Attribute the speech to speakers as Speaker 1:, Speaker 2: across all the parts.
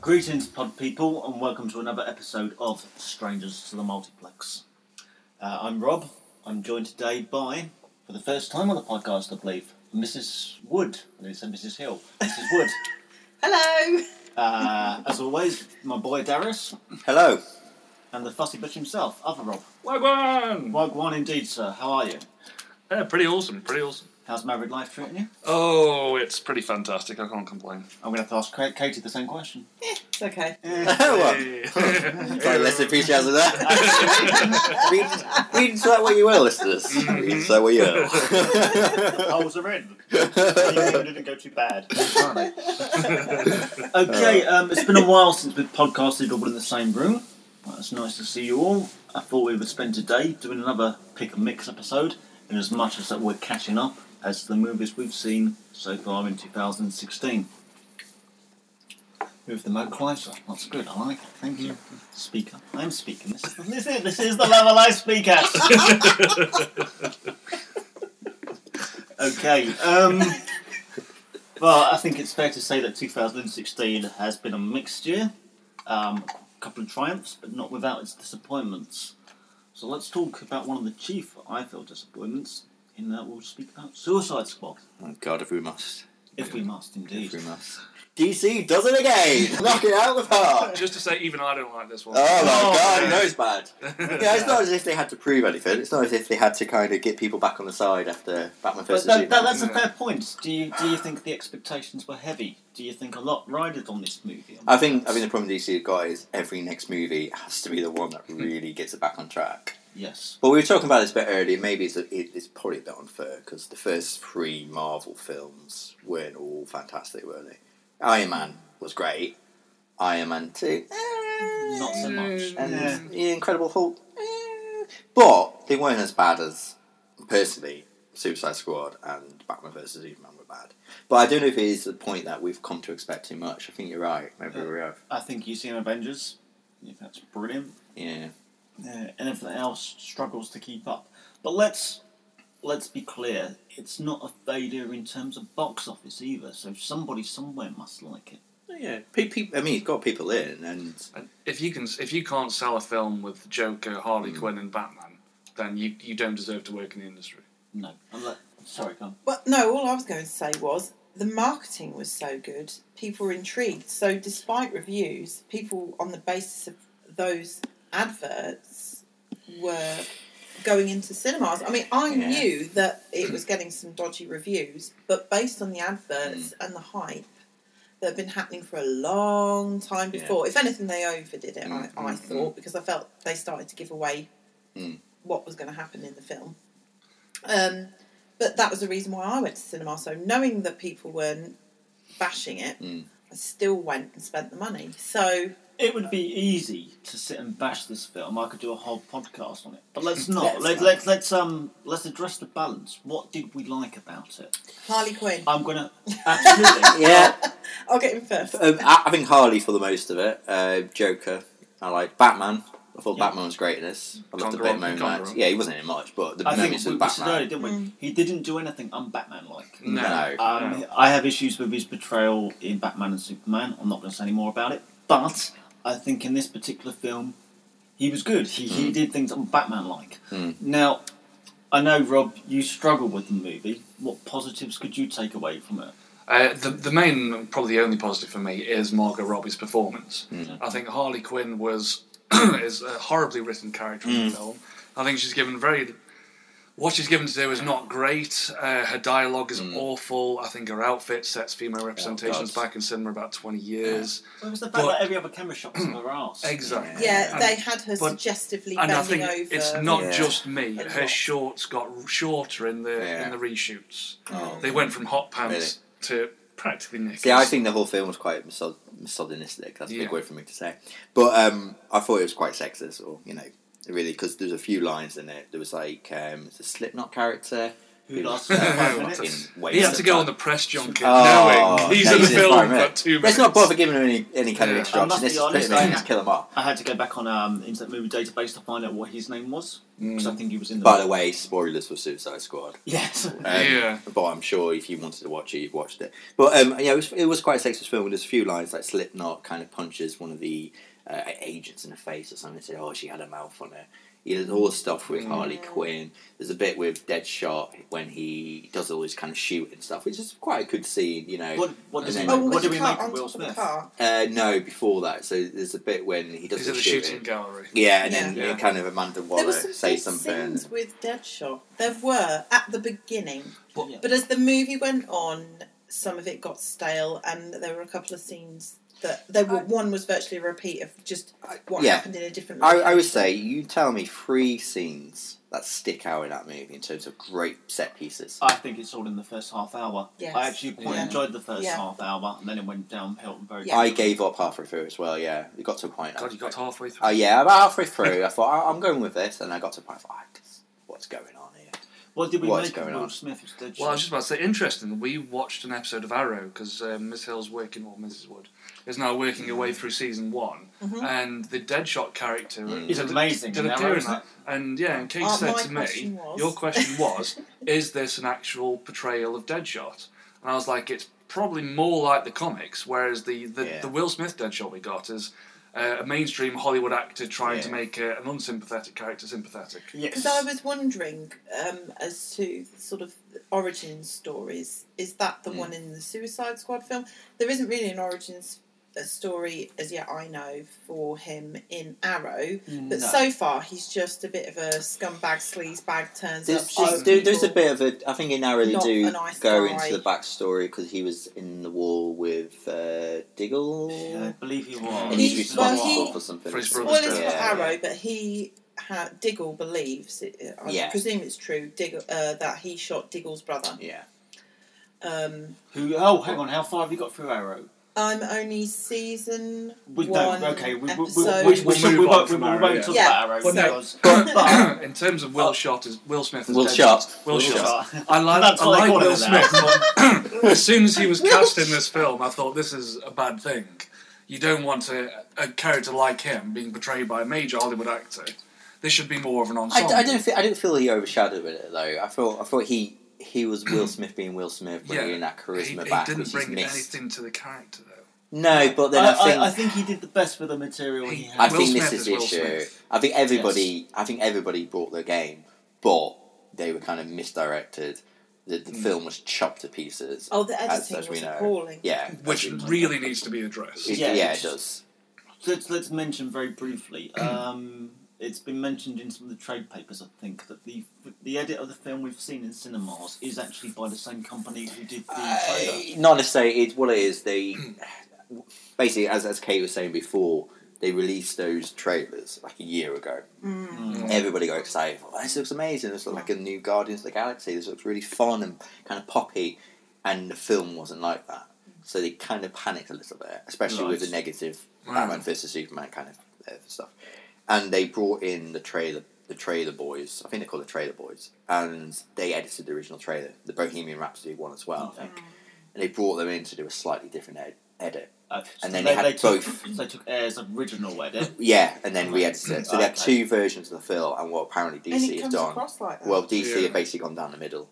Speaker 1: Greetings, pod people, and welcome to another episode of Strangers to the Multiplex. Uh, I'm Rob. I'm joined today by, for the first time on the podcast, I believe, Mrs. Wood. I nearly said Mrs. Hill. Mrs. Wood.
Speaker 2: Hello.
Speaker 1: Uh, as always, my boy Darius
Speaker 3: Hello.
Speaker 1: and the fussy bitch himself, other Rob.
Speaker 4: Wagwan!
Speaker 1: Wagwan indeed, sir. How are you?
Speaker 4: Yeah, pretty awesome, pretty awesome.
Speaker 1: How's married life treating you?
Speaker 4: Oh, it's pretty fantastic, I can't complain.
Speaker 1: I'm going to have to ask Ka- Katie the same question.
Speaker 2: It's okay.
Speaker 1: Eh.
Speaker 3: Hello.
Speaker 4: Hey.
Speaker 3: Sorry, less enthusiasm there. read, read into that what you will, listeners. Read into that what you will.
Speaker 1: Holes are in. didn't go too bad. okay, um, it's been a while since we've podcasted all in the same room. Well, it's nice to see you all. I thought we would spend today doing another pick and mix episode, in as much as that we're catching up as the movies we've seen so far in 2016. Move the mic closer. That's good. I like it. Thank you. Speaker. I'm speaking. This is, this is, this is the level I speak at. okay. Um, well, I think it's fair to say that 2016 has been a mixed year. Um, a couple of triumphs, but not without its disappointments. So let's talk about one of the chief, I feel, disappointments, in that we'll speak about Suicide Squad,
Speaker 3: oh, God, if we must.
Speaker 1: if we must,
Speaker 3: If
Speaker 1: indeed.
Speaker 3: we must. DC does it again! Knock it out of the park!
Speaker 4: Just to say, even I don't like this one.
Speaker 3: Oh my
Speaker 1: Oh,
Speaker 3: god, he
Speaker 4: yeah.
Speaker 3: knows bad. Yeah, it's not as if they had to prove anything. It's not as if they had to kind of get people back on the side after Batman
Speaker 1: But
Speaker 3: vs.
Speaker 1: that, that,
Speaker 3: Superman.
Speaker 1: that's a
Speaker 4: Yeah.
Speaker 1: fair point. Do you do you think the expectations were heavy? Do you think a lot rided on this movie?
Speaker 3: I think I think the problem DC has got is every next movie has to be the one that really gets it back on track.
Speaker 1: yes.
Speaker 3: But we were talking about this a bit earlier. Maybe it's a, it, it's probably a bit unfair because the first three Marvel films weren't all fantastic, were they? Iron Man was great. Iron Man Two, eh,
Speaker 1: Not so much.
Speaker 3: and
Speaker 1: Yeah.
Speaker 3: the Incredible Hulk, eh. but they weren't as bad as personally Suicide Squad and Batman vs Superman were bad. But I don't know if it is the point that we've come to expect too much. I think you're right. Maybe
Speaker 1: Yeah.
Speaker 3: we have.
Speaker 1: I think you see in Avengers. Yeah, that's brilliant.
Speaker 3: Yeah.
Speaker 1: Yeah, and everything uh, else struggles to keep up. But let's let's be clear. It's not a failure in terms of box office either. So somebody somewhere must like it.
Speaker 3: Yeah. Pe- pe- I mean, it's got people in, and
Speaker 4: And If you can, if you can't sell a film with Joker,
Speaker 3: Mm.
Speaker 4: Harley Quinn, and Batman, then you, you don't deserve to work in the industry.
Speaker 1: No, I'm like, sorry, go on.
Speaker 2: Well, no, all I was going to say was the marketing was so good, people were intrigued. So, despite reviews, people on the basis of those adverts were going into cinemas. I mean, I
Speaker 3: Yeah.
Speaker 2: knew that it was getting some dodgy reviews, but based on the adverts
Speaker 3: Mm.
Speaker 2: and the hype that had been happening for a long time
Speaker 3: Yeah.
Speaker 2: before, if anything, they overdid it,
Speaker 3: Mm,
Speaker 2: I, I
Speaker 3: mm,
Speaker 2: thought, because I felt they started to give away
Speaker 3: Mm.
Speaker 2: what was going to happen in the film. Um, but that was the reason why I went to cinema. So knowing that people weren't bashing it,
Speaker 3: Mm.
Speaker 2: I still went and spent the money. So
Speaker 1: It would be easy to sit and bash this film. I could do a whole podcast on it, but let's not.
Speaker 2: Let's
Speaker 1: Let,
Speaker 2: not.
Speaker 1: let's let's um let's address the balance. What did we like about it?
Speaker 2: Harley Quinn,
Speaker 1: I'm gonna absolutely.
Speaker 3: yeah.
Speaker 2: I'll get him first.
Speaker 3: Um, I, I think Harley for the most of it. Uh, Joker. I like Batman. I thought
Speaker 1: Yeah.
Speaker 3: Batman was great in this. I
Speaker 4: Can't go
Speaker 3: loved the bit
Speaker 4: wrong,
Speaker 3: moment.
Speaker 4: can't go wrong.
Speaker 3: Yeah, he wasn't in much, but the
Speaker 1: I think
Speaker 3: moments
Speaker 1: we,
Speaker 3: with
Speaker 1: we said earlier,
Speaker 3: Batman.
Speaker 1: didn't we? He didn't do anything un-Batman like.
Speaker 3: No.
Speaker 1: Um, I have issues with his portrayal in Batman and Superman. I'm not going to say any more about it. But I think in this particular film, he was good. He,
Speaker 3: Hmm.
Speaker 1: he did things on Batman like.
Speaker 3: Mm.
Speaker 1: Now, I know, Rob, you struggle with the movie. What positives could you take away from it?
Speaker 4: Uh, the, the main, probably the only positive for me is Margot Robbie's performance.
Speaker 3: Mm.
Speaker 4: I think Harley Quinn was is a horribly written character in
Speaker 3: Mm.
Speaker 4: the film. I think she's given very. What she's given to do is not great. Uh, her dialogue is awful. I think her outfit sets female representations
Speaker 3: Mm. Oh, God.
Speaker 4: back in cinema about 20 years.
Speaker 1: Well, it was the fact
Speaker 4: fact But-
Speaker 1: that
Speaker 4: that
Speaker 1: every other camera shot was her ass.
Speaker 4: Exactly.
Speaker 2: Yeah,
Speaker 3: um,
Speaker 4: And-
Speaker 2: they had her
Speaker 4: but-
Speaker 2: suggestively
Speaker 4: and
Speaker 2: bending
Speaker 4: I think
Speaker 2: over.
Speaker 4: it's not
Speaker 3: Yeah.
Speaker 4: just me.
Speaker 2: And
Speaker 4: Her
Speaker 2: what?
Speaker 4: shorts got r- shorter in the
Speaker 3: Yeah.
Speaker 4: in the reshoots.
Speaker 3: Oh.
Speaker 4: They went from hot pants to practically knickers.
Speaker 3: See, I think the whole film was quite misog- misogynistic. That's a big
Speaker 4: Yeah.
Speaker 3: word for me to say. But um, I thought it was quite sexist, or you know, really, because there's a few lines in it. There was like um, the Slipknot character
Speaker 1: Who lost
Speaker 3: No,
Speaker 1: five
Speaker 3: fucking
Speaker 1: minutes?
Speaker 3: waste
Speaker 4: He had
Speaker 3: of
Speaker 4: to go
Speaker 3: time.
Speaker 4: on the press junket
Speaker 3: Oh,
Speaker 4: knowing he's in the
Speaker 3: Jesus,
Speaker 4: film
Speaker 3: fine,
Speaker 4: for
Speaker 3: right.
Speaker 4: two minutes.
Speaker 3: Let's not bother giving him any, any kind
Speaker 4: Yeah.
Speaker 3: of
Speaker 1: I must
Speaker 3: instruction.
Speaker 1: be
Speaker 3: Let's just put
Speaker 1: honest,
Speaker 3: him in
Speaker 1: I
Speaker 3: and
Speaker 1: have-
Speaker 3: just kill him off.
Speaker 1: I had to go back on um, Internet Movie Database to find out what his name was because I think he was in the.
Speaker 3: Hmm. By the way, spoilers for Suicide Squad.
Speaker 1: yes.
Speaker 3: Um,
Speaker 4: yeah.
Speaker 3: But I'm sure if you wanted to watch it, you've watched it. But um, yeah, it was, it was quite a sexist film. There's a few lines like Slipknot kind of punches one of the uh, agents in the face or something and said, "Oh, she had a mouth on her." You know, there's all the stuff with Harley
Speaker 2: Mm.
Speaker 3: Quinn. There's a bit with Deadshot when he does all his kind of shooting stuff, which is quite a good scene. You know,
Speaker 1: What, what, does
Speaker 3: And
Speaker 1: he
Speaker 3: then-
Speaker 1: make,
Speaker 2: Oh, with
Speaker 1: what do
Speaker 2: the
Speaker 1: we
Speaker 2: car
Speaker 1: make
Speaker 2: on
Speaker 1: of Will
Speaker 2: top of the
Speaker 1: Smith?
Speaker 2: car.
Speaker 3: uh, no, before that. So there's a bit when he does
Speaker 4: He's at the
Speaker 3: shooting.
Speaker 4: shooting gallery.
Speaker 3: Yeah, and then
Speaker 4: Yeah.
Speaker 3: uh, kind of Amanda
Speaker 2: There
Speaker 3: Waller
Speaker 2: were some
Speaker 3: says
Speaker 2: big
Speaker 3: something.
Speaker 2: scenes with Deadshot. There were at the beginning,
Speaker 1: What-
Speaker 2: but as the movie went on, some of it got stale, and there were a couple of scenes that there were. One was virtually a repeat of just what
Speaker 3: Yeah.
Speaker 2: happened in a different.
Speaker 3: I, I
Speaker 2: location.
Speaker 3: would say you tell me three scenes that stick out in that movie in terms of great set pieces.
Speaker 1: I think it's all in the first half hour.
Speaker 2: Yes.
Speaker 1: I actually quite
Speaker 3: Yeah.
Speaker 1: enjoyed the first
Speaker 2: Yeah.
Speaker 1: half hour, and then it went downhill very
Speaker 2: Yeah.
Speaker 1: quickly.
Speaker 3: I gave up halfway through as well. Yeah, it got to a point.
Speaker 4: God, you got halfway through.
Speaker 3: Oh yeah, about halfway through, I thought I- I'm going with this, and I got to a point. I thought, "Ah, this- what's going on here?
Speaker 1: What did we
Speaker 3: What is
Speaker 1: make of
Speaker 3: going
Speaker 1: Will
Speaker 3: on?
Speaker 1: Smith's Deadshot?
Speaker 4: Well, I was just about to say, interesting. We watched an episode of Arrow because um, Miss Hill's working, or Mrs. Wood is now working her way through season one,
Speaker 2: Mhm.
Speaker 4: and the Deadshot character
Speaker 3: Mm.
Speaker 1: He's
Speaker 4: did-
Speaker 1: amazing
Speaker 4: Did
Speaker 1: in
Speaker 4: appear
Speaker 1: Arrow,
Speaker 4: in that. And yeah, and Kate
Speaker 2: Uh,
Speaker 4: said
Speaker 2: my
Speaker 4: to me,
Speaker 2: question was-
Speaker 4: "Your question was, is this an actual portrayal of Deadshot?" And I was like, "It's probably more like the comics, whereas the the,
Speaker 3: Yeah.
Speaker 4: the Will Smith Deadshot we got is." Uh, a mainstream Hollywood actor trying to
Speaker 3: Yeah.
Speaker 4: make uh, an unsympathetic character sympathetic.
Speaker 1: yes.
Speaker 2: Because I was wondering um, as to sort of origin stories. Is that the
Speaker 3: Mm.
Speaker 2: one in the Suicide Squad film? There isn't really an origins uh story as yet I know for him in Arrow,
Speaker 1: No.
Speaker 2: but so far he's just a bit of a scumbag, sleazebag, turns up.
Speaker 3: There's,
Speaker 2: shoots
Speaker 3: just, there- there's a
Speaker 2: people.
Speaker 3: bit of a. I think in Arrow they
Speaker 2: Not
Speaker 3: do
Speaker 2: a nice
Speaker 3: go
Speaker 2: guy.
Speaker 3: into the backstory because he was in the war with uh, Diggle.
Speaker 1: Yeah, I believe he was.
Speaker 3: And he's
Speaker 2: He's- well,
Speaker 3: responsible
Speaker 2: he-
Speaker 3: for something.
Speaker 4: For his brother's
Speaker 2: Spoilers
Speaker 4: Yeah,
Speaker 2: for
Speaker 4: yeah.
Speaker 2: Arrow, but he ha- Diggle believes it, I
Speaker 3: Yeah.
Speaker 2: presume it's true. Diggle uh, that he shot Diggle's brother.
Speaker 3: Yeah.
Speaker 2: Um,
Speaker 1: Who? Oh, hang on. How far have you got through Arrow?
Speaker 2: I'm only season
Speaker 1: We
Speaker 2: one.
Speaker 1: no, okay. We, we, we,
Speaker 2: episode.
Speaker 1: we, we,
Speaker 4: We'll
Speaker 1: should-
Speaker 4: move
Speaker 1: we
Speaker 4: on
Speaker 1: won't, we
Speaker 4: from Arrow,
Speaker 1: won't
Speaker 4: yeah.
Speaker 1: talk
Speaker 2: Yeah,
Speaker 1: about Arrow
Speaker 2: so-
Speaker 1: because
Speaker 4: in terms of Will
Speaker 1: Oh.
Speaker 4: Shot as Will Smith, as
Speaker 3: Will
Speaker 4: Deadshot-
Speaker 3: Shot.
Speaker 4: Will,
Speaker 1: Will
Speaker 4: Shot.
Speaker 1: Shot.
Speaker 4: I like,
Speaker 1: That's
Speaker 4: I
Speaker 1: what they
Speaker 4: like
Speaker 1: call
Speaker 4: Will
Speaker 1: it now.
Speaker 4: Smith. as soon as he was cast in this film, I thought this is a bad thing. You don't want a, a character like him being portrayed by a major Hollywood actor. This should be more of an
Speaker 3: I,
Speaker 4: ensemble.
Speaker 3: I don't feel I don't feel he overshadowed with it though. I thought I thought he he was Will Smith being Will Smith,
Speaker 4: Yeah.
Speaker 3: bringing that
Speaker 4: He,
Speaker 3: charisma
Speaker 4: he
Speaker 3: back,
Speaker 4: didn't
Speaker 3: which he's
Speaker 4: bring
Speaker 3: missed.
Speaker 4: anything to the character though.
Speaker 3: No, but then I,
Speaker 1: I,
Speaker 3: think
Speaker 1: I, I think he did the best with the material he
Speaker 4: He-
Speaker 1: had.
Speaker 3: I
Speaker 4: Will
Speaker 3: think
Speaker 4: Smith
Speaker 3: this is
Speaker 4: is
Speaker 3: the
Speaker 4: Will
Speaker 3: issue.
Speaker 4: Smith.
Speaker 3: I think everybody I think everybody brought their game, but they were kind of misdirected. The, the
Speaker 4: Mm.
Speaker 3: film was chopped to pieces.
Speaker 2: Oh, the
Speaker 3: as-
Speaker 2: editing
Speaker 3: as we
Speaker 2: was
Speaker 3: know.
Speaker 2: appalling.
Speaker 3: Yeah,
Speaker 4: Which
Speaker 3: as we-
Speaker 4: really needs to be addressed.
Speaker 3: It,
Speaker 1: Yeah,
Speaker 3: yeah,
Speaker 1: it's-
Speaker 3: it does.
Speaker 1: Let's let's mention very briefly. Um, it's been mentioned in some of the trade papers, I think, that the the edit of the film we've seen in cinemas is actually by the same company who did the trailer.
Speaker 3: Uh, not necessarily. It's what it is. They basically, as as Kate was saying before, they released those trailers like a year ago.
Speaker 2: Mm.
Speaker 3: Everybody got excited. Oh, this looks amazing. This looks like a new Guardians of the Galaxy. This looks really fun and kind of poppy. And the film wasn't like that. So they kind of panicked a little bit, especially with
Speaker 1: Right.
Speaker 3: the negative
Speaker 4: Wow.
Speaker 3: Batman versus Superman kind of uh, stuff. And they brought in the trailer, the Trailer Boys. I think they're called the Trailer Boys. And they edited the original trailer, the Bohemian Rhapsody one as
Speaker 1: Uh,
Speaker 3: well. I think. And they brought them in to do a slightly different ed- edit.
Speaker 1: Uh, so
Speaker 3: And then
Speaker 1: they,
Speaker 3: they had
Speaker 1: took,
Speaker 3: both.
Speaker 1: They took Air's original edit.
Speaker 3: Yeah, and then re-edited it. So they have
Speaker 1: Okay.
Speaker 3: two versions of the film, and what apparently
Speaker 2: and it
Speaker 3: DC has
Speaker 2: comes
Speaker 3: done.
Speaker 2: across like that.
Speaker 3: Well, DC
Speaker 4: Yeah.
Speaker 3: have basically gone down the middle,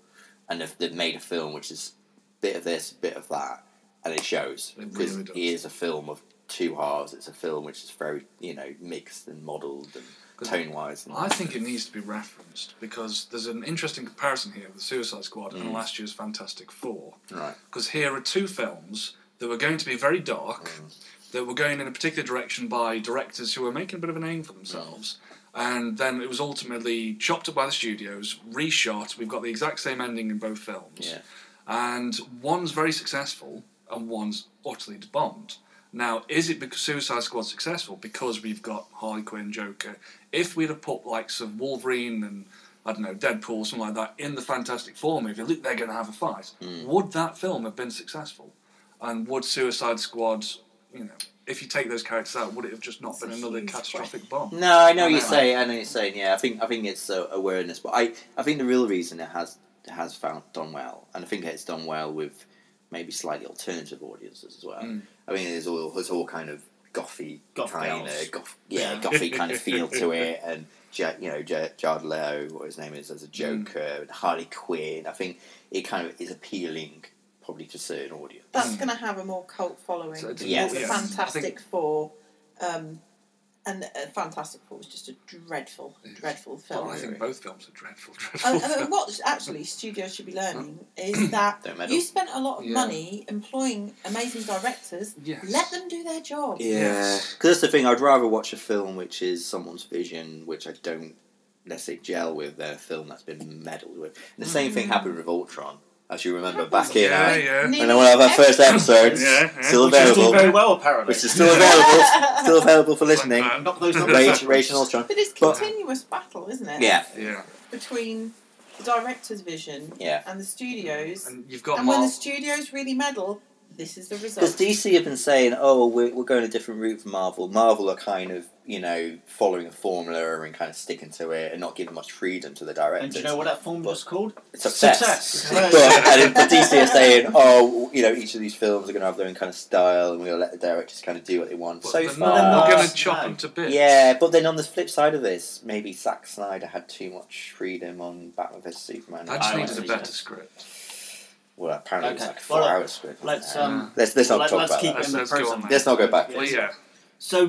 Speaker 3: and they've, they've made a film which is bit of this, bit of that, and it shows
Speaker 4: It
Speaker 3: because
Speaker 4: really does.
Speaker 3: it is a film of two halves. It's a film which is very you know mixed and modelled and
Speaker 4: Good.
Speaker 3: tone wise. And
Speaker 4: I think it needs to be referenced because there's an interesting comparison here with the Suicide Squad and
Speaker 3: Mm.
Speaker 4: last year's Fantastic Four.
Speaker 3: right.
Speaker 4: because here are two films that were going to be very dark,
Speaker 3: Mm.
Speaker 4: that were going in a particular direction by directors who were making a bit of a name for themselves.
Speaker 3: Mm.
Speaker 4: And then it was ultimately chopped up by the studios, reshot. We've got the exact same ending in both films.
Speaker 3: Yeah.
Speaker 4: And one's very successful and one's utterly bombed. Now, is it because Suicide Squad successful because we've got Harley Quinn, Joker? If we'd have put likes of Wolverine and I don't know Deadpool, something like that, in the Fantastic Four movie, look, they're going to have a fight. Would that film have been successful? And would Suicide Squad, you know, if you take those characters out, would it have just not
Speaker 2: It's
Speaker 4: been
Speaker 2: a
Speaker 4: another
Speaker 2: huge
Speaker 4: catastrophic bomb?
Speaker 3: No, I know
Speaker 4: I
Speaker 3: you
Speaker 4: know.
Speaker 3: say. I know you're saying. Yeah, I think I think it's uh, awareness, but I I think the real reason it has has found done well, and I think it's done well with maybe slightly alternative audiences as well.
Speaker 4: Mm.
Speaker 3: I mean, there's all there's all kind of gothy
Speaker 1: Goth
Speaker 3: kind
Speaker 1: girls.
Speaker 3: of goth, yeah, gothy kind of feel to it, and Ja- you know Ja- Jared Leto, what his name is, as a Joker, and Harley Quinn. I think it kind of is appealing probably to certain audience.
Speaker 2: That's going to have a more cult following.
Speaker 4: So it's-
Speaker 3: Yes.
Speaker 2: The
Speaker 3: yes.
Speaker 2: Fantastic
Speaker 4: I think-
Speaker 2: Four, um, and uh, Fantastic Four was just a dreadful, dreadful
Speaker 4: Well,
Speaker 2: film.
Speaker 4: I
Speaker 3: Sorry.
Speaker 4: think both films are dreadful,
Speaker 2: Oh,
Speaker 4: dreadful.
Speaker 2: and,
Speaker 4: films.
Speaker 2: and what actually studios should be learning is that
Speaker 3: Don't meddle.
Speaker 2: you spent a lot of
Speaker 4: Yeah.
Speaker 2: money employing amazing directors.
Speaker 4: Yes.
Speaker 2: Let them do their job.
Speaker 3: Yeah,
Speaker 4: Yes.
Speaker 3: because that's the thing. I'd rather watch a film which is someone's vision, which I don't necessarily gel with, than a film that's been meddled with. And the same thing happened with Ultron, as you remember back in.
Speaker 4: Yeah,
Speaker 3: uh,
Speaker 4: yeah.
Speaker 3: And one of our first episodes,
Speaker 4: Yeah, yeah.
Speaker 3: still
Speaker 4: Which
Speaker 1: Which is doing very
Speaker 3: available,
Speaker 1: well apparently.
Speaker 3: which is still available, still available for listening.
Speaker 4: Like uh,
Speaker 1: Knock those numbers
Speaker 3: Rage,
Speaker 1: backwards.
Speaker 3: Rage and Ultron.
Speaker 2: But it's
Speaker 3: But-
Speaker 2: continuous battle, isn't it?
Speaker 3: Yeah,
Speaker 4: that. Yeah,
Speaker 2: Between the director's vision
Speaker 3: yeah.
Speaker 2: and the studios. And,
Speaker 4: and you've got
Speaker 2: when the
Speaker 4: Marvel.
Speaker 2: studios really meddle, this is the
Speaker 3: Because
Speaker 2: result.
Speaker 3: DC have been saying, "Oh, we're, we're going a different route from Marvel. Marvel are kind of, you know, following a formula and kind of sticking to it and not giving much freedom to the directors."
Speaker 1: And do you know what that film was called?
Speaker 3: success.
Speaker 1: Success.
Speaker 3: but, and the DC are saying, oh, you know, each of these films are going to have their own kind of style, and we're going to let the directors kind of do what they want.
Speaker 4: But
Speaker 3: so
Speaker 4: they're
Speaker 3: far,
Speaker 4: not going
Speaker 1: No.
Speaker 4: to chop them to bits.
Speaker 3: yeah. But then on the flip side of this, maybe Zack Snyder had too much freedom on Batman vs Superman.
Speaker 4: I just
Speaker 1: I
Speaker 4: needed a
Speaker 1: won't
Speaker 4: better
Speaker 1: say yes.
Speaker 4: script.
Speaker 3: well, apparently it was
Speaker 1: Okay.
Speaker 3: like a four-hour script. wasn't
Speaker 1: Let's
Speaker 3: it?
Speaker 1: um.
Speaker 3: let's let's not
Speaker 1: let,
Speaker 3: talk
Speaker 1: us
Speaker 3: about
Speaker 1: keep
Speaker 3: that.
Speaker 1: it in the
Speaker 4: Let's go
Speaker 1: present.
Speaker 4: on.
Speaker 3: Let's not go back.
Speaker 4: Well, yeah.
Speaker 1: So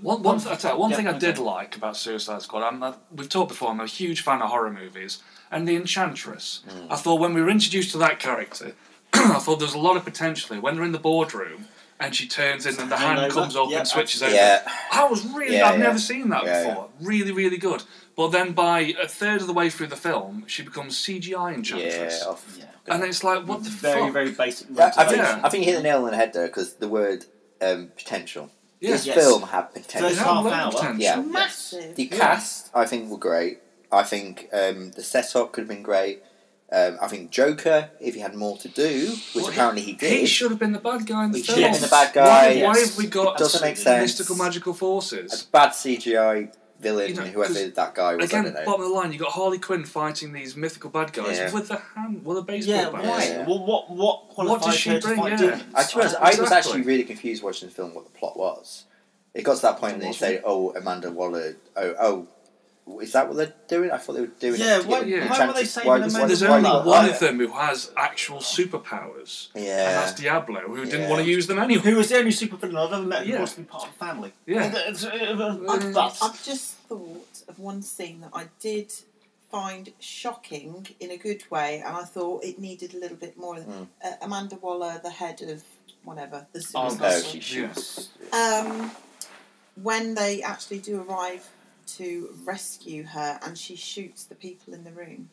Speaker 4: One, one, th- I tell you, one
Speaker 1: Yeah,
Speaker 4: thing I
Speaker 1: okay.
Speaker 4: did like about Suicide Squad, I'm, I, we've talked before, I'm a huge fan of horror movies, and The Enchantress.
Speaker 3: Hmm.
Speaker 4: I thought when we were introduced to that character, I thought there was a lot of potential here. When they're in the boardroom and she turns in and the hand
Speaker 1: Hangover?
Speaker 4: comes up
Speaker 1: Yeah,
Speaker 4: and switches over,
Speaker 3: Yeah,
Speaker 4: I was really,
Speaker 3: Yeah,
Speaker 4: I've
Speaker 3: yeah.
Speaker 4: never seen that
Speaker 3: Yeah,
Speaker 4: before. Really, really good. But then by a third of the way through the film, she becomes CGI
Speaker 3: yeah.
Speaker 4: Enchantress.
Speaker 3: off-
Speaker 1: Yeah.
Speaker 4: And it's like, what the
Speaker 1: very
Speaker 4: fuck?
Speaker 1: very basic.
Speaker 3: Yeah, I think
Speaker 4: Yeah.
Speaker 3: I think you hit the nail on the head there because the word um, potential.
Speaker 4: Yeah.
Speaker 3: This
Speaker 1: Yes.
Speaker 3: film had
Speaker 1: First
Speaker 3: potential.
Speaker 4: Yeah,
Speaker 1: half
Speaker 4: loads
Speaker 1: hour.
Speaker 4: of potential.
Speaker 3: Yeah.
Speaker 2: Massive.
Speaker 3: The
Speaker 4: Yeah.
Speaker 3: cast, I think, were great. I think um, the setup could have been great. Um, I think Joker, if he had more to do, which
Speaker 4: Well, he-
Speaker 3: apparently he did,
Speaker 4: He should have been the bad guy in the
Speaker 3: He
Speaker 4: film.
Speaker 3: should have been the bad
Speaker 4: Why,
Speaker 3: guy.
Speaker 4: why
Speaker 1: Yes.
Speaker 4: have we got
Speaker 3: Doesn't make sense.
Speaker 4: mystical magical
Speaker 3: a
Speaker 4: forces?
Speaker 3: bad CGI villain,
Speaker 4: You know,
Speaker 3: whoever
Speaker 4: 'cause
Speaker 3: that guy was,
Speaker 4: Again,
Speaker 3: I don't know.
Speaker 4: bottom of the line, you got Harley Quinn fighting these mythical bad guys
Speaker 3: Yeah.
Speaker 4: with a hand, with a baseball
Speaker 1: Yeah,
Speaker 4: bat.
Speaker 1: why?
Speaker 3: Yeah.
Speaker 1: Well, what what qualifies
Speaker 4: does she
Speaker 1: her to
Speaker 4: bring?
Speaker 1: fight
Speaker 4: Yeah.
Speaker 1: demons?
Speaker 3: I, to be honest, I was
Speaker 4: Exactly.
Speaker 3: actually really confused watching the film what the plot was. It got to that point and they say, "Oh, Amanda Waller, oh, oh, is that what they're doing?" I thought they were doing
Speaker 1: Yeah,
Speaker 3: it. to
Speaker 1: why-
Speaker 4: why were
Speaker 3: get
Speaker 4: they
Speaker 3: Enchantress-
Speaker 1: saving
Speaker 3: was-
Speaker 1: Amanda
Speaker 4: There's
Speaker 1: Why-
Speaker 4: only
Speaker 1: why-
Speaker 4: one
Speaker 1: why-
Speaker 4: of them who has actual superpowers, and
Speaker 3: Yeah,
Speaker 4: that's Diablo, who didn't
Speaker 3: Yeah.
Speaker 4: want to use them anyway.
Speaker 1: Who was the only supervillain I've ever met who
Speaker 4: Yeah.
Speaker 1: wants to be part of the family?
Speaker 4: Yeah.
Speaker 1: It's- uh, it's-
Speaker 3: Mm.
Speaker 4: I've-
Speaker 1: that's-
Speaker 2: I've just thought of one scene that I did find shocking in a good way, and I thought it needed a little bit more.
Speaker 3: Mm.
Speaker 2: Uh, Amanda Waller, the head of whatever the
Speaker 1: Oh,
Speaker 2: Suicide
Speaker 3: no,
Speaker 2: Squad.
Speaker 3: she shoots.
Speaker 2: um, when they actually do arrive to rescue her, and she shoots the people in the room.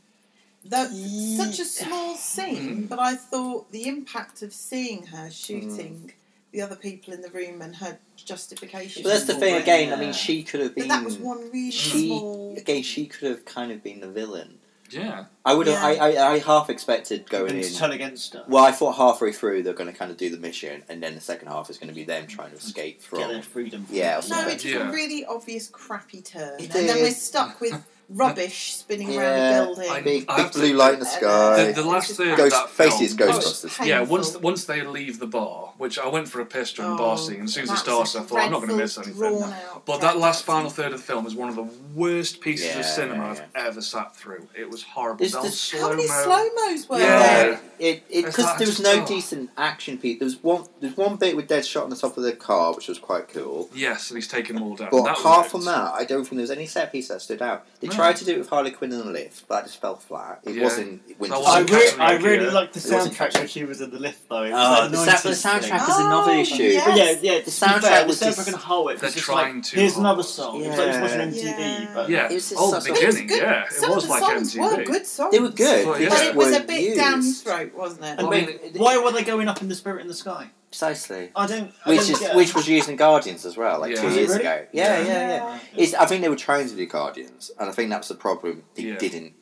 Speaker 2: That, such a small scene,
Speaker 3: mm.
Speaker 2: but I thought the impact of seeing her shooting the other people in the room and her justification.
Speaker 3: But that's the thing
Speaker 2: for it.
Speaker 3: again. I
Speaker 1: Yeah.
Speaker 3: mean, she could have
Speaker 2: But
Speaker 3: been.
Speaker 2: that was one really
Speaker 3: she
Speaker 2: small.
Speaker 3: again she could have kind of been the villain
Speaker 4: Yeah.
Speaker 3: i would have
Speaker 2: Yeah.
Speaker 3: I, I i half expected going
Speaker 1: and
Speaker 3: in
Speaker 1: to turn against her.
Speaker 3: well i thought halfway through they're going to kind of do the mission and then the second half is going to be them trying to escape
Speaker 1: Get their
Speaker 3: from
Speaker 1: freedom.
Speaker 3: Yeah,
Speaker 2: No, it was
Speaker 4: Yeah.
Speaker 2: a really obvious crappy turn,
Speaker 3: It
Speaker 2: and then we're
Speaker 3: is.
Speaker 2: stuck with rubbish spinning
Speaker 3: Yeah,
Speaker 2: around the
Speaker 4: I-
Speaker 2: building.
Speaker 3: big
Speaker 4: I
Speaker 3: big
Speaker 4: have
Speaker 3: blue
Speaker 4: to-
Speaker 3: light in the
Speaker 2: Uh,
Speaker 3: sky
Speaker 4: The, the last third of
Speaker 3: ghost
Speaker 4: that film, Oh,
Speaker 3: faces ghostbusters
Speaker 4: Yeah, once
Speaker 2: Painful.
Speaker 4: once they leave the bar, which I went for a piss during the
Speaker 2: Oh,
Speaker 4: bar scene, as soon as it
Speaker 2: that
Speaker 4: starts,
Speaker 2: was
Speaker 4: I
Speaker 2: a
Speaker 4: thought I'm not going to miss
Speaker 2: dreadful,
Speaker 4: anything.
Speaker 2: drawn-out
Speaker 4: But that last
Speaker 2: dreadful
Speaker 4: final third of the film is one of the worst pieces
Speaker 3: Yeah,
Speaker 4: of cinema
Speaker 3: yeah,
Speaker 4: I've ever sat through. It was horrible.
Speaker 3: It's
Speaker 4: That was
Speaker 3: just-
Speaker 2: How
Speaker 4: slow
Speaker 2: many
Speaker 4: mo.
Speaker 2: slow mos were
Speaker 4: Yeah.
Speaker 2: there?
Speaker 3: it it
Speaker 4: It's
Speaker 3: because
Speaker 4: like,
Speaker 3: there was
Speaker 4: just-
Speaker 3: no
Speaker 4: oh.
Speaker 3: decent action piece. There was one there's one bit with Deadshot on the top of the car, which was quite cool.
Speaker 4: Yes, and he's taken them all down.
Speaker 3: But
Speaker 4: that
Speaker 3: apart
Speaker 4: was
Speaker 3: from
Speaker 4: it.
Speaker 3: that, I don't think there was any set piece that stood out. They
Speaker 4: No.
Speaker 3: tried to do it with Harley Quinn and the lift, but that just fell flat. It
Speaker 4: Yeah.
Speaker 3: wasn't Winter
Speaker 1: I,
Speaker 4: wasn't
Speaker 3: Soldier.
Speaker 1: re- I
Speaker 4: Captain
Speaker 1: really
Speaker 4: America.
Speaker 1: liked the
Speaker 3: It wasn't
Speaker 1: soundtrack
Speaker 3: Captain-
Speaker 1: when she was in the lift, though. It was
Speaker 3: Oh,
Speaker 1: like
Speaker 3: the, sa- the
Speaker 1: 90s thing.
Speaker 3: soundtrack is another
Speaker 2: Oh,
Speaker 3: issue.
Speaker 2: yeah.
Speaker 1: But yeah,
Speaker 2: Yes.
Speaker 1: yeah, the
Speaker 3: soundtrack
Speaker 1: soundtrack fair,
Speaker 3: was
Speaker 1: the soundtrack
Speaker 3: just-
Speaker 1: and how it
Speaker 4: They're
Speaker 1: was just
Speaker 4: trying
Speaker 1: like,
Speaker 4: too
Speaker 1: here's
Speaker 4: hard.
Speaker 1: another song. It was like it was watching
Speaker 2: Yeah.
Speaker 1: MTV, but
Speaker 4: Yeah,
Speaker 3: It was just
Speaker 4: oh,
Speaker 3: such a-
Speaker 4: the
Speaker 2: But it was
Speaker 4: beginning,
Speaker 2: good.
Speaker 4: yeah. It
Speaker 2: Some
Speaker 4: was
Speaker 2: of the
Speaker 4: like
Speaker 2: songs
Speaker 4: MTV.
Speaker 2: were good songs.
Speaker 3: They were good,
Speaker 4: Well,
Speaker 3: they
Speaker 4: yeah.
Speaker 2: But
Speaker 3: just
Speaker 2: it was a
Speaker 3: weren't
Speaker 2: bit
Speaker 3: used.
Speaker 2: down the throat, wasn't it?
Speaker 1: And
Speaker 3: Well, I
Speaker 1: then-
Speaker 3: mean, it-
Speaker 1: why were they going up in the spirit in the sky?
Speaker 3: Precisely.
Speaker 1: I don't. I
Speaker 3: Which
Speaker 1: don't
Speaker 3: is
Speaker 1: get it.
Speaker 3: which was used in Guardians as well, like
Speaker 4: Yeah.
Speaker 3: two
Speaker 4: Was it
Speaker 3: years
Speaker 1: really?
Speaker 3: ago. Yeah, yeah,
Speaker 4: Yeah.
Speaker 3: yeah. It's, I think they were trying to do Guardians, and I think that was the problem. They
Speaker 4: Yeah.
Speaker 3: didn't.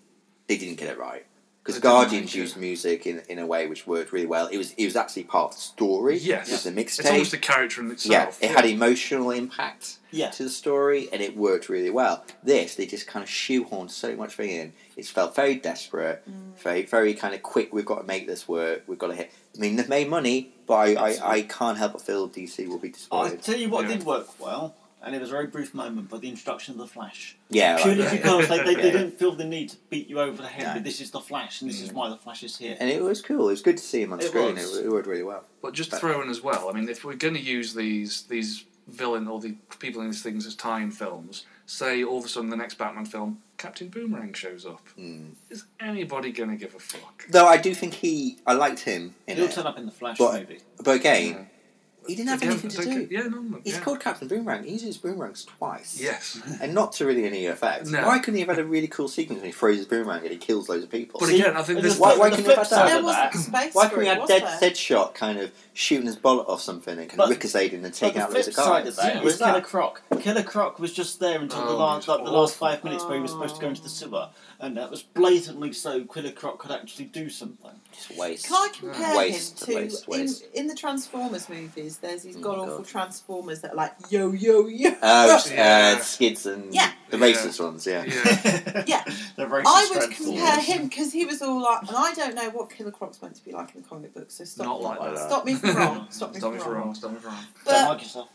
Speaker 3: They didn't get it right. because
Speaker 4: They didn't
Speaker 3: Guardians
Speaker 4: like it.
Speaker 3: used music in, in a way which worked really well. It was it was actually part of the story.
Speaker 4: Yes.
Speaker 3: it was a
Speaker 4: It's almost
Speaker 3: mixtape.
Speaker 4: a character in
Speaker 3: Yeah,
Speaker 4: itself.
Speaker 3: it had emotional impact
Speaker 1: Yeah.
Speaker 3: to the story, and it worked really well. This they just kind of shoehorned so much thing in. It felt very desperate, very very kind of quick. We've got to make this work. We've got to hit. I mean, they've made money, but I, I, I can't help but feel DC will be
Speaker 1: I
Speaker 3: disappointed.
Speaker 1: tell you what
Speaker 4: Yeah.
Speaker 1: did work well, and it was a very brief moment, but the introduction of the Flash.
Speaker 3: yeah, like
Speaker 1: Purely
Speaker 3: that.
Speaker 4: that.
Speaker 1: because they, they, they
Speaker 3: Yeah.
Speaker 1: didn't feel the need to beat you over the head
Speaker 3: No.
Speaker 1: with this is the Flash and this is why the Flash is here.
Speaker 3: and it was cool. It was good to see him on
Speaker 1: It
Speaker 3: screen.
Speaker 1: was.
Speaker 3: It, it worked really well.
Speaker 4: But just to throw in as well, I mean, if we're going to use these these villain or the people in these things as tie-in films, say all of a sudden the next Batman film, Captain Boomerang shows up.
Speaker 3: Hmm.
Speaker 4: Is anybody going to give a fuck?
Speaker 3: Though I do think he, I liked him in
Speaker 1: He'll
Speaker 3: it.
Speaker 1: turn up in the Flash
Speaker 3: But-
Speaker 1: movie.
Speaker 3: But again,
Speaker 4: Yeah.
Speaker 3: he didn't have
Speaker 4: Again,
Speaker 3: anything to
Speaker 4: don't
Speaker 3: do.
Speaker 4: ca- Yeah, no.
Speaker 3: He's
Speaker 4: yeah.
Speaker 3: called Captain Boomerang. He uses boomerangs twice.
Speaker 4: Yes,
Speaker 3: And not to really any effect.
Speaker 4: No.
Speaker 3: Why couldn't he have had a really cool sequence when he throws his boomerang and he kills loads of people?
Speaker 4: But
Speaker 1: See,
Speaker 4: again, I think
Speaker 1: and the
Speaker 4: this-
Speaker 1: flip-
Speaker 3: Why- why
Speaker 1: the
Speaker 3: couldn't
Speaker 1: flip
Speaker 3: they have
Speaker 1: side
Speaker 3: done
Speaker 2: there
Speaker 1: of
Speaker 2: wasn't
Speaker 1: that-
Speaker 2: space
Speaker 3: Why
Speaker 2: for
Speaker 3: couldn't he
Speaker 2: it,
Speaker 3: have
Speaker 2: was
Speaker 3: dead,
Speaker 2: there?
Speaker 3: dead shot kind of shooting his bollock off something and kind
Speaker 1: But-
Speaker 3: of ricocheting and
Speaker 1: But
Speaker 3: taking
Speaker 1: the
Speaker 3: out loads
Speaker 1: flip
Speaker 3: of
Speaker 1: side
Speaker 3: guys?
Speaker 1: of that
Speaker 4: Yeah,
Speaker 1: was
Speaker 3: it's
Speaker 1: Killer Croc. Killer Croc was just there until the
Speaker 4: Oh,
Speaker 1: last,
Speaker 4: it's
Speaker 1: like, the last
Speaker 4: awful.
Speaker 1: five minutes where he was supposed to go into the sewer, and that was blatantly so Killer Croc could actually do something.
Speaker 3: Just waste.
Speaker 2: Can I compare
Speaker 3: Waste,
Speaker 2: him to
Speaker 3: waste, waste.
Speaker 2: In, in the Transformers movies? There's these
Speaker 3: Oh my
Speaker 2: god awful
Speaker 3: God.
Speaker 2: Transformers that are like yo yo yo.
Speaker 3: Oh,
Speaker 4: Yeah.
Speaker 3: uh, skids and
Speaker 2: Yeah.
Speaker 3: the
Speaker 4: Yeah.
Speaker 3: racist ones, yeah.
Speaker 4: yeah.
Speaker 2: Yeah.
Speaker 1: the racist
Speaker 2: I would
Speaker 1: Transformers.
Speaker 2: compare him because he was all like, and I don't know what Killer Croc's meant to be like in the comic book. So stop,
Speaker 4: Not like that.
Speaker 2: stop me from wrong. Stop me
Speaker 4: Stop
Speaker 2: from
Speaker 4: me for
Speaker 2: wrong.
Speaker 4: wrong. Stop me for wrong.
Speaker 1: Don't
Speaker 2: But
Speaker 1: like yourself.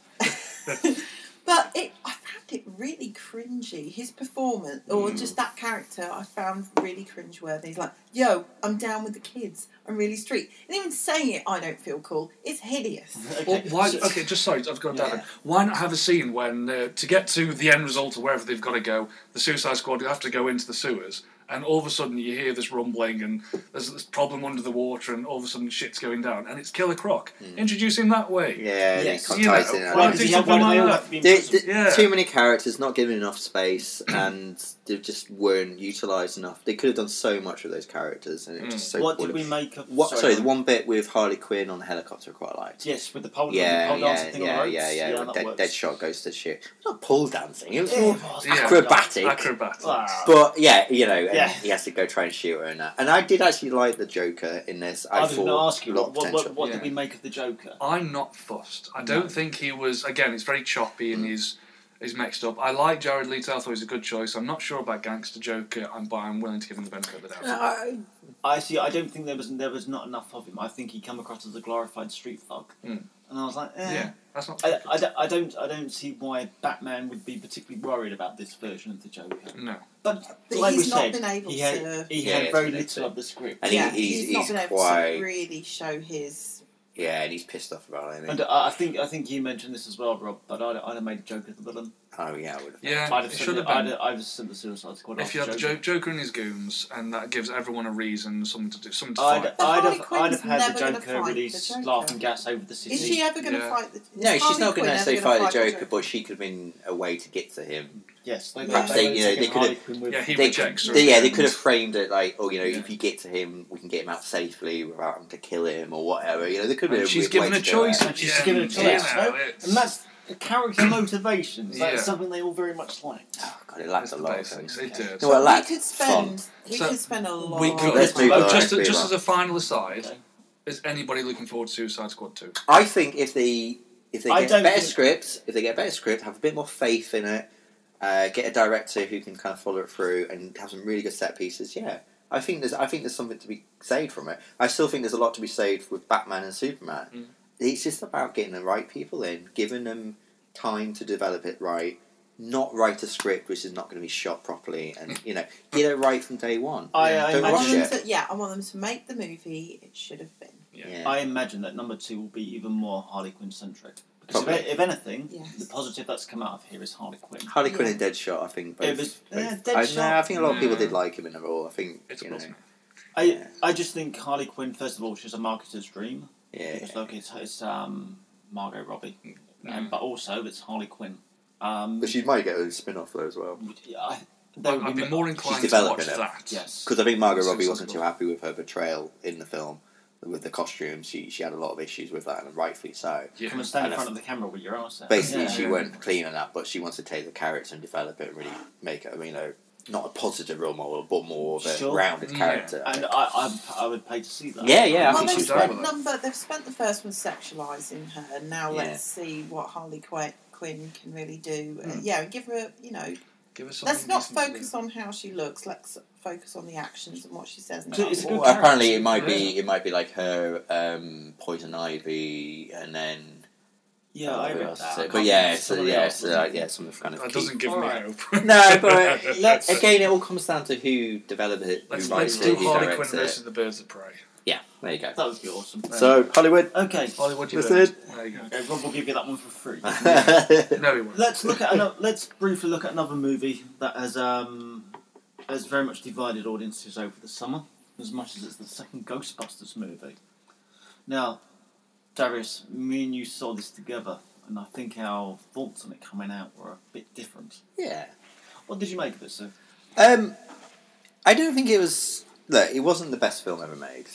Speaker 2: but it, I found it really cringy. His performance, or just that character, I found really cringeworthy. He's like, "Yo, I'm down with the kids. I'm really street." And even saying it, I don't feel cool. It's hideous.
Speaker 4: Well,
Speaker 1: Okay.
Speaker 4: why?
Speaker 1: so-
Speaker 4: Okay, just sorry, I've gone down.
Speaker 2: Yeah.
Speaker 4: Why not have a scene when uh, to get to the end result or wherever they've got to go, the Suicide Squad have to go into the sewers, and all of a sudden you hear this rumbling and there's this problem under the water, and all of a sudden shit's going down, and it's Killer Croc. Introduce him that way.
Speaker 3: Yeah,
Speaker 1: Yes.
Speaker 3: they
Speaker 4: You know,
Speaker 3: ties in.
Speaker 4: why
Speaker 1: Why
Speaker 4: do
Speaker 1: does he have why do they
Speaker 4: something like
Speaker 1: all
Speaker 4: that.
Speaker 1: have to be in
Speaker 3: There-
Speaker 1: prison?
Speaker 3: there-
Speaker 4: Yeah.
Speaker 3: Too many characters, not given enough space, and they just weren't utilised enough. They could have done so much with those characters, and it was
Speaker 4: Mm.
Speaker 3: just so
Speaker 1: what
Speaker 3: poorly-
Speaker 1: did we make of
Speaker 3: What, sorry, the
Speaker 1: no.
Speaker 3: one bit with Harley Quinn on the helicopter I quite liked.
Speaker 1: Yes, with the pole,
Speaker 3: yeah,
Speaker 1: the pole
Speaker 3: yeah,
Speaker 1: dancing thing on
Speaker 3: yeah,
Speaker 1: the ropes.
Speaker 3: yeah, yeah,
Speaker 1: yeah,
Speaker 3: when
Speaker 1: that
Speaker 3: Dead,
Speaker 1: works.
Speaker 3: Deadshot goes to shit. It's not pole dancing, it was
Speaker 1: Yeah,
Speaker 3: more
Speaker 1: it was.
Speaker 4: Yeah.
Speaker 3: acrobatic.
Speaker 4: Acrobat.
Speaker 1: Ah.
Speaker 3: But yeah, you know, and
Speaker 1: Yeah.
Speaker 3: he has to go try and shoot her and that. And I did actually like the Joker in this. I,
Speaker 1: I was
Speaker 3: thought
Speaker 1: going to ask you,
Speaker 3: a lot
Speaker 1: what,
Speaker 3: of
Speaker 1: what,
Speaker 3: potential.
Speaker 1: what, what did
Speaker 4: Yeah.
Speaker 1: we make of the Joker?
Speaker 4: I'm not fussed. I don't think he was. Again, he's very choppy and he's he's mixed up. I like Jared Leto. I thought he's a good choice. I'm not sure about Gangster Joker, I'm, but I'm willing to give him the benefit of the doubt.
Speaker 3: No, I-
Speaker 1: I see. I don't think there was there was not enough of him. I think he come across as a glorified street thug,
Speaker 4: Mm.
Speaker 1: and I was like, eh.
Speaker 4: Yeah, that's not.
Speaker 1: I, I, don't- I don't I don't see why Batman would be particularly worried about this version of the Joker.
Speaker 4: no.
Speaker 1: But,
Speaker 2: But
Speaker 1: like
Speaker 2: he's
Speaker 1: we
Speaker 2: not
Speaker 1: said,
Speaker 2: been able
Speaker 1: he had
Speaker 2: to-
Speaker 1: he
Speaker 3: Yeah,
Speaker 1: had
Speaker 3: yeah,
Speaker 1: very
Speaker 3: it's
Speaker 1: little
Speaker 3: been it.
Speaker 1: of the script.
Speaker 3: And he-
Speaker 2: yeah,
Speaker 3: he's-
Speaker 2: not
Speaker 3: he's
Speaker 2: been able
Speaker 3: quite-
Speaker 2: to really show his.
Speaker 3: yeah, and he's pissed off about it.
Speaker 1: And uh,
Speaker 3: And,
Speaker 1: I I think I think you mentioned this as well, Rob. But I'd, I'd have made Joker the villain.
Speaker 3: oh yeah, I would have.
Speaker 4: Yeah,
Speaker 1: I'd
Speaker 4: it
Speaker 1: have
Speaker 4: should
Speaker 1: sent
Speaker 4: have
Speaker 1: the,
Speaker 4: been.
Speaker 1: I'd, I'd have sent the Suicide Squad.
Speaker 4: If
Speaker 1: after
Speaker 4: you had the
Speaker 1: Joker.
Speaker 4: jo- Joker and his goons, and that gives everyone a reason, something to do, something to
Speaker 1: I'd,
Speaker 4: fight.
Speaker 2: But
Speaker 1: I'd
Speaker 2: Harley
Speaker 1: have, I'd have had
Speaker 2: Quinn's
Speaker 1: the
Speaker 2: never gonna
Speaker 1: Joker
Speaker 2: fight the
Speaker 1: release
Speaker 2: Joker.
Speaker 1: laughing gas over the city.
Speaker 2: Is she ever going to
Speaker 4: Yeah.
Speaker 2: fight the?
Speaker 3: No,
Speaker 2: is
Speaker 3: she's
Speaker 2: Harley
Speaker 3: not going
Speaker 2: Quinn
Speaker 3: to
Speaker 2: ever
Speaker 3: say
Speaker 2: gonna
Speaker 3: fight the Joker,
Speaker 2: Joker?
Speaker 3: but she could have been a way to get to him.
Speaker 1: Yes, they,
Speaker 2: Perhaps
Speaker 1: they,
Speaker 3: they- you know,
Speaker 1: taken
Speaker 3: they could've-
Speaker 1: Harley Quinn with
Speaker 4: Yeah, he
Speaker 1: them.
Speaker 3: They,
Speaker 4: rejects her.
Speaker 3: they- yeah, they could have framed it like, oh, you know,
Speaker 4: Yeah.
Speaker 3: if you get to him, we can get him out safely without him to kill him or whatever. You know, there could be.
Speaker 4: And
Speaker 3: a
Speaker 4: she's
Speaker 3: weird way
Speaker 4: given a
Speaker 3: to do
Speaker 4: choice.
Speaker 3: it.
Speaker 1: And she's
Speaker 4: Yeah,
Speaker 1: given a
Speaker 4: you
Speaker 1: choice,
Speaker 4: know,
Speaker 1: right?
Speaker 4: it's-
Speaker 1: and that's the character motivations. That's
Speaker 4: Yeah.
Speaker 1: something they all very much liked.
Speaker 3: Oh, God, it
Speaker 4: That's
Speaker 3: lacks a
Speaker 4: the
Speaker 3: lot. of
Speaker 4: basics.
Speaker 3: things.
Speaker 4: It
Speaker 1: Okay.
Speaker 4: did.
Speaker 3: No, it
Speaker 2: We
Speaker 3: lacks
Speaker 2: could
Speaker 3: fun.
Speaker 2: spend. We
Speaker 4: So-
Speaker 2: could spend a lot.
Speaker 4: We could.
Speaker 3: Let's move
Speaker 4: oh,
Speaker 3: on,
Speaker 4: just,
Speaker 3: let's move
Speaker 4: just
Speaker 3: on.
Speaker 4: as a final aside,
Speaker 1: Okay.
Speaker 4: is anybody looking forward to Suicide Squad 2?
Speaker 3: I think if they if they
Speaker 1: I
Speaker 3: get
Speaker 1: don't
Speaker 3: better
Speaker 1: think-
Speaker 3: scripts, if they get better script, have a bit more faith in it, uh, get a director who can kind of follow it through and have some really good set pieces. Yeah, I think there's I think there's something to be saved from it. I still think there's a lot to be saved with Batman and Superman.
Speaker 4: Mm.
Speaker 3: It's just about getting the right people in, giving them time to develop it right. Not write a script which is not going to be shot properly, and you know, get it right from day one.
Speaker 1: Mm. I,
Speaker 4: Yeah.
Speaker 1: I,
Speaker 3: Don't
Speaker 2: I want
Speaker 3: rush
Speaker 1: imagine,
Speaker 3: it.
Speaker 2: them to, yeah, I want them to make the movie it should have been.
Speaker 4: Yeah.
Speaker 1: I imagine that number two will be even more Harley Quinn centric. Because if,
Speaker 3: Probably.
Speaker 1: if anything,
Speaker 2: Yes.
Speaker 1: the positive that's come out of here is Harley Quinn.
Speaker 3: Harley Quinn
Speaker 2: Yeah.
Speaker 3: and Deadshot, I think. Both,
Speaker 1: It was-
Speaker 3: both-
Speaker 1: yeah,
Speaker 3: I,
Speaker 1: Deadshot.
Speaker 3: no, I think a lot of people
Speaker 4: Yeah.
Speaker 3: did like him in the role. I think
Speaker 4: It's
Speaker 3: you know,
Speaker 4: Will Smith.
Speaker 1: I
Speaker 3: Yeah.
Speaker 1: I just think Harley Quinn, first of all, she's a marketer's dream.
Speaker 3: yeah,
Speaker 1: Because look, it's, it's um, Margot Robbie,
Speaker 4: Mm.
Speaker 1: and, but also it's Harley Quinn. Um,
Speaker 3: but she might get a spin off though as well.
Speaker 1: yeah, I, that
Speaker 4: I'd
Speaker 1: would
Speaker 4: I'd be
Speaker 1: be
Speaker 4: more inclined to
Speaker 3: developing
Speaker 4: watch
Speaker 3: it.
Speaker 4: that.
Speaker 1: Yes.
Speaker 3: Because I think Margot
Speaker 4: Susan
Speaker 3: Robbie wasn't too
Speaker 4: Scott.
Speaker 3: happy with her portrayal in the film with the costume. She she had a lot of issues with that, and rightfully so.
Speaker 4: Yeah.
Speaker 1: Come and stand in
Speaker 3: And
Speaker 1: front of the camera with your ass out.
Speaker 3: Basically,
Speaker 1: Yeah.
Speaker 3: she
Speaker 4: Yeah.
Speaker 3: weren't clean on that, but she wants to take the character and develop it and really make it, you know, not a positive role model, but more of a
Speaker 1: Sure.
Speaker 3: rounded
Speaker 4: Yeah.
Speaker 3: character.
Speaker 1: And I, I, I would pay to see that.
Speaker 3: Yeah, yeah, I
Speaker 2: well,
Speaker 3: think
Speaker 2: they've
Speaker 3: she's
Speaker 4: done
Speaker 2: spent
Speaker 4: with it.
Speaker 2: number. They've spent the first one sexualizing her. and Now
Speaker 3: Yeah.
Speaker 2: let's see what Harley Qu- Quinn can really do. Uh,
Speaker 1: Mm.
Speaker 2: yeah, and give her. You know,
Speaker 4: Give us
Speaker 2: let's
Speaker 4: something
Speaker 2: not
Speaker 4: decent to do.
Speaker 2: focus on how she looks. Let's focus on the actions and what she says. And
Speaker 1: So
Speaker 2: how
Speaker 1: it's a
Speaker 2: she
Speaker 1: good
Speaker 3: Well,
Speaker 2: walks.
Speaker 1: character.
Speaker 3: apparently, it might be it might be like her um, poison ivy, and then
Speaker 1: Yeah,
Speaker 3: I
Speaker 1: I
Speaker 3: don't know
Speaker 1: read
Speaker 3: what else to
Speaker 1: that.
Speaker 3: say.
Speaker 1: I
Speaker 3: But
Speaker 1: can't
Speaker 3: yeah,
Speaker 1: remember
Speaker 3: so
Speaker 1: somebody
Speaker 3: yeah,
Speaker 1: else,
Speaker 3: so
Speaker 1: wasn't
Speaker 3: like,
Speaker 1: it?
Speaker 3: yeah, some of the kind of
Speaker 4: That
Speaker 3: key-
Speaker 4: doesn't give me
Speaker 1: Alright.
Speaker 4: hope.
Speaker 3: No, but let, again, it all comes down to who develops it, who
Speaker 4: Let's, let's
Speaker 3: writes
Speaker 4: do
Speaker 3: it, who
Speaker 4: Harley Quinn
Speaker 3: directs
Speaker 4: versus
Speaker 3: it.
Speaker 4: the Birds of Prey.
Speaker 3: Yeah, there you go.
Speaker 1: That would be awesome.
Speaker 3: So Hollywood.
Speaker 1: Okay,
Speaker 4: Hollywood, you
Speaker 3: That's
Speaker 4: bird. There you
Speaker 1: okay, Rob will give you that one for free.
Speaker 4: go. No, he won't.
Speaker 1: let's look at another, let's briefly look at another movie that has um has very much divided audiences over the summer, as much as it's the second Ghostbusters movie. Now, Darius, me and you saw this together, and I think our thoughts on it coming out were a bit different.
Speaker 3: yeah.
Speaker 1: What did you make of it, sir?
Speaker 3: Um, I don't think it was. Look, it wasn't the best film ever made,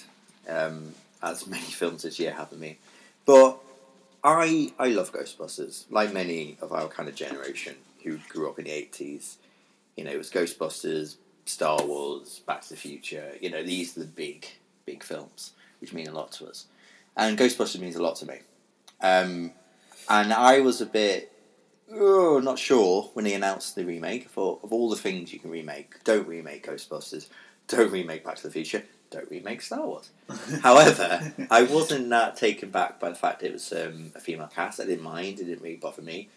Speaker 3: um, as many films this year have been. But I I love Ghostbusters, like many of our kind of generation who grew up in the eighties. You know, it was Ghostbusters, Star Wars, Back to the Future. You know, these are the big big films which mean a lot to us, and Ghostbusters means a lot to me. Um, and I was a bit oh, not sure when they announced the remake. I thought of all the things you can remake, don't remake Ghostbusters, don't remake Back to the Future, don't remake Star Wars. However, I wasn't that taken back by the fact it was um, a female cast. I didn't mind. It didn't really bother me.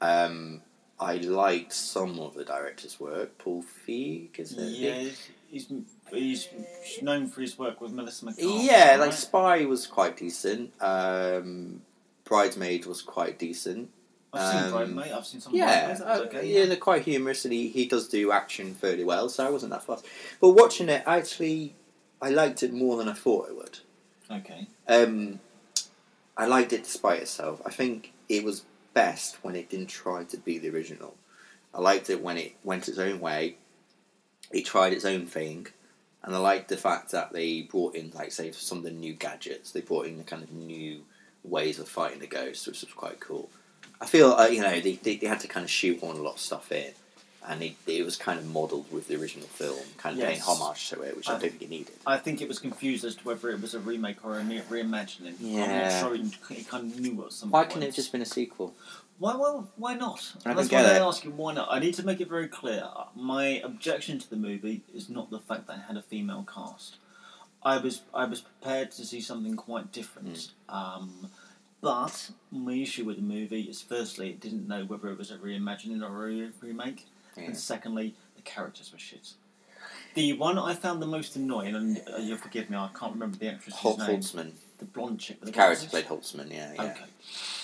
Speaker 3: Um, I liked some of the director's work. Paul Feig, is it?
Speaker 1: yeah, he's, he's he's known for his work with Melissa McCarthy.
Speaker 3: Yeah, like
Speaker 1: right?
Speaker 3: Spy was quite decent. Um, Bridesmaid was quite decent.
Speaker 1: I've seen
Speaker 3: um,
Speaker 1: Bride, mate. I've seen some.
Speaker 3: Yeah,
Speaker 1: Bridesmaids, that was
Speaker 3: uh,
Speaker 1: okay,
Speaker 3: yeah, they're quite humorous, and he, he does do action fairly well. So I wasn't that fussed. But watching it, actually, I liked it more than I thought I would.
Speaker 1: Okay.
Speaker 3: Um, I liked it despite itself. I think it was best when it didn't try to be the original. I liked it when it went its own way. It tried its own thing, and I liked the fact that they brought in, like, say, some of the new gadgets. They brought in the kind of new ways of fighting the ghosts, which was quite cool. I feel uh, you know they, they, they had to kind of shoehorn a lot of stuff in, and it, it was kind of modelled with the original film, kind of paying
Speaker 1: Yes.
Speaker 3: homage to it, which I
Speaker 1: I-
Speaker 3: don't think it needed.
Speaker 1: I think it was confused as to whether it was a remake or a ne- reimagining. I'm not
Speaker 3: Yeah.
Speaker 1: sure it, it kind of knew at some
Speaker 3: Why
Speaker 1: point.
Speaker 3: couldn't it have just been a sequel?
Speaker 1: Why, why, why not?
Speaker 3: I
Speaker 1: And
Speaker 3: don't
Speaker 1: That's
Speaker 3: get
Speaker 1: why
Speaker 3: it.
Speaker 1: I ask you why not. I need to make it very clear. My objection to the movie is not the fact that it had a female cast. I was I was prepared to see something quite different.
Speaker 3: Hmm.
Speaker 1: Um, but my issue with the movie is firstly it didn't know whether it was a reimagining or a re- remake,
Speaker 3: Yeah.
Speaker 1: and secondly the characters were shit. The one I found the most annoying, and uh, you'll forgive me, I can't remember the actress's
Speaker 3: Holt
Speaker 1: name.
Speaker 3: Holtzman.
Speaker 1: The blonde chick. with
Speaker 3: The
Speaker 1: the
Speaker 3: character
Speaker 1: glasses.
Speaker 3: played Holtzman, yeah, yeah.
Speaker 1: Okay.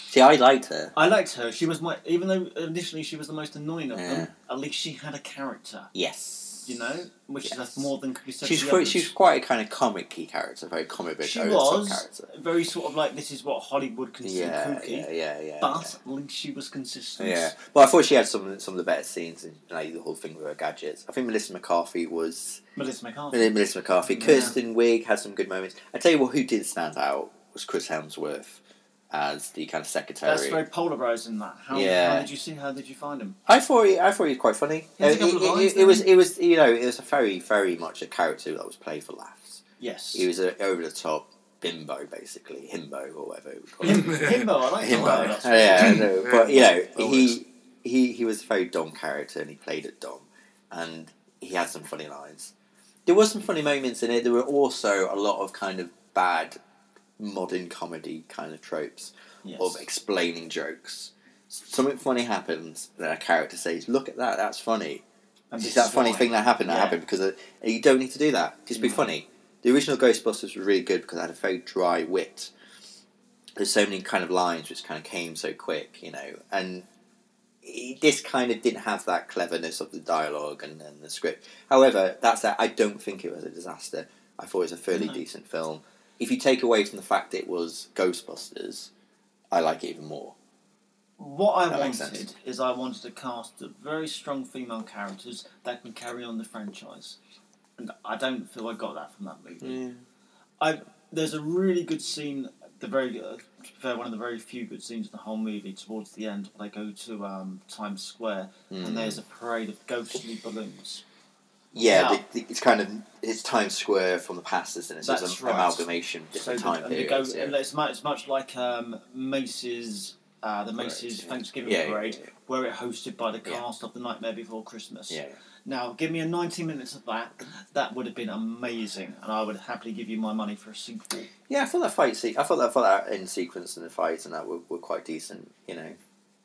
Speaker 3: See, I liked her.
Speaker 1: I liked her. She was my, even though initially she was the most annoying of them.
Speaker 3: Yeah.
Speaker 1: At least she had a character,
Speaker 3: Yes.
Speaker 1: you know, which is
Speaker 3: Yes.
Speaker 1: more than could be said.
Speaker 3: She's
Speaker 1: for the
Speaker 3: quite,
Speaker 1: others.
Speaker 3: she's quite a kind of comic key character, very comic book
Speaker 1: She
Speaker 3: over the top
Speaker 1: was.
Speaker 3: character.
Speaker 1: very sort of like this is what Hollywood consider
Speaker 3: Yeah,
Speaker 1: kooky,
Speaker 3: yeah, yeah, yeah.
Speaker 1: but at least she was consistent.
Speaker 3: yeah. yeah. Well, I thought she had some some of the better scenes and like the whole thing with her gadgets. I think Melissa McCarthy was
Speaker 1: Melissa McCarthy.
Speaker 3: Mel- Melissa McCarthy.
Speaker 1: Yeah.
Speaker 3: Kirsten Wig had some good moments. I tell you what, who did stand out was Chris Hemsworth as the kind of secretary.
Speaker 1: That's very polarizing. That. How,
Speaker 3: Yeah.
Speaker 1: how did you see? How did you find him?
Speaker 3: I thought he, I thought he was quite funny.
Speaker 1: He has a
Speaker 3: Uh,
Speaker 1: couple
Speaker 3: it,
Speaker 1: of
Speaker 3: it-
Speaker 1: lines,
Speaker 3: it was
Speaker 1: doesn't
Speaker 3: it was you know it was a very very much a character that was played for laughs.
Speaker 1: Yes.
Speaker 3: He was a over the top bimbo basically himbo or whatever. We call
Speaker 1: Him-
Speaker 3: him.
Speaker 1: Himbo. I like
Speaker 3: himbo.
Speaker 1: Himbo.
Speaker 3: Oh, yeah, I know. but you know
Speaker 4: Always.
Speaker 3: he he he was a very dumb character and he played it dumb, and he had some funny lines. There were some funny moments in it. There were also a lot of kind of bad modern comedy kind of tropes
Speaker 1: Yes.
Speaker 3: of explaining jokes. Something funny happens, then a character says, "Look at that, that's funny."
Speaker 1: And
Speaker 3: It's
Speaker 1: this
Speaker 3: that
Speaker 1: is
Speaker 3: funny
Speaker 1: why.
Speaker 3: thing that happened. That
Speaker 1: Yeah. Mm.
Speaker 3: happened because uh, you don't need to do that. Just be
Speaker 1: No.
Speaker 3: funny. The original Ghostbusters was really good because it had a very dry wit. There's so many kind of lines which kind of came so quick, you know, and it- this kind of didn't have that cleverness of the dialogue and, and the script. However, that's that. I don't think it was a disaster. I thought it was a fairly
Speaker 1: No.
Speaker 3: decent film. If you take away from the fact it was Ghostbusters, I like it even more.
Speaker 1: What I
Speaker 3: That makes
Speaker 1: wanted
Speaker 3: sense.
Speaker 1: is I wanted a cast of very strong female characters that can carry on the franchise, and I don't feel I got that from that
Speaker 3: Mm.
Speaker 1: movie. There's a really good scene, the very uh, to be fair, one of the very few good scenes in the whole movie towards the end. They go to um, Times Square,
Speaker 3: Mm.
Speaker 1: and there's a parade of ghostly balloons.
Speaker 3: Yeah,
Speaker 1: Yeah.
Speaker 3: The, the, it's kind of it's Times Square from the past, isn't it? So it's
Speaker 1: That's
Speaker 3: an
Speaker 1: right.
Speaker 3: amalgamation of
Speaker 1: So
Speaker 3: different
Speaker 1: the,
Speaker 3: time
Speaker 1: and they go,
Speaker 3: periods. yeah.
Speaker 1: it's, much, it's much like um, Macy's, uh, the
Speaker 3: Right,
Speaker 1: Macy's
Speaker 3: yeah.
Speaker 1: Thanksgiving
Speaker 3: Yeah, yeah,
Speaker 1: Parade,
Speaker 3: yeah,
Speaker 1: where it hosted by the
Speaker 3: Yeah.
Speaker 1: cast of The Nightmare Before Christmas.
Speaker 3: yeah.
Speaker 1: Now, give me a 90 minutes of that. That would have been amazing, and I would happily give you my money for a sequel.
Speaker 3: Yeah, I thought that fight. Se- I thought that I thought that in sequence and the fights and that were, were quite decent. You know,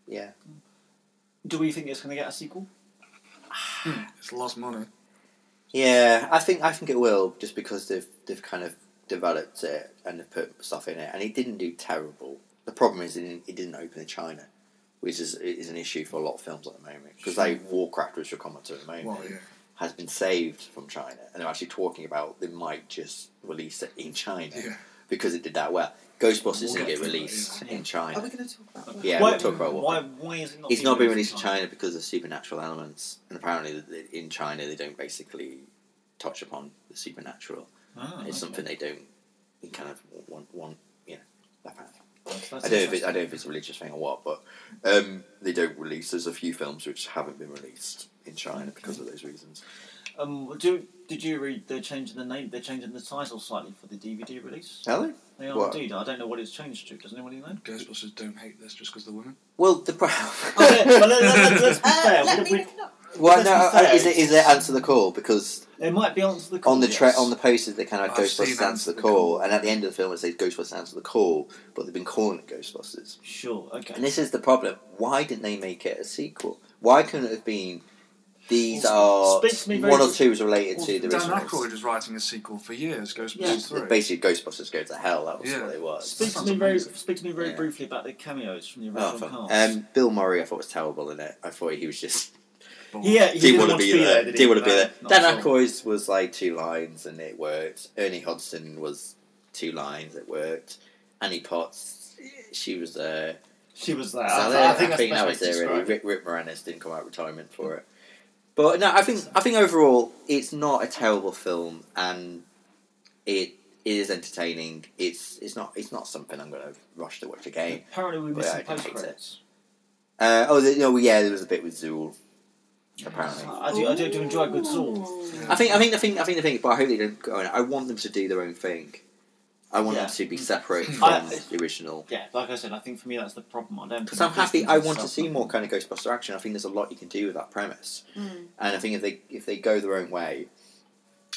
Speaker 3: yeah.
Speaker 1: Do we think it's going to get a sequel?
Speaker 4: It's lost money.
Speaker 3: Yeah, I think I think it will just because they've they've kind of developed it and they've put stuff in it, and it didn't do terrible. The problem is it didn't, it didn't open in China, which is is an issue for a lot of films at the moment because like Warcraft, which we're commenting at the moment,
Speaker 4: Well, yeah.
Speaker 3: has been saved from China, and they're actually talking about they might just release it in China
Speaker 4: Yeah.
Speaker 3: because it did that well. Ghostbusters
Speaker 4: We'll get
Speaker 3: didn't get
Speaker 4: to that,
Speaker 3: released
Speaker 1: yeah.
Speaker 3: in
Speaker 2: Are
Speaker 3: China.
Speaker 2: we going to talk about that?
Speaker 3: Yeah,
Speaker 1: why,
Speaker 3: we'll talk about
Speaker 1: why,
Speaker 3: Warcraft.
Speaker 1: why is it not
Speaker 3: It's
Speaker 1: being
Speaker 3: not been released in
Speaker 1: China?
Speaker 3: China because of supernatural elements, and apparently th- th- in China they don't basically touch upon the supernatural.
Speaker 1: Ah,
Speaker 3: it's
Speaker 1: okay.
Speaker 3: something they don't they kind of want want you know. Apparently.
Speaker 1: That's- that's
Speaker 3: I don't know if it, I
Speaker 1: interesting.
Speaker 3: don't know if it's a religious thing or what, but um, they don't release. There's a few films which haven't been released in China because of those reasons.
Speaker 1: Um, do, did you read they're changing the name? They're changing the title slightly for the DVD release.
Speaker 3: Are they?
Speaker 1: They are
Speaker 3: What?
Speaker 1: indeed. I don't know what it's changed to. Does anybody know?
Speaker 4: Ghostbusters don't hate this just because they're women.
Speaker 3: Well, the Oh,
Speaker 1: Okay, well, let, let,
Speaker 3: problem.
Speaker 1: let's be fair.
Speaker 2: Uh, let
Speaker 1: we-
Speaker 2: me
Speaker 1: we-
Speaker 2: look it up.
Speaker 3: well,
Speaker 1: let's
Speaker 3: no,
Speaker 1: be fair,
Speaker 3: is it is it answer the call because
Speaker 1: It might be answer the call.
Speaker 3: on the tra-
Speaker 1: yes.
Speaker 3: on the posters they kind of
Speaker 4: I've
Speaker 3: Ghostbusters
Speaker 4: seen
Speaker 3: answer, the call,
Speaker 4: Call.
Speaker 3: and at the end of the film it says Ghostbusters answer the call, but they've been calling it Ghostbusters.
Speaker 1: Sure. Okay.
Speaker 3: And this is the problem. Why didn't they make it a sequel? Why couldn't it have been these
Speaker 1: Well,
Speaker 3: are
Speaker 1: speaks to me very-
Speaker 3: one or two is related
Speaker 4: Well,
Speaker 3: to the
Speaker 4: Dan
Speaker 3: original?
Speaker 4: Aykroyd was writing a sequel for years,
Speaker 1: Yeah.
Speaker 4: Ghostbusters 3.
Speaker 3: Basically, Ghostbusters go to hell. That was
Speaker 4: Yeah.
Speaker 3: what it was.
Speaker 1: Speak to
Speaker 4: Sounds
Speaker 1: me very,
Speaker 4: amazing.
Speaker 1: speak to me very
Speaker 3: Yeah.
Speaker 1: briefly about the cameos from the
Speaker 3: Oh,
Speaker 1: original
Speaker 3: fuck.
Speaker 1: cast.
Speaker 3: um, Bill Murray, I thought was terrible in it. I thought he was just
Speaker 1: yeah, he
Speaker 3: didn't want to
Speaker 1: want
Speaker 3: be there.
Speaker 1: did
Speaker 3: Didn't
Speaker 1: he?
Speaker 3: want to be
Speaker 1: No,
Speaker 3: there.
Speaker 1: not
Speaker 3: Dan
Speaker 1: at all.
Speaker 3: Aykroyd was like two lines and it worked. Ernie Hudson was two lines. It worked. Annie Potts, she was there.
Speaker 1: She was there.
Speaker 3: So
Speaker 1: I,
Speaker 3: there-
Speaker 1: I think, that's
Speaker 3: that
Speaker 1: the
Speaker 3: was
Speaker 1: best way to
Speaker 3: it really.
Speaker 1: describe it.
Speaker 3: Rick, Rick Moranis didn't come out of retirement for it. But no, I think I think overall it's not a terrible film and it is entertaining. It's it's not it's not something I'm going to rush to watch again.
Speaker 1: Apparently, we
Speaker 3: But
Speaker 1: missed some
Speaker 3: I didn't
Speaker 1: post
Speaker 3: hate it.
Speaker 1: credits.
Speaker 3: Uh, oh the, no, yeah, there was a bit with Zool. Apparently,
Speaker 1: I do, I do, do enjoy a good song.
Speaker 2: Ooh.
Speaker 3: I think I think the thing I think the thing, but I hope they don't go. On. I want them to do their own thing. I want
Speaker 1: Yeah.
Speaker 3: them to be separate from
Speaker 1: I-
Speaker 3: the original.
Speaker 1: Yeah, like I said, I think for me that's the problem. I don't.
Speaker 3: Because
Speaker 1: think
Speaker 3: I'm
Speaker 1: these
Speaker 3: happy.
Speaker 1: things
Speaker 3: I
Speaker 1: are
Speaker 3: want to see
Speaker 1: self-
Speaker 3: more kind of Ghostbuster action. I think there's a lot you can do with that premise.
Speaker 1: Hmm.
Speaker 2: Mm.
Speaker 3: And I think if they if they go their own way,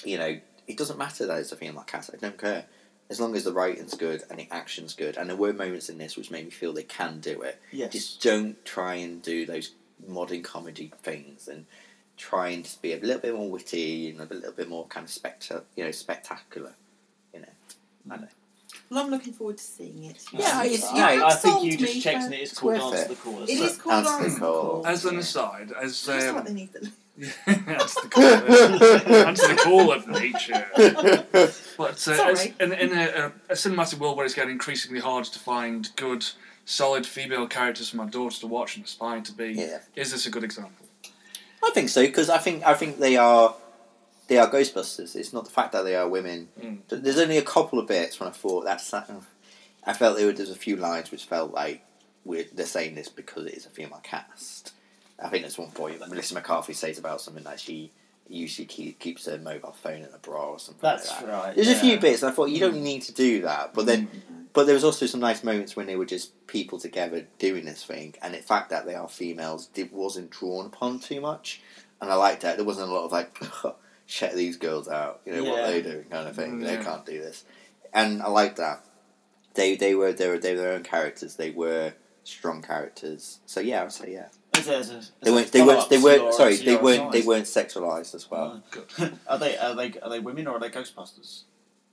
Speaker 3: you know, it doesn't matter that it's a film like Cats. I don't care. As long as the writing's good and the action's good, and there were moments in this which made me feel they can do it.
Speaker 1: Yes.
Speaker 3: Just don't try and do those modern comedy things and try and just be a little bit more witty and a little bit more kind of spectac you know, spectacular.
Speaker 2: Well, I'm looking forward to seeing it.
Speaker 3: Yeah, it's-
Speaker 2: You
Speaker 3: yeah,
Speaker 2: have
Speaker 1: I, I think
Speaker 2: sold
Speaker 1: you just
Speaker 2: me
Speaker 1: checked
Speaker 2: for-
Speaker 1: and it is
Speaker 3: it's
Speaker 1: called
Speaker 3: worth
Speaker 1: Answer
Speaker 3: it.
Speaker 1: the Call.
Speaker 2: It is
Speaker 1: isn't
Speaker 2: called
Speaker 3: Answer the
Speaker 2: Answer the
Speaker 3: Call.
Speaker 2: Call.
Speaker 4: As an
Speaker 3: Yeah.
Speaker 4: aside, as
Speaker 2: That's what
Speaker 4: um,
Speaker 2: they need. to-
Speaker 4: that's the call. that's the call of nature. But uh,
Speaker 2: Sorry.
Speaker 4: as- in, in a, a, a cinematic world where it's getting increasingly hard to find good, solid female characters for my daughter to watch and aspire to be,
Speaker 3: Yeah.
Speaker 4: is this a good example?
Speaker 3: I think so because I think I think they are they are Ghostbusters. It's not the fact that they are women.
Speaker 4: Mm.
Speaker 3: Th- There's only a couple of bits when I thought that's I felt there were there's a few lines which felt like we're, they're saying this because it is a female cast. I think there's one point that Melissa McCarthy says about something that she usually keep, keeps her mobile phone in a bra or something.
Speaker 1: That's
Speaker 3: like that.
Speaker 1: right.
Speaker 3: There's
Speaker 1: yeah. Mm. Mm-hmm.
Speaker 3: a few bits. And I thought you don't need to do that, but then, but there was also some nice moments when they were just people together doing this thing, and the fact that they are females it wasn't drawn upon too much, and I liked that. There wasn't a lot of like, check these girls out, you know what
Speaker 1: Yeah. Mm-hmm.
Speaker 3: they doing kind of thing.
Speaker 4: Mm,
Speaker 3: They
Speaker 4: yeah.
Speaker 3: can't do this, and I liked that. They they were they were they were their own characters. They were strong characters. So yeah, I would say yeah.
Speaker 1: Is there- is there- is
Speaker 3: They
Speaker 1: there
Speaker 3: weren't they weren't they
Speaker 1: follow-up to
Speaker 3: weren't
Speaker 1: your-
Speaker 3: sorry
Speaker 1: to
Speaker 3: they
Speaker 1: your
Speaker 3: weren't they
Speaker 1: advice?
Speaker 3: weren't sexualized as well.
Speaker 1: are they are they are they women or are they Ghostbusters?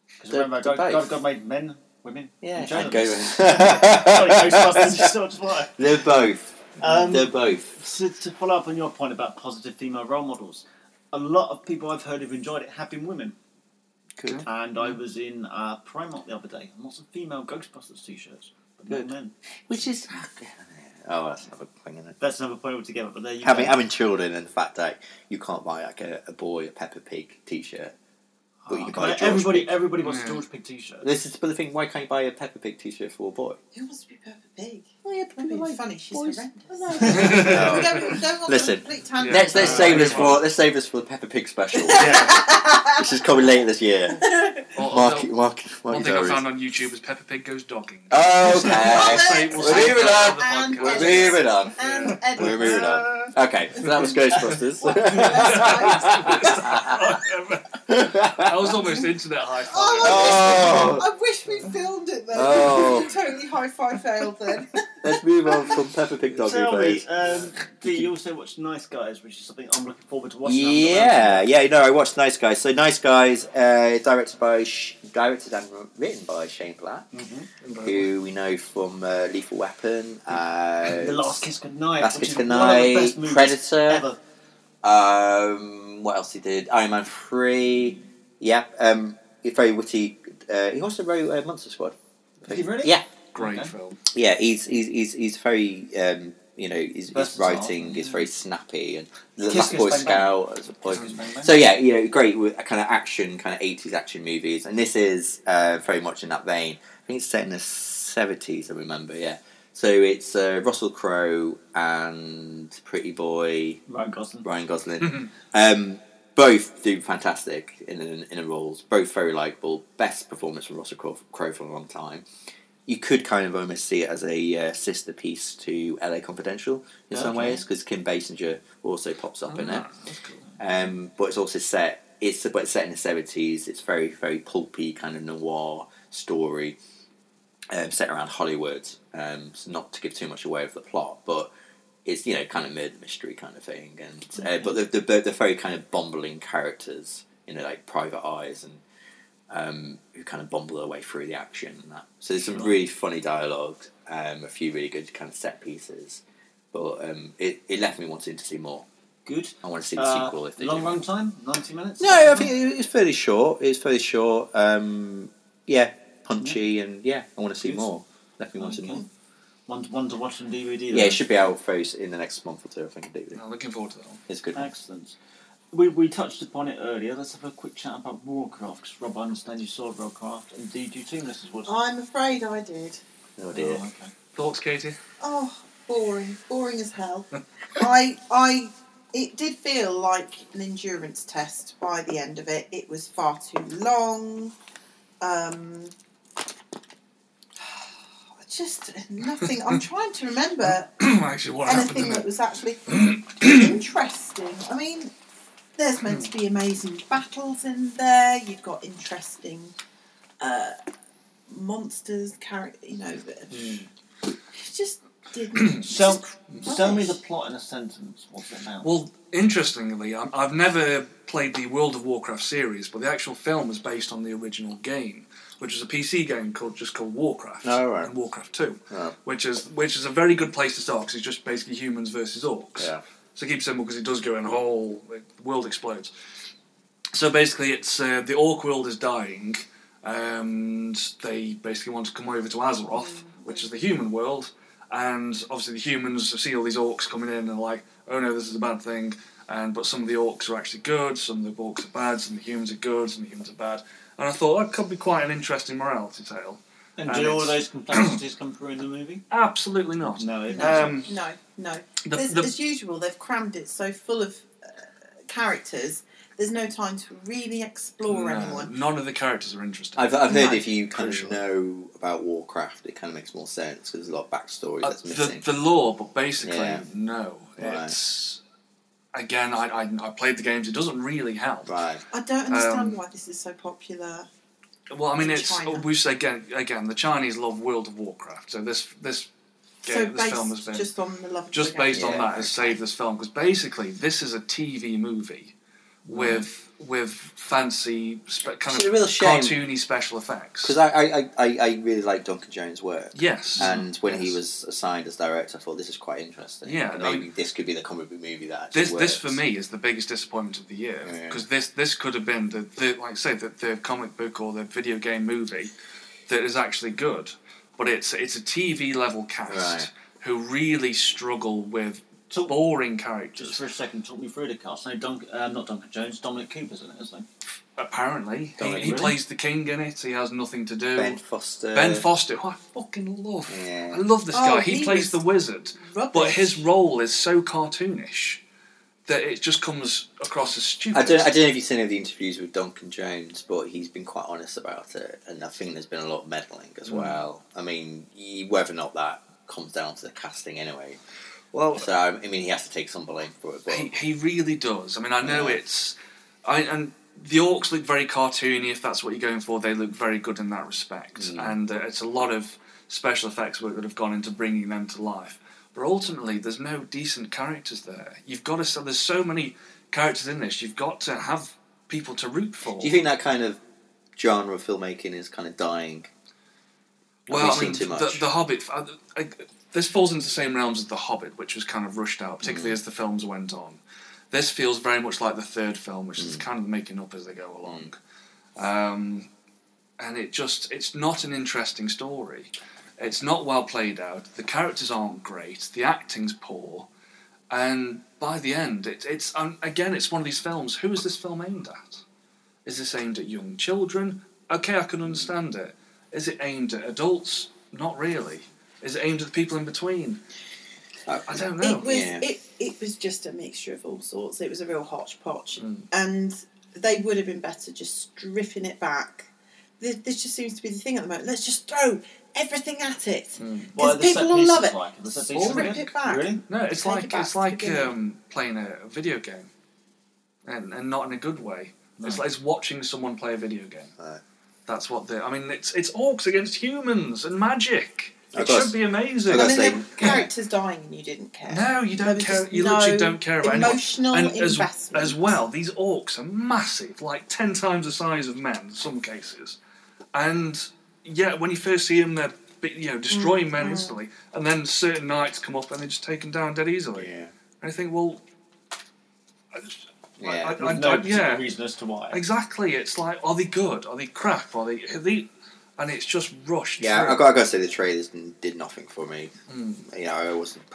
Speaker 1: Because
Speaker 3: They're-
Speaker 1: remember,
Speaker 3: they're
Speaker 1: God, God,
Speaker 3: both.
Speaker 1: God made men, women, and
Speaker 3: and
Speaker 1: journalists.
Speaker 3: go
Speaker 1: Sorry, Ghostbusters. You sort of lie.
Speaker 3: They're both.
Speaker 1: Um,
Speaker 3: They're both.
Speaker 1: So to follow up on your point about positive female role models, a lot of people I've heard who've enjoyed it have been women.
Speaker 3: Good.
Speaker 1: And I was in uh, Primark the other day, and lots of female Ghostbusters t-shirts, but no
Speaker 3: Good.
Speaker 1: men.
Speaker 3: Which is. Oh, that's another thing, isn't it?
Speaker 1: That's another point altogether. But there you
Speaker 3: Having,
Speaker 1: go.
Speaker 3: having children and the fact that you can't buy like a, a boy a Peppa Pig t shirt. But you can buy a
Speaker 1: Like,
Speaker 3: George
Speaker 1: Oh, everybody,
Speaker 3: Pig.
Speaker 1: everybody wants
Speaker 4: Yeah.
Speaker 1: a George Pig T-shirt.
Speaker 3: This is but the thing. Why can't you buy a Peppa Pig T-shirt for a boy?
Speaker 2: Who wants to be Peppa Pig?
Speaker 3: Well, yeah,
Speaker 2: That'd be funny. She's horrendous.
Speaker 1: Yeah.
Speaker 2: we don't, we don't want
Speaker 3: Listen,
Speaker 2: a complete tangent.
Speaker 3: Let's let's
Speaker 4: Uh,
Speaker 3: save this
Speaker 4: yeah.
Speaker 3: for let's save this for the Peppa Pig special.
Speaker 1: Yeah.
Speaker 3: This is coming later this year.
Speaker 4: Or- or
Speaker 3: Mark,
Speaker 4: the-
Speaker 3: mark, mark
Speaker 4: one
Speaker 3: your
Speaker 4: thing I
Speaker 3: diaries.
Speaker 4: found on YouTube was Peppa Pig goes dogging.
Speaker 3: Oh, Okay.
Speaker 4: save-
Speaker 3: We'll
Speaker 4: save
Speaker 3: leave it
Speaker 4: that for
Speaker 2: on.
Speaker 4: the
Speaker 3: We're
Speaker 4: podcast.
Speaker 2: Yes. Leave
Speaker 3: moving on.
Speaker 2: and
Speaker 4: Yeah.
Speaker 2: Edward.
Speaker 3: We're moving on. Okay, so that was
Speaker 4: I
Speaker 3: Ghostbusters.
Speaker 4: was almost internet high five.
Speaker 3: Oh.
Speaker 2: I wish we filmed it then.
Speaker 3: Oh.
Speaker 2: We totally high five failed then.
Speaker 3: Let's move on from Peppa Pig Doggy,
Speaker 1: Tell me,
Speaker 3: please.
Speaker 1: um, do you also watch Nice Guys, which is something I'm looking forward to watching?
Speaker 3: Yeah, yeah, you know, I watched Nice Guys. So Nice Guys, uh, directed by, Sh- directed and written by Shane Black,
Speaker 1: Mhm.
Speaker 3: who we know from uh, Lethal Weapon, uh,
Speaker 1: The Last Kiss Goodnight.
Speaker 3: Last
Speaker 1: which
Speaker 3: Kiss
Speaker 1: is one of the
Speaker 3: Goodnight,
Speaker 1: best movies
Speaker 3: Predator.
Speaker 1: ever.
Speaker 3: Um, what else he did? Iron Man Three. Yeah. Um, he's very witty. Uh, he also wrote uh, Monster Squad.
Speaker 1: Did he really?
Speaker 3: Yeah,
Speaker 4: Great
Speaker 1: Okay.
Speaker 4: film.
Speaker 3: yeah. He's he's he's, he's very um, you know his, his
Speaker 1: Versatile. Mm.
Speaker 3: writing is very snappy and the
Speaker 1: Kiss,
Speaker 3: Last
Speaker 1: kiss,
Speaker 3: Boy
Speaker 1: bang, bang.
Speaker 3: Scout as a boy.
Speaker 1: So,
Speaker 3: So yeah, you know, great with kind of action, kind of eighties action movies, and this is uh, very much in that vein. I think it's set in the seventies, I remember. Yeah. So it's uh, Russell Crowe and Pretty Boy.
Speaker 1: Ryan Gosling.
Speaker 4: Mm-hmm.
Speaker 3: Ryan Gosling. um, both do fantastic in, in in the roles. Both very likable. Best performance from Russell Crowe, Crowe for a long time. You could kind of almost see it as a uh, sister piece to LA Confidential in some
Speaker 1: Okay.
Speaker 3: ways because Kim Basinger also pops up in it.
Speaker 4: Ah, that's cool.
Speaker 3: Um, but it's also set. It's but it's set in the seventies. It's very very pulpy kind of noir story, um, set around Hollywood. Um, so not to give too much away of the plot, but it's you know kind of murder mystery kind of thing. And uh,
Speaker 1: Mm-hmm.
Speaker 3: but they're, they're, they're very kind of bumbling characters. You know, like private eyes and. Um, who kind of bumble their way through the action and that. So there's some
Speaker 1: Sure.
Speaker 3: really funny dialogue, um, a few really good kind of set pieces, but um, it, it left me wanting to see more.
Speaker 1: Good.
Speaker 3: I want to see the
Speaker 1: Uh,
Speaker 3: sequel if they
Speaker 1: long
Speaker 3: do.
Speaker 1: run time, ninety minutes.
Speaker 3: No, I think it- it's fairly short. It's fairly short. Um, yeah, punchy and yeah, I want to see
Speaker 1: Good.
Speaker 3: more. Definitely want to see
Speaker 1: Okay.
Speaker 3: more.
Speaker 1: One, one to watch on DVD. then.
Speaker 3: Yeah, it should be out very s- in the next month or two. I think DVD.
Speaker 4: No, looking forward to that one.
Speaker 3: It's good.
Speaker 1: Excellent. We, we touched upon it earlier. Let's have a quick chat about Warcraft. 'cause Rob, I understand you saw Warcraft, and did you too, Mrs. Wood?
Speaker 2: I'm afraid I did.
Speaker 3: Oh dear.
Speaker 1: Oh, okay.
Speaker 4: Thoughts, Katie?
Speaker 2: Oh, boring, boring as hell. I, I, it did feel like an endurance test by the end of it. It was far too long. Um, I just nothing. I'm trying to remember
Speaker 4: Actually, what happened
Speaker 2: anything
Speaker 4: in
Speaker 2: that
Speaker 4: it?
Speaker 2: was actually interesting. I mean, there's meant to be
Speaker 4: Hmm.
Speaker 2: amazing battles in there. You've got interesting uh, monsters, character. You know, it
Speaker 4: Hmm.
Speaker 2: just didn't.
Speaker 3: Hmm.
Speaker 2: it's
Speaker 1: So-
Speaker 2: just
Speaker 1: Tell me the
Speaker 2: rubbish.
Speaker 1: plot in a sentence. What's it about?
Speaker 4: Well, interestingly, I'm, I've never played the World of Warcraft series, but the actual film is based on the original game, which is a PC game called just called Warcraft
Speaker 3: Oh, right.
Speaker 4: and Warcraft Two,
Speaker 3: Oh.
Speaker 4: which is which is a very good place to start because it's just basically humans versus orcs.
Speaker 3: Yeah.
Speaker 4: So keep simple because it does go in a whole the world explodes. So basically, it's uh, the orc world is dying, and they basically want to come over to Azeroth, which is the human world. And obviously, the humans see all these orcs coming in and are like, oh no, this is a bad thing. And but some of the orcs are actually good, some of the orcs are bad, some of the humans are good, some of the humans are bad. And I thought that could be quite an interesting morality tale.
Speaker 1: and
Speaker 4: and
Speaker 1: do all
Speaker 4: it's-
Speaker 1: those complexities come through in the movie?
Speaker 4: Absolutely not.
Speaker 1: No, it doesn't.
Speaker 4: Um,
Speaker 2: No, no.
Speaker 4: the,
Speaker 2: There's-
Speaker 4: the,
Speaker 2: as usual, they've crammed it so full of uh, characters. There's no time to really explore
Speaker 4: no,
Speaker 2: anyone.
Speaker 4: none of the characters are interesting.
Speaker 3: I've, I've heard
Speaker 2: No.
Speaker 3: if you kind of
Speaker 4: Crucial.
Speaker 3: know about Warcraft, it kind of makes more sense because there's a lot of backstory
Speaker 4: Uh,
Speaker 3: that's missing.
Speaker 4: The, the lore, but basically,
Speaker 3: Yeah.
Speaker 4: no.
Speaker 3: Right.
Speaker 4: It's again, I, I I played the games. It doesn't really help.
Speaker 3: Right.
Speaker 2: I don't understand
Speaker 4: Um,
Speaker 2: why this is so popular.
Speaker 4: Well, I mean,
Speaker 2: In
Speaker 4: it's oh,
Speaker 2: China.
Speaker 4: we say again, again, the Chinese love World of Warcraft. So this this
Speaker 2: so
Speaker 4: game, this
Speaker 2: based
Speaker 4: film has been
Speaker 2: just on the love. of
Speaker 4: just
Speaker 2: the
Speaker 4: based
Speaker 2: game.
Speaker 4: on
Speaker 3: Yeah.
Speaker 4: that has saved this film because basically this is a TV movie with with fancy spe- kind
Speaker 3: It's
Speaker 4: of
Speaker 3: a real shame.
Speaker 4: cartoony special effects.
Speaker 3: Because I, Uh, I, I- I, I really like Duncan Jones' work.
Speaker 4: yes,
Speaker 3: And when
Speaker 4: Mm-hmm.
Speaker 3: he
Speaker 4: Yes.
Speaker 3: was assigned as director, I thought this is quite interesting.
Speaker 4: Yeah,
Speaker 3: And
Speaker 4: I
Speaker 3: maybe this could be the comic book movie that actually
Speaker 4: This, this for
Speaker 3: works.
Speaker 4: me is the biggest disappointment of the year
Speaker 3: Yeah.
Speaker 4: because this this could have been the, the like I say the, the comic book or the video game movie that is actually good, but it's it's a TV level cast
Speaker 3: Right.
Speaker 4: who really struggle with
Speaker 1: Talk-
Speaker 4: boring
Speaker 1: just
Speaker 4: characters.
Speaker 1: for a second, talk me through the cast. No, Dunk, uh, not Duncan Jones, Dominic Cooper's in it, isn't
Speaker 4: Apparently, he,
Speaker 3: Don't
Speaker 4: he
Speaker 3: agree.
Speaker 4: plays the king in it. He has nothing to do.
Speaker 3: Ben Foster.
Speaker 4: Ben Foster, who I fucking love.
Speaker 3: Yeah.
Speaker 4: I love this
Speaker 2: Oh,
Speaker 4: guy. He,
Speaker 2: he
Speaker 4: plays
Speaker 2: was-
Speaker 4: the wizard,
Speaker 2: Rubbish.
Speaker 4: but his role is so cartoonish that it just comes across as stupid.
Speaker 3: I don't, I don't know if you've seen any of the interviews with Duncan Jones, but he's been quite honest about it, and I think there's been a lot of meddling as
Speaker 4: Mm.
Speaker 3: well. I mean, y- whether or not that comes down to the casting anyway.
Speaker 4: well,
Speaker 3: So, I mean, he has to take some blame for it, but
Speaker 4: he, he really does. I mean, I know
Speaker 3: Yeah.
Speaker 4: it's. I and the orcs look very cartoony. If that's what you're going for, they look very good in that respect.
Speaker 3: Mm.
Speaker 4: And uh, it's a lot of special effects work that have gone into bringing them to life. But ultimately, there's no decent characters there. You've got to. So there's so many characters in this. You've got to have people to root for.
Speaker 3: do you think that kind of genre of filmmaking is kind of dying? Have
Speaker 4: Well,
Speaker 3: we
Speaker 4: I
Speaker 3: seen
Speaker 4: mean,
Speaker 3: too
Speaker 4: The,
Speaker 3: much?
Speaker 4: the Hobbit. I, I, this falls into the same realms as The Hobbit, which was kind of rushed out, particularly
Speaker 3: Mm.
Speaker 4: as the films went on. This feels very much like the third film, which
Speaker 3: Mm.
Speaker 4: is kind of making up as they go along. Um, and it just, it's not an interesting story. It's not well played out. The characters aren't great. The acting's poor. And by the end, it, it's, um, again, it's one of these films. Who is this film aimed at? Is this aimed at young children? Okay, I can understand it. Is it aimed at adults? Not really. Is it aimed at the people in between? I don't know.
Speaker 2: It was
Speaker 3: Yeah.
Speaker 2: it, it was just a mixture of all sorts. It was a real hodgepodge,
Speaker 4: Mm.
Speaker 2: and they would have been better just stripping it back. This, this just seems to be the thing at the moment. Let's just throw everything at it
Speaker 1: What
Speaker 4: Hmm.
Speaker 2: because
Speaker 1: are the
Speaker 2: people
Speaker 1: set
Speaker 2: will
Speaker 1: pieces
Speaker 2: love it.
Speaker 1: like? Are the set pieces
Speaker 2: Strip
Speaker 1: good?
Speaker 2: it back.
Speaker 1: Really?
Speaker 4: No, it's
Speaker 2: Take it
Speaker 4: like
Speaker 2: back
Speaker 4: it's
Speaker 2: to the
Speaker 4: like
Speaker 2: beginning.
Speaker 4: um, playing a a video game, and and not in a good way. It's
Speaker 1: No.
Speaker 4: like it's watching someone play a video game.
Speaker 3: Right.
Speaker 4: That's what they. I mean, it's it's orcs against humans and magic.
Speaker 3: I
Speaker 4: It
Speaker 3: got-
Speaker 4: should be amazing.
Speaker 3: I
Speaker 2: And
Speaker 3: got
Speaker 2: then there
Speaker 3: say-
Speaker 2: were characters dying, and you didn't care.
Speaker 4: No, you
Speaker 2: There
Speaker 4: don't
Speaker 2: was
Speaker 4: care.
Speaker 2: just
Speaker 4: You literally
Speaker 2: no
Speaker 4: don't care about anyone.
Speaker 2: emotional
Speaker 4: And as,
Speaker 2: investment
Speaker 4: as well, these orcs are massive, like 10 times the size of men in some cases. And yeah, when you first see them, they're bi- you know, destroying
Speaker 2: Mm-hmm.
Speaker 4: men instantly. And then certain knights come up and they just take them down dead easily.
Speaker 3: Yeah.
Speaker 4: And I think, well, I just- I-
Speaker 3: Yeah.
Speaker 4: I-
Speaker 1: There's
Speaker 4: I-
Speaker 1: no
Speaker 4: I-
Speaker 1: particular
Speaker 4: yeah.
Speaker 1: reason as to why.
Speaker 4: exactly. It's like, are they good? Are they crap? Are they. Are they and it's just rushed.
Speaker 3: Yeah,
Speaker 4: through.
Speaker 3: I got, I got to say the trailers n- did nothing for me.
Speaker 4: Mm.
Speaker 3: You know, I wasn't.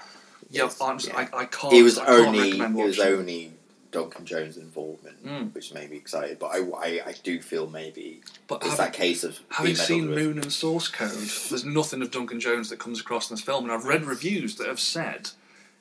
Speaker 4: Yeah, I'm, s-
Speaker 3: yeah.
Speaker 4: I, I can't.
Speaker 3: It was
Speaker 4: I can't
Speaker 3: only it
Speaker 4: recommend
Speaker 3: was
Speaker 4: watching.
Speaker 3: only Duncan Jones' involvement,
Speaker 4: Mm.
Speaker 3: which made me excited. But I, I, I do feel maybe
Speaker 4: But
Speaker 3: it's
Speaker 4: having-
Speaker 3: that case of
Speaker 4: Having
Speaker 3: being meddled
Speaker 4: seen
Speaker 3: with.
Speaker 4: Moon and Source Code, there's nothing of Duncan Jones that comes across in this film, and I've read reviews that have said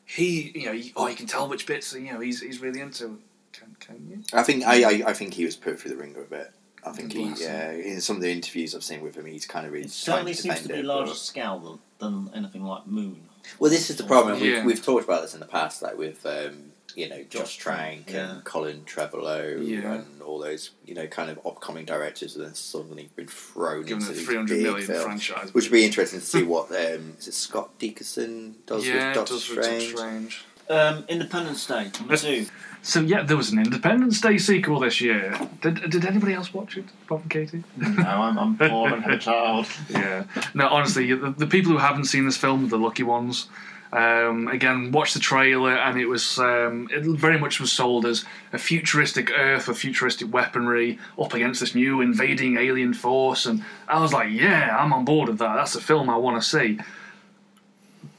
Speaker 4: he, you know, he, oh, you can tell which bits, you know, he's he's really into. Can can you?
Speaker 3: I think I, I, I think he was put through the ringer a bit. I think he,
Speaker 4: Bless
Speaker 3: yeah, in some of the interviews I've seen with him, he's kind of really
Speaker 1: It
Speaker 3: trying
Speaker 1: certainly
Speaker 3: to
Speaker 1: seems
Speaker 3: defend
Speaker 1: to be
Speaker 3: it,
Speaker 1: larger
Speaker 3: but-
Speaker 1: scale than, than anything like Moon.
Speaker 3: Well, this is the problem.
Speaker 4: Yeah.
Speaker 3: We've, we've talked about this in the past, like with um, you know
Speaker 1: Josh
Speaker 3: Josh Trank
Speaker 1: yeah.
Speaker 3: and Colin Trevorrow
Speaker 4: Yeah.
Speaker 3: and all those you know kind of upcoming directors, and then suddenly been thrown
Speaker 4: Given
Speaker 3: into
Speaker 4: a
Speaker 3: these
Speaker 4: 300
Speaker 3: big
Speaker 4: million
Speaker 3: films.
Speaker 4: franchise,
Speaker 3: Which would be interesting to see what um, is it Scott Dickerson does
Speaker 4: yeah,
Speaker 3: with
Speaker 4: it
Speaker 3: Doctor
Speaker 4: does with Doctor
Speaker 3: Strange.
Speaker 4: Strange.
Speaker 1: Um, Independence Day, number
Speaker 4: Let's-
Speaker 1: two.
Speaker 4: So yeah, there was an Independence Day sequel this year. Did, did anybody else watch it apart from Katie?
Speaker 1: no, I'm, I'm poor and have a child.
Speaker 4: yeah. No, honestly, the, the people who haven't seen this film, the lucky ones, um, again, watch the trailer, and it was um, it very much was sold as a futuristic Earth with futuristic weaponry up against this new invading alien force, and I was like, yeah, I'm on board with that. That's a film I want to see.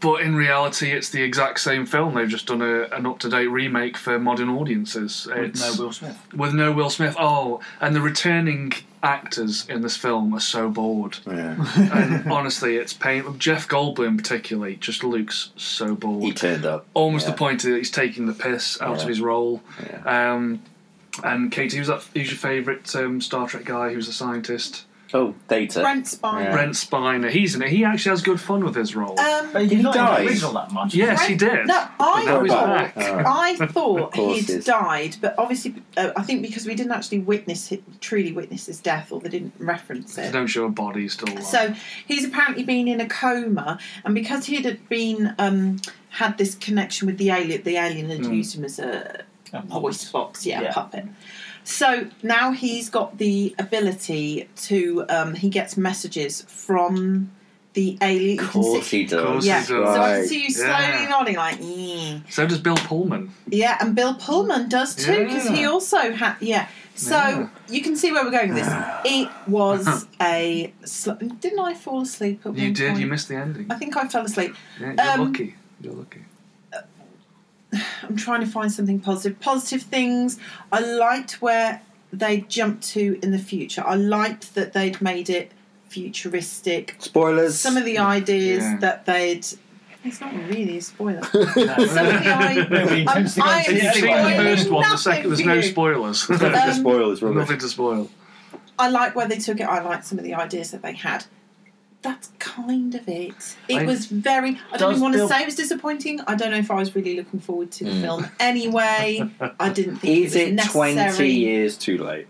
Speaker 4: But in reality, it's the exact same film. They've just done a, an up to date remake for modern audiences.
Speaker 1: With
Speaker 4: It's-
Speaker 1: no Will Smith.
Speaker 4: with no Will Smith. Oh, and the returning actors in this film are so bored.
Speaker 3: Yeah.
Speaker 4: And honestly, it's pain. Jeff Goldblum, particularly, just looks so bored.
Speaker 3: he turned up.
Speaker 4: Almost
Speaker 3: yeah.
Speaker 4: the point that he's taking the piss out
Speaker 3: Yeah.
Speaker 4: of his role.
Speaker 3: Yeah.
Speaker 4: Um, and Katie, who's that? Who's your favourite um, Star Trek guy? Who's a scientist?
Speaker 3: Oh, Data.
Speaker 2: Brent Spiner.
Speaker 3: Yeah.
Speaker 4: Brent Spiner. He's in it. He actually has good fun with his role.
Speaker 2: Um,
Speaker 1: But he's
Speaker 3: he
Speaker 1: not
Speaker 3: die?
Speaker 1: in the original that much.
Speaker 4: yes, he
Speaker 2: Brent-
Speaker 4: did.
Speaker 2: No,
Speaker 4: But
Speaker 2: I
Speaker 4: now he's
Speaker 3: Oh,
Speaker 2: thought
Speaker 4: back.
Speaker 3: alright.
Speaker 2: I
Speaker 3: Of
Speaker 2: thought
Speaker 3: course it
Speaker 2: he'd
Speaker 3: is.
Speaker 2: died, but obviously, uh, I think because we didn't actually witness it, truly witness his death, or they didn't reference
Speaker 4: They
Speaker 2: it.
Speaker 4: don't show a body he's still. alive.
Speaker 2: So he's apparently been in a coma, and because he had been um, had this connection with the alien, the alien had
Speaker 4: Mm.
Speaker 2: used him as a
Speaker 1: A
Speaker 2: voice box, yeah,
Speaker 1: Yeah.
Speaker 2: puppet. So now he's got the ability to. Um, he gets messages from the alien.
Speaker 3: Of
Speaker 2: You can see-
Speaker 3: course he does.
Speaker 4: Course he
Speaker 2: yeah,
Speaker 4: does.
Speaker 2: so I can
Speaker 3: Right.
Speaker 2: see you slowly
Speaker 4: Yeah.
Speaker 2: nodding, like, "Mm."
Speaker 4: so does Bill Pullman.
Speaker 2: yeah, and Bill Pullman does too, because he
Speaker 4: Yeah.
Speaker 2: also had, yeah. So
Speaker 4: Yeah.
Speaker 2: you can see where we're going with this. It was a. Sl- Didn't I fall asleep at
Speaker 4: You
Speaker 2: one
Speaker 4: did.
Speaker 2: point?
Speaker 4: You missed the ending.
Speaker 2: I think I fell asleep.
Speaker 4: Yeah, you're
Speaker 2: Um,
Speaker 4: lucky. You're lucky.
Speaker 2: I'm trying to find something positive. Positive things. I liked where they jumped to in the future. I liked that they'd made it futuristic.
Speaker 3: Spoilers.
Speaker 2: Some of the ideas
Speaker 4: Yeah.
Speaker 2: that they'd. It's not really a spoiler. Some of the
Speaker 4: If
Speaker 2: ideas.
Speaker 5: Nobody
Speaker 2: I'm-
Speaker 5: intends to go
Speaker 2: I
Speaker 5: to
Speaker 2: am
Speaker 4: you've
Speaker 5: the
Speaker 2: Yeah,
Speaker 4: seen the
Speaker 2: spoiling
Speaker 4: first one, the
Speaker 2: nothing
Speaker 4: second, there's
Speaker 2: for
Speaker 4: no
Speaker 2: you.
Speaker 4: spoilers.
Speaker 3: Nothing to
Speaker 2: Um,
Speaker 3: spoil is rubbish.
Speaker 4: Nothing to spoil.
Speaker 2: I like where they took it. I like some of the ideas that they had. That's kind of it. It
Speaker 4: I-
Speaker 2: was very. I
Speaker 5: Does
Speaker 2: don't even want to
Speaker 5: Bill-
Speaker 2: say it was disappointing. I don't know if I was really looking forward to the film anyway. I didn't think
Speaker 3: Is
Speaker 2: it
Speaker 3: it
Speaker 2: was
Speaker 3: twenty
Speaker 2: necessary.
Speaker 3: years too late?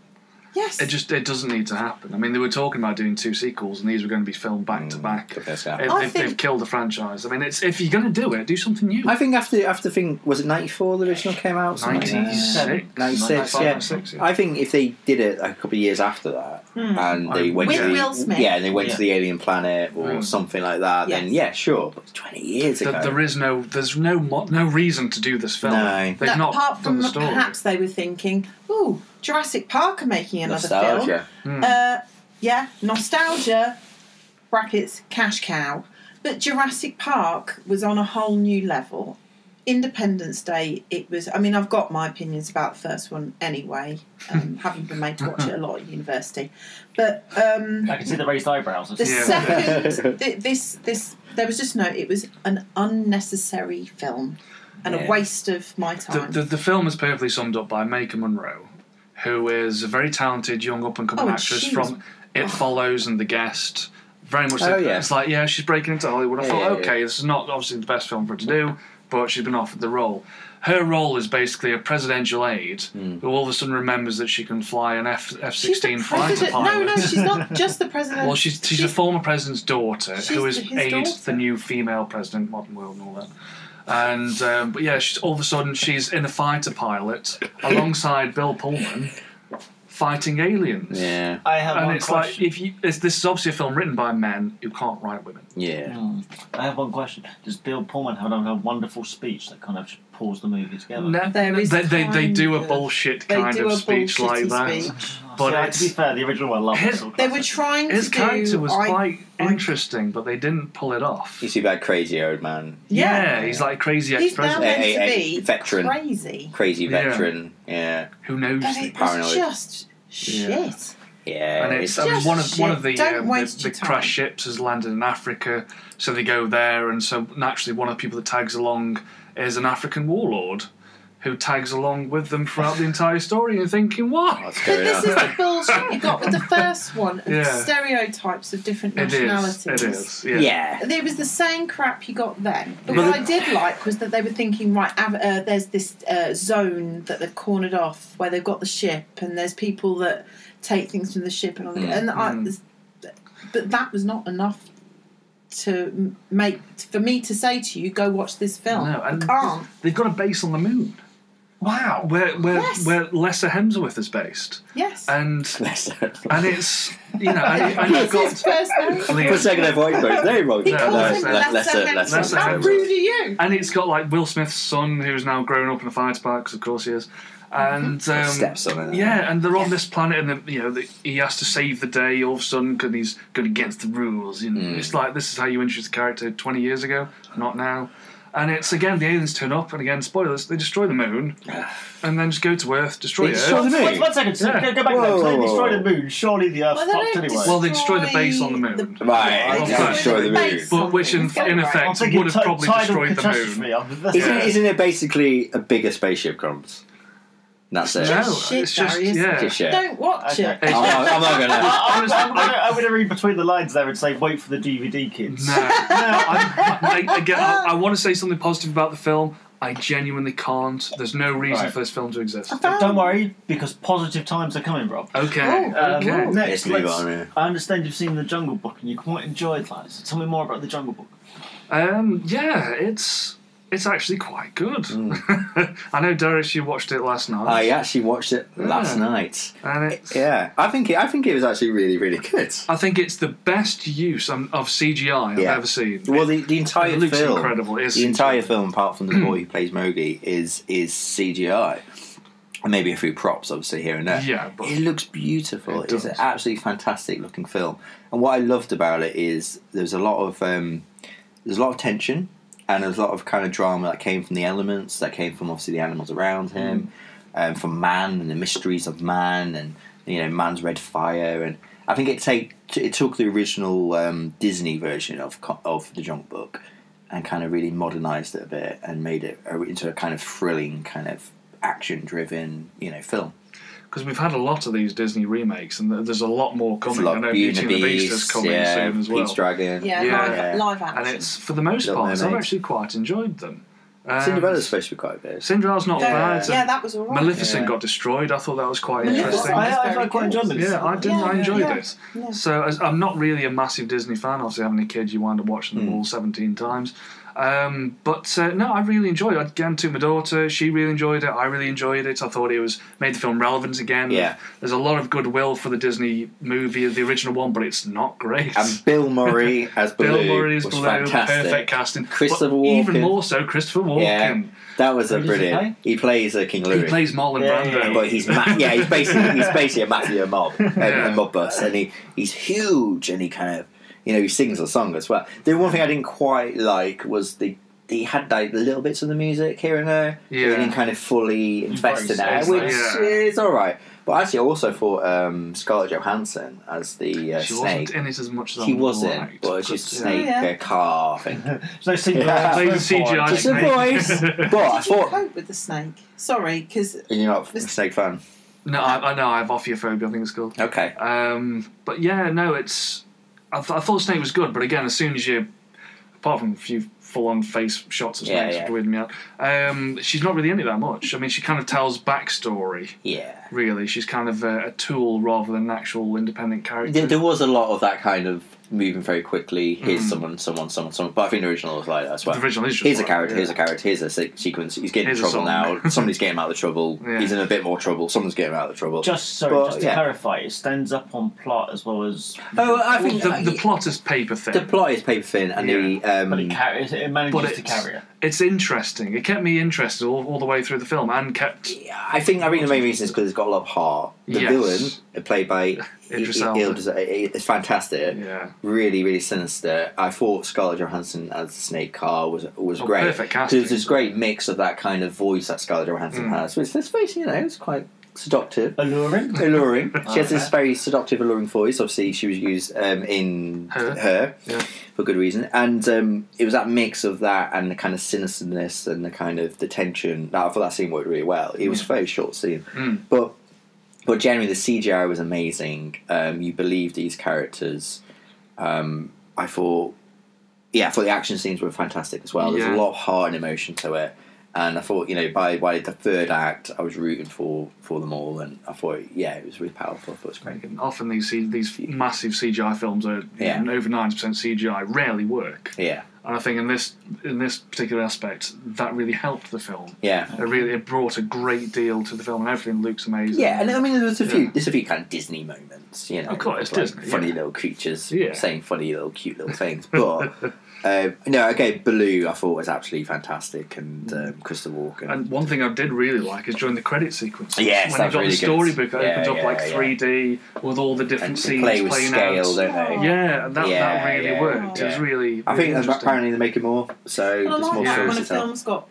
Speaker 2: Yes.
Speaker 4: It just it doesn't need to happen. I mean, they were talking about doing two sequels, and these were going to be filmed back
Speaker 3: Mm.
Speaker 4: to back.
Speaker 3: Could this happen?
Speaker 4: If
Speaker 2: I
Speaker 4: they've,
Speaker 2: think-
Speaker 4: they've killed the franchise. I mean, it's if you're going to do it, do something new.
Speaker 3: I think after after thing was it ninety four the original came out. Something like that.
Speaker 4: 96,
Speaker 3: 96, yeah.
Speaker 4: 96,
Speaker 3: I think if they did it a couple of years after that,
Speaker 2: Hmm.
Speaker 3: and they
Speaker 4: I-
Speaker 3: went
Speaker 4: With
Speaker 3: to the,
Speaker 2: Will Smith.
Speaker 3: yeah, and they went
Speaker 1: Yeah.
Speaker 3: to the alien planet or
Speaker 4: Mm.
Speaker 3: something like that, then
Speaker 2: Yes.
Speaker 3: yeah, sure. But it's twenty years
Speaker 4: Th-
Speaker 3: ago.
Speaker 4: there is no, there's no, mo- no reason to do this film.
Speaker 3: No.
Speaker 4: They've
Speaker 2: That
Speaker 4: not
Speaker 2: apart
Speaker 4: done
Speaker 2: from
Speaker 4: the story.
Speaker 2: perhaps they were thinking, "Ooh, Jurassic Park are making another film."
Speaker 3: Nostalgia.
Speaker 4: Hmm.
Speaker 2: Uh, yeah, nostalgia. Brackets cash cow, but Jurassic Park was on a whole new level. Independence Day, it was. I mean, I've got my opinions about the first one anyway, um, having been made to watch it a lot at university. But um,
Speaker 1: I can see the raised eyebrows.
Speaker 2: the
Speaker 4: Yeah.
Speaker 2: second, th- this, this, there was just no. It was an unnecessary film and
Speaker 3: Yeah.
Speaker 2: a waste of my
Speaker 4: the,
Speaker 2: time.
Speaker 4: the, the film is perfectly summed up by Maker Monroe, who is a very talented young up and coming
Speaker 2: Oh, and
Speaker 4: actress
Speaker 2: she
Speaker 4: from It Follows and The Guest. Very much,
Speaker 3: Oh,
Speaker 4: the-
Speaker 3: yeah.
Speaker 4: it's like yeah, she's breaking into Hollywood. I
Speaker 3: Yeah,
Speaker 4: thought,
Speaker 3: yeah, yeah.
Speaker 4: okay, this is not obviously the best film for her to do, but she's been offered the role. Her role is basically a presidential aide
Speaker 3: Hmm.
Speaker 4: who all of a sudden remembers that she can fly an F F
Speaker 2: She's the
Speaker 4: sixteen fighter
Speaker 2: president-
Speaker 4: pilot.
Speaker 2: No, no, she's not just the president.
Speaker 4: Well, she's, she's the former president's daughter
Speaker 2: Um, She's
Speaker 4: who is
Speaker 2: the- his
Speaker 4: aide to
Speaker 2: daughter.
Speaker 4: the new female president, modern world, and all that. And um, but yeah, she's all of a sudden she's in a fighter pilot alongside Bill Pullman fighting aliens.
Speaker 3: Yeah,
Speaker 1: I have
Speaker 4: And
Speaker 1: one
Speaker 4: it's
Speaker 1: question.
Speaker 4: like if you it's, this is obviously a film written by men who can't write women.
Speaker 3: yeah.
Speaker 1: Hmm. I have one question. Does Bill Pullman have another wonderful speech that kind of just pulls the movie together?
Speaker 4: No,
Speaker 2: There is
Speaker 4: they, they, they do
Speaker 2: kind
Speaker 4: a
Speaker 2: of-
Speaker 4: bullshit
Speaker 2: they
Speaker 4: kind
Speaker 2: do
Speaker 4: of
Speaker 2: a
Speaker 4: speech like
Speaker 2: bullshitty
Speaker 4: that.
Speaker 2: speech.
Speaker 1: But
Speaker 4: But
Speaker 1: Oh, to be
Speaker 4: it's,
Speaker 1: fair, the original one loved it. so
Speaker 2: They were
Speaker 1: classic.
Speaker 2: trying
Speaker 4: his
Speaker 2: to
Speaker 4: character
Speaker 2: do,
Speaker 4: was
Speaker 2: I-
Speaker 4: quite
Speaker 2: I-
Speaker 4: interesting, but they didn't pull it off.
Speaker 3: You see that crazy old man,
Speaker 2: Yeah.
Speaker 4: he's like a crazy
Speaker 2: He's now
Speaker 4: ex-president.
Speaker 2: meant
Speaker 3: Eh,
Speaker 2: to
Speaker 3: eh,
Speaker 2: be
Speaker 3: eh, veteran.
Speaker 2: crazy,
Speaker 3: crazy
Speaker 4: Yeah.
Speaker 3: veteran. Yeah,
Speaker 4: Who knows?
Speaker 2: but
Speaker 4: things?
Speaker 2: it was
Speaker 3: Paranoid.
Speaker 2: just shit.
Speaker 4: Yeah.
Speaker 3: yeah.
Speaker 4: and it's,
Speaker 3: it's-
Speaker 4: I mean,
Speaker 2: just
Speaker 4: one of one of
Speaker 2: shit.
Speaker 4: the
Speaker 2: Don't
Speaker 4: um,
Speaker 2: waste
Speaker 4: the,
Speaker 2: your
Speaker 4: the
Speaker 2: time.
Speaker 4: crash ships has landed in Africa, so they go there, and so naturally one of the people that tags along is an African warlord, who tags along with them throughout the entire story. And you're thinking, why?
Speaker 3: what's
Speaker 2: But
Speaker 3: going
Speaker 2: this
Speaker 3: on?
Speaker 2: is the bullshit you got with the first one. of
Speaker 4: Yeah.
Speaker 2: Stereotypes of different
Speaker 4: It
Speaker 2: nationalities.
Speaker 4: is. It is. Yeah.
Speaker 3: yeah.
Speaker 2: There was the same crap you got then. But
Speaker 4: Yeah.
Speaker 2: what I did like was that they were thinking, right, av- uh, there's this uh, zone that they've cornered off where they've got the ship, and there's people that take things from the ship, and all
Speaker 3: Mm.
Speaker 2: that. and I,
Speaker 4: Mm.
Speaker 2: this- but that was not enough to m- make for me to say to you, go watch this film.
Speaker 4: No, and-
Speaker 2: I can't.
Speaker 4: They've got a base on the moon. Wow. Where where
Speaker 2: Yes.
Speaker 4: where Lesser Hemsworth is based,
Speaker 2: Yes.
Speaker 4: and and
Speaker 3: For
Speaker 4: it's you know and, and you've
Speaker 2: What's his
Speaker 4: got.
Speaker 2: first name?
Speaker 4: I mean,
Speaker 3: a second, I voiced both. There you go.
Speaker 2: He
Speaker 4: No,
Speaker 2: calls
Speaker 4: no,
Speaker 2: him
Speaker 4: no,
Speaker 2: Lester
Speaker 3: Lester-
Speaker 2: Hanson.
Speaker 4: Lester
Speaker 2: How
Speaker 4: Hanson.
Speaker 2: rude are you?
Speaker 4: And it's got like Will Smith's son, who's now grown up in a fighter pilot, 'cause of course he is.
Speaker 2: Mm-hmm.
Speaker 4: And um,
Speaker 3: Steps on it.
Speaker 4: Yeah, and they're on this planet, and the, you know the, he has to save the day all of a sudden because he's going against the rules. You know,
Speaker 3: Mm.
Speaker 4: it's like this is how you introduce a character twenty years ago, not now. And it's again the aliens turn up, and again spoilers, they destroy the moon, and then just go to Earth, destroy
Speaker 3: They
Speaker 4: Earth.
Speaker 3: destroy the moon?
Speaker 1: Wait, one second.
Speaker 4: Yeah.
Speaker 1: Go, go back
Speaker 3: Whoa,
Speaker 1: there. So
Speaker 3: whoa,
Speaker 1: they
Speaker 3: whoa,
Speaker 1: destroyed
Speaker 3: whoa.
Speaker 1: the moon. Surely the Earth
Speaker 2: Well, they
Speaker 1: fucked
Speaker 2: don't
Speaker 1: anyway.
Speaker 4: Well, they destroy the base on the moon.
Speaker 3: Right,
Speaker 1: they
Speaker 3: destroy the moon.
Speaker 4: But which in-
Speaker 2: Get it
Speaker 4: in
Speaker 2: right.
Speaker 4: effect-
Speaker 1: I'm thinking
Speaker 4: would have
Speaker 1: ti-
Speaker 4: probably
Speaker 1: tidal
Speaker 4: destroyed the moon.
Speaker 1: catastrophe. I'm- that's-
Speaker 3: Isn't,
Speaker 4: Yeah.
Speaker 3: isn't it basically a bigger spaceship comes? That's it.
Speaker 4: no,
Speaker 2: Just shit,
Speaker 4: it's just
Speaker 2: Darius.
Speaker 4: yeah.
Speaker 3: Just shit.
Speaker 2: Don't watch
Speaker 1: Okay.
Speaker 2: it.
Speaker 3: I'm not, I'm not gonna.
Speaker 1: I- I'm gonna- I'm going to read between the lines there and say, wait for the DVD kids.
Speaker 4: No, no. I, I, again, I, I want to say something positive about the film. I genuinely can't. There's no reason
Speaker 1: Right.
Speaker 4: for this film to exist.
Speaker 1: But Don't worry, because positive times are coming, Rob.
Speaker 4: Okay.
Speaker 2: Oh,
Speaker 1: Um,
Speaker 4: okay.
Speaker 1: Next,
Speaker 3: Let's move
Speaker 1: let's-
Speaker 3: on. yeah.
Speaker 1: I understand you've seen The Jungle Book and you quite enjoyed that. So tell me more about The Jungle Book.
Speaker 4: Um, yeah, it's it's actually quite good. I know, Darius, you watched it last night.
Speaker 3: Hmm. I actually watched it last
Speaker 4: Yeah.
Speaker 3: night.
Speaker 4: and it's,
Speaker 3: Yeah, I think it, I think it was actually really really good.
Speaker 4: I think it's the best use um, of CGI I've
Speaker 3: Yeah.
Speaker 4: ever seen.
Speaker 3: Well, the, the entire
Speaker 4: it looks
Speaker 3: film,
Speaker 4: incredible. It's
Speaker 3: the entire film, apart from the boy who plays Mowgli, is is CGI, and maybe a few props, obviously here and there.
Speaker 4: Yeah, but-
Speaker 3: it looks beautiful.
Speaker 4: It
Speaker 3: it's an
Speaker 4: does.
Speaker 3: absolutely fantastic looking film. And what I loved about it is there's a lot of um, there's a lot of tension and there's a lot of kind of drama that came from the elements that came from obviously the animals around him.
Speaker 4: Mm.
Speaker 3: um, for man and the mysteries of man and you know man's red fire and I think it take it took the original um, Disney version of co- of the Junk Book and kind of really modernized it a bit and made it a- into a kind of thrilling kind of action driven you know film.
Speaker 4: Because we've had a lot of these Disney remakes, and th- there's a lot more
Speaker 3: There's
Speaker 4: coming. I know Beauty and the Beast is coming
Speaker 3: yeah,
Speaker 4: soon as
Speaker 3: Pete's
Speaker 4: well.
Speaker 3: Dragon,
Speaker 2: Yeah,
Speaker 4: Yeah.
Speaker 2: Live, live action.
Speaker 4: And it's for the most
Speaker 3: Little
Speaker 4: part, I've
Speaker 3: Mermaid.
Speaker 4: actually quite enjoyed them. Um,
Speaker 3: Cinderella's supposed to be quite a bit.
Speaker 4: Cinderella's not
Speaker 2: Don't-
Speaker 4: bad. and
Speaker 2: yeah, that was alright.
Speaker 4: Maleficent
Speaker 3: Yeah.
Speaker 4: got destroyed. I thought that was quite
Speaker 2: Yeah.
Speaker 4: interesting.
Speaker 1: I,
Speaker 2: It's
Speaker 1: I,
Speaker 2: very
Speaker 1: I quite
Speaker 2: good.
Speaker 1: enjoyed it.
Speaker 4: Yeah, I did.
Speaker 2: Yeah,
Speaker 4: I enjoyed
Speaker 2: yeah,
Speaker 4: it.
Speaker 2: yeah.
Speaker 4: So as, I'm not really a massive Disney fan. Obviously, having a kid, you wind up watching
Speaker 3: Hmm.
Speaker 4: them all 17 times. Um, but uh, no, I really enjoyed it. Again, to my daughter, she really enjoyed it. I really enjoyed it. I thought it was made the film relevant again.
Speaker 3: Yeah.
Speaker 4: There's a lot of goodwill for the Disney movie, the original one, but it's not great.
Speaker 3: And Bill Murray as Baloo
Speaker 4: Bill Murray's
Speaker 3: was
Speaker 4: Baloo,
Speaker 3: fantastic.
Speaker 4: perfect casting.
Speaker 3: Christopher
Speaker 4: But even
Speaker 3: Walken.
Speaker 4: more so, Christopher Walken.
Speaker 3: Yeah, that was a
Speaker 1: Who does he
Speaker 3: brilliant. He, plays a King Louis.
Speaker 4: He plays Marlon
Speaker 1: Yeah,
Speaker 4: Brando.
Speaker 1: yeah,
Speaker 3: but he's ma- yeah, he's basically he's basically a mafia mob, a,
Speaker 4: Yeah.
Speaker 3: a mob boss, and he he's huge, and he kind of you know he sings a song as well. The one thing I didn't quite like was the he had like little bits of the music here and there, but
Speaker 4: Yeah.
Speaker 3: he didn't kind of fully invest in it,
Speaker 4: it's
Speaker 3: which
Speaker 4: like- yeah.
Speaker 3: is all right. But actually, I also thought um, Scarlett Johansson as the uh,
Speaker 4: she
Speaker 3: snake.
Speaker 4: wasn't in it as much as I
Speaker 3: She wasn't,
Speaker 4: liked,
Speaker 3: but she's a
Speaker 4: yeah.
Speaker 3: snake
Speaker 2: Yeah.
Speaker 3: uh, car thing.
Speaker 1: There's no secret.
Speaker 3: Yeah.
Speaker 1: there's no
Speaker 4: Plays the
Speaker 1: point.
Speaker 4: CGI.
Speaker 3: Just a voice, but I
Speaker 2: Did you
Speaker 3: thought
Speaker 2: cope with the snake? Sorry, because
Speaker 3: you're not a snake fan.
Speaker 4: No, I, I know I have ophiophobia. I think it's called.
Speaker 3: Okay,
Speaker 4: Um, but yeah, no, it's. I, th- I thought Snake was good, but again, as soon as you, apart from a few full-on face shots of
Speaker 3: Yeah,
Speaker 4: Snakes,
Speaker 3: yeah.
Speaker 4: which weirded me out. Um, she's not really in it that much. I mean, she kind of tells backstory.
Speaker 3: yeah.
Speaker 4: Really, she's kind of a, a tool rather than an actual independent character.
Speaker 3: There, there was a lot of that kind of moving very quickly. Here's someone, someone, someone, someone. But I think the original was like that as well.
Speaker 4: Mm. The original is just
Speaker 3: here's a
Speaker 4: like-
Speaker 3: character. Here's
Speaker 4: yeah.
Speaker 3: a character. Here's a se- sequence. He's getting
Speaker 4: Here's a
Speaker 3: in trouble
Speaker 4: song.
Speaker 3: now. Somebody's getting him out of trouble.
Speaker 4: Yeah.
Speaker 3: He's in a bit more trouble. Someone's getting him out of trouble.
Speaker 1: Just sorry,
Speaker 3: But,
Speaker 1: just to
Speaker 3: yeah.
Speaker 1: clarify, it stands up on plot as well as.
Speaker 3: oh, I think
Speaker 4: the,
Speaker 3: uh,
Speaker 4: the plot is paper thin.
Speaker 3: the plot is paper thin, and the um,
Speaker 1: But it, carry, it
Speaker 4: but
Speaker 1: manages to
Speaker 4: it's,
Speaker 1: carry it.
Speaker 4: it's interesting. It kept me interested all, all the way through the film and kept
Speaker 3: I think I think the main reason is because it's got a lot of heart. The
Speaker 4: Yes.
Speaker 3: villain, uh, played by
Speaker 4: Idris
Speaker 3: I- I-
Speaker 4: Elba.
Speaker 3: Idris- I- I- it's fantastic.
Speaker 4: Yeah.
Speaker 3: Really, really sinister. I thought Scarlett Johansson as the Snake Car was was
Speaker 4: Oh,
Speaker 3: great.
Speaker 4: perfect casting.
Speaker 3: There's this great mix of that kind of voice that Scarlett Johansson
Speaker 4: Mm.
Speaker 3: has, which let's face it, you know, it's quite seductive.
Speaker 1: Alluring.
Speaker 3: Alluring. She has
Speaker 1: Okay.
Speaker 3: this very seductive, alluring voice. Obviously, she was used um, in
Speaker 4: Her.
Speaker 3: her,
Speaker 4: Yeah.
Speaker 3: for good reason, and um, it was that mix of that and the kind of sinisterness and the kind of the tension. That, I thought that scene worked really well. It was a very short scene,
Speaker 4: Mm.
Speaker 3: but but generally the CGI was amazing. Um, you believed these characters. Um, I thought, yeah, I thought the action scenes were fantastic as well. There's
Speaker 4: Yeah.
Speaker 3: a lot of heart and emotion to it. And I thought, you know, by, by the third act, I was rooting for, for them all, and I thought, yeah, it was really powerful. I thought it was great.
Speaker 4: And often these C- these massive CGI films are you
Speaker 3: Yeah.
Speaker 4: know, over ninety percent CGI rarely work,
Speaker 3: Yeah,
Speaker 4: and I think in this in this particular aspect that really helped the film.
Speaker 3: yeah,
Speaker 4: It really it brought a great deal to the film, and everything looks amazing.
Speaker 3: yeah. And I mean, there's a few,
Speaker 4: Yeah.
Speaker 3: there's a few kind of Disney moments, you know,
Speaker 4: Of course, it's Disney,
Speaker 3: funny
Speaker 4: yeah.
Speaker 3: little creatures
Speaker 4: Yeah.
Speaker 3: saying funny little cute little things. But um, no, okay, Baloo, I thought was absolutely fantastic, and um, Crystal Walken.
Speaker 4: Mm. And one thing I did really like is during the credit sequence.
Speaker 3: Yes,
Speaker 4: when
Speaker 3: that
Speaker 4: you
Speaker 3: was
Speaker 4: got the
Speaker 3: really good.
Speaker 4: storybook that
Speaker 3: Yeah,
Speaker 4: opens up
Speaker 3: yeah,
Speaker 4: like
Speaker 3: yeah.
Speaker 4: three D with all the different
Speaker 3: and they
Speaker 4: scenes
Speaker 3: play with
Speaker 4: playing
Speaker 3: scale,
Speaker 4: out.
Speaker 3: don't they?
Speaker 2: Oh.
Speaker 4: Yeah, and that,
Speaker 3: Yeah,
Speaker 4: that really
Speaker 3: yeah,
Speaker 4: worked. It was
Speaker 3: yeah.
Speaker 4: really.
Speaker 3: I
Speaker 4: really
Speaker 3: think that's
Speaker 4: interesting.
Speaker 3: apparently they're making more, so
Speaker 2: Well, I
Speaker 3: there's
Speaker 2: like
Speaker 3: more
Speaker 2: that
Speaker 3: stories
Speaker 2: when a
Speaker 3: to tell.
Speaker 2: film's got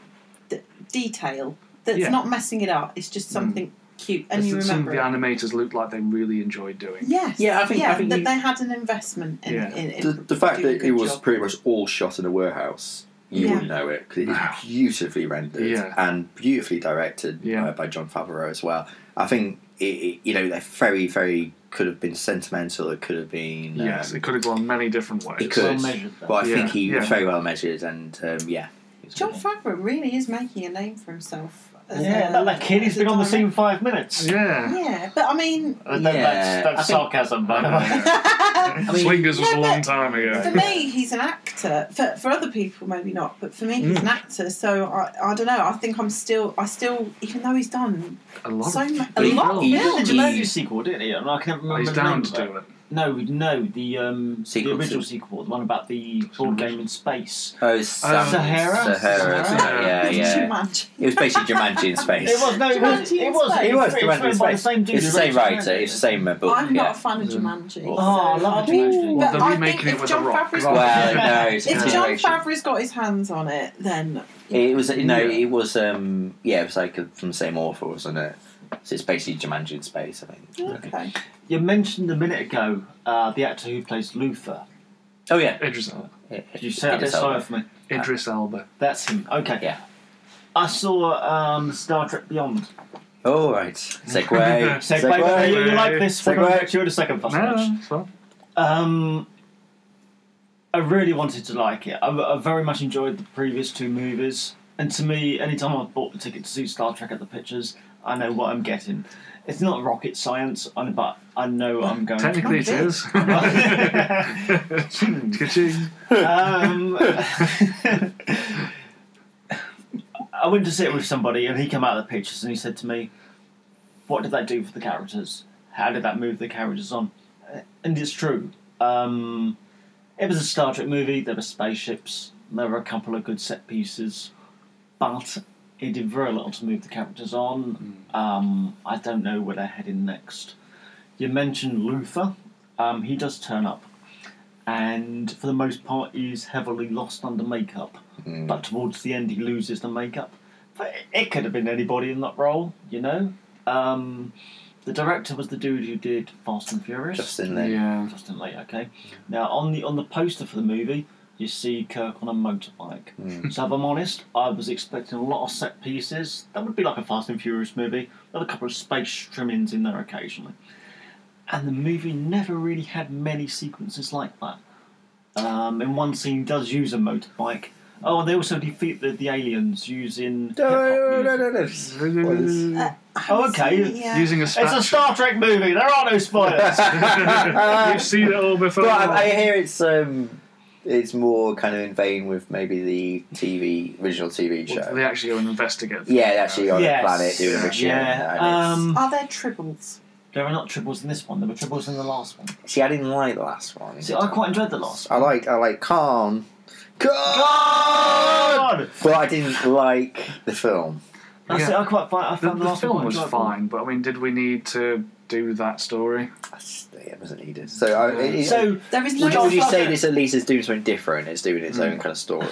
Speaker 2: d- detail that's
Speaker 4: Yeah.
Speaker 2: not messing it up. It's
Speaker 3: Mm.
Speaker 2: just something cute, and you
Speaker 4: Some of
Speaker 2: remember.
Speaker 4: the
Speaker 2: it.
Speaker 4: animators looked like they really enjoyed doing.
Speaker 2: Yes.
Speaker 3: Yeah, I think-
Speaker 2: yeah,
Speaker 3: I think
Speaker 2: that
Speaker 3: you-
Speaker 2: they had an investment in,
Speaker 4: Yeah.
Speaker 2: in, in
Speaker 3: The, the fact
Speaker 2: doing a
Speaker 3: that
Speaker 2: good
Speaker 3: it was
Speaker 2: job.
Speaker 3: pretty much all shot in a warehouse, you
Speaker 2: Yeah.
Speaker 3: wouldn't know it because it is
Speaker 4: No.
Speaker 3: beautifully rendered
Speaker 4: Yeah.
Speaker 3: and beautifully directed
Speaker 4: Yeah.
Speaker 3: uh, by John Favreau as well. I think it, it, you know they're very, very could have been sentimental. It could have been
Speaker 4: Yes,
Speaker 3: um,
Speaker 4: it could have gone many different ways.
Speaker 3: it could.
Speaker 1: Well measured, though.
Speaker 3: but I
Speaker 4: Yeah,
Speaker 3: think he
Speaker 4: yeah.
Speaker 3: was very well measured and um, yeah. It's
Speaker 2: John
Speaker 3: good.
Speaker 2: Favreau really is making a name for himself. As
Speaker 1: Yeah,
Speaker 2: a,
Speaker 1: that, that kid, he's
Speaker 2: as a
Speaker 1: been on the
Speaker 2: director.
Speaker 1: scene five minutes.
Speaker 4: Yeah.
Speaker 2: Yeah, but I mean,
Speaker 1: Uh, that-
Speaker 3: Yeah,
Speaker 1: that's
Speaker 3: I
Speaker 1: that's
Speaker 3: think-
Speaker 1: sarcasm, by the way.
Speaker 3: I mean-
Speaker 4: Swingers was
Speaker 2: Yeah,
Speaker 4: a
Speaker 2: but
Speaker 4: long time ago.
Speaker 2: for me, he's an actor. For, for other people, maybe not, but for me, he's
Speaker 4: Mm.
Speaker 2: an actor. So I, I don't know. I think I'm still, I still, even though he's done
Speaker 4: a lot
Speaker 2: so
Speaker 4: of
Speaker 2: mu- a
Speaker 4: big
Speaker 2: lot of
Speaker 1: He
Speaker 4: films.
Speaker 1: did the
Speaker 2: films.
Speaker 1: Jumanji sequel, didn't he? And I can't remember
Speaker 4: He's
Speaker 1: the
Speaker 4: down
Speaker 1: name
Speaker 4: to
Speaker 1: of it.
Speaker 4: do it.
Speaker 1: No, no, the um, the
Speaker 3: Sequel
Speaker 1: original
Speaker 3: to-
Speaker 1: sequel, the one about the board game in space.
Speaker 3: Oh,
Speaker 1: Sahara?
Speaker 3: Sahara. Sahara.
Speaker 4: Sahara.
Speaker 3: Yeah, yeah.
Speaker 2: Jumanji.
Speaker 3: It was basically Jumanji in space.
Speaker 1: It was no, it was
Speaker 2: Jumanji in
Speaker 1: it was
Speaker 2: space.
Speaker 3: It was
Speaker 1: written
Speaker 3: Jumanji in
Speaker 1: by the
Speaker 3: space.
Speaker 1: same dude.
Speaker 3: It's the
Speaker 1: who
Speaker 3: same
Speaker 1: wrote
Speaker 3: writer. It's the same uh, book.
Speaker 2: I'm
Speaker 3: yeah.
Speaker 2: not a fan of Jumanji.
Speaker 3: Oh,
Speaker 2: so
Speaker 1: I love Jumanji.
Speaker 2: But
Speaker 4: They're
Speaker 2: I
Speaker 4: remaking
Speaker 2: think
Speaker 4: it
Speaker 2: if
Speaker 4: with The
Speaker 2: John
Speaker 4: Rock.
Speaker 2: Favreau's
Speaker 3: Well,
Speaker 1: Yeah.
Speaker 3: no, it's a
Speaker 2: If John
Speaker 3: continuation.
Speaker 2: Favreau's got his hands on it, then
Speaker 3: It was no, it was um, yeah, it was like from the same author, wasn't it? So it's basically Jumanji in space, I think.
Speaker 2: okay.
Speaker 1: You mentioned a minute ago uh, the actor who plays Luther.
Speaker 3: Oh yeah,
Speaker 4: Idris Elba.
Speaker 3: It-
Speaker 1: Could you
Speaker 3: it's
Speaker 1: say that a bit
Speaker 3: Idris Elba.
Speaker 1: slower for me?
Speaker 4: Idris Elba.
Speaker 1: That's him. Okay.
Speaker 3: Yeah.
Speaker 1: I saw um, Star Trek Beyond.
Speaker 3: Oh right, segue.
Speaker 1: Segway. but You, you like this? We're going
Speaker 3: Segway.
Speaker 1: to get you in a second, Fast
Speaker 4: No,
Speaker 1: Match.
Speaker 4: no, it's fine.
Speaker 1: Um, I really wanted to like it. I, I very much enjoyed the previous two movies, and to me, anytime I've bought the ticket to see Star Trek at the pictures, I know what I'm getting. It's not rocket science, I- but I know I'm going.
Speaker 4: Technically, it
Speaker 2: Come
Speaker 4: is.
Speaker 1: to.
Speaker 4: Ka-ching.
Speaker 1: um, I went to sit with somebody, and he came out of the pictures, and he said to me, "What did that do for the characters? How did that move the characters on?" Uh, And it's true. Um, it was a Star Trek movie. There were spaceships. There were a couple of good set pieces, but it did very little to move the characters on. Um, I don't know where they're heading next. You mentioned Luther. Um, he does turn up and for the most part is heavily lost under makeup. But towards the end, he loses the makeup. But it- it could have been anybody in that role, you know. Um, the director was the dude who did Fast and Furious.
Speaker 3: Justin Lin.
Speaker 4: Yeah.
Speaker 1: Justin Lake, okay. Now on the on the poster for the movie, you see Kirk on a motorbike.
Speaker 3: Hmm.
Speaker 1: So if I'm honest, I was expecting a lot of set pieces. That would be like a Fast and Furious movie. There were a couple of space trimmings in there occasionally. And the movie never really had many sequences like that. Um, in one scene, he does use a motorbike. Oh, and they also defeat the, the aliens using. hip-hop music.
Speaker 3: Spoilers.
Speaker 1: Oh, okay.
Speaker 2: Uh, Yeah.
Speaker 4: Using a
Speaker 1: It's
Speaker 4: spatula.
Speaker 1: a Star Trek movie. There are no spoilers.
Speaker 4: You've seen it all before.
Speaker 3: But I, I hear it's um, it's more kind of in vein with maybe the TV original TV
Speaker 4: Well,
Speaker 3: show.
Speaker 4: They actually go and investigate.
Speaker 3: Yeah, they actually on
Speaker 1: Yes.
Speaker 3: a planet doing a mission.
Speaker 1: yeah.
Speaker 3: and
Speaker 1: Um,
Speaker 2: Are there tribbles?
Speaker 1: There are not triples in this one. There were triples in the last one.
Speaker 3: it's, see, I didn't like the last one.
Speaker 1: See, I quite enjoyed the last.
Speaker 3: I like I like Khan. Khan.
Speaker 1: one.
Speaker 3: But I didn't like the film.
Speaker 1: I see. I quite. fi- I
Speaker 4: The,
Speaker 1: found the,
Speaker 4: the
Speaker 1: last
Speaker 4: film
Speaker 1: one
Speaker 4: was
Speaker 1: quite
Speaker 4: fine, but I mean, did we need to do that story?
Speaker 3: I just, it wasn't needed. So, I,
Speaker 4: Yeah.
Speaker 3: it,
Speaker 1: enjoyable. So
Speaker 2: There is no.
Speaker 3: would, you- would you
Speaker 1: John
Speaker 3: say
Speaker 1: Snow-
Speaker 3: this at least is doing something different? It's doing its own kind of story.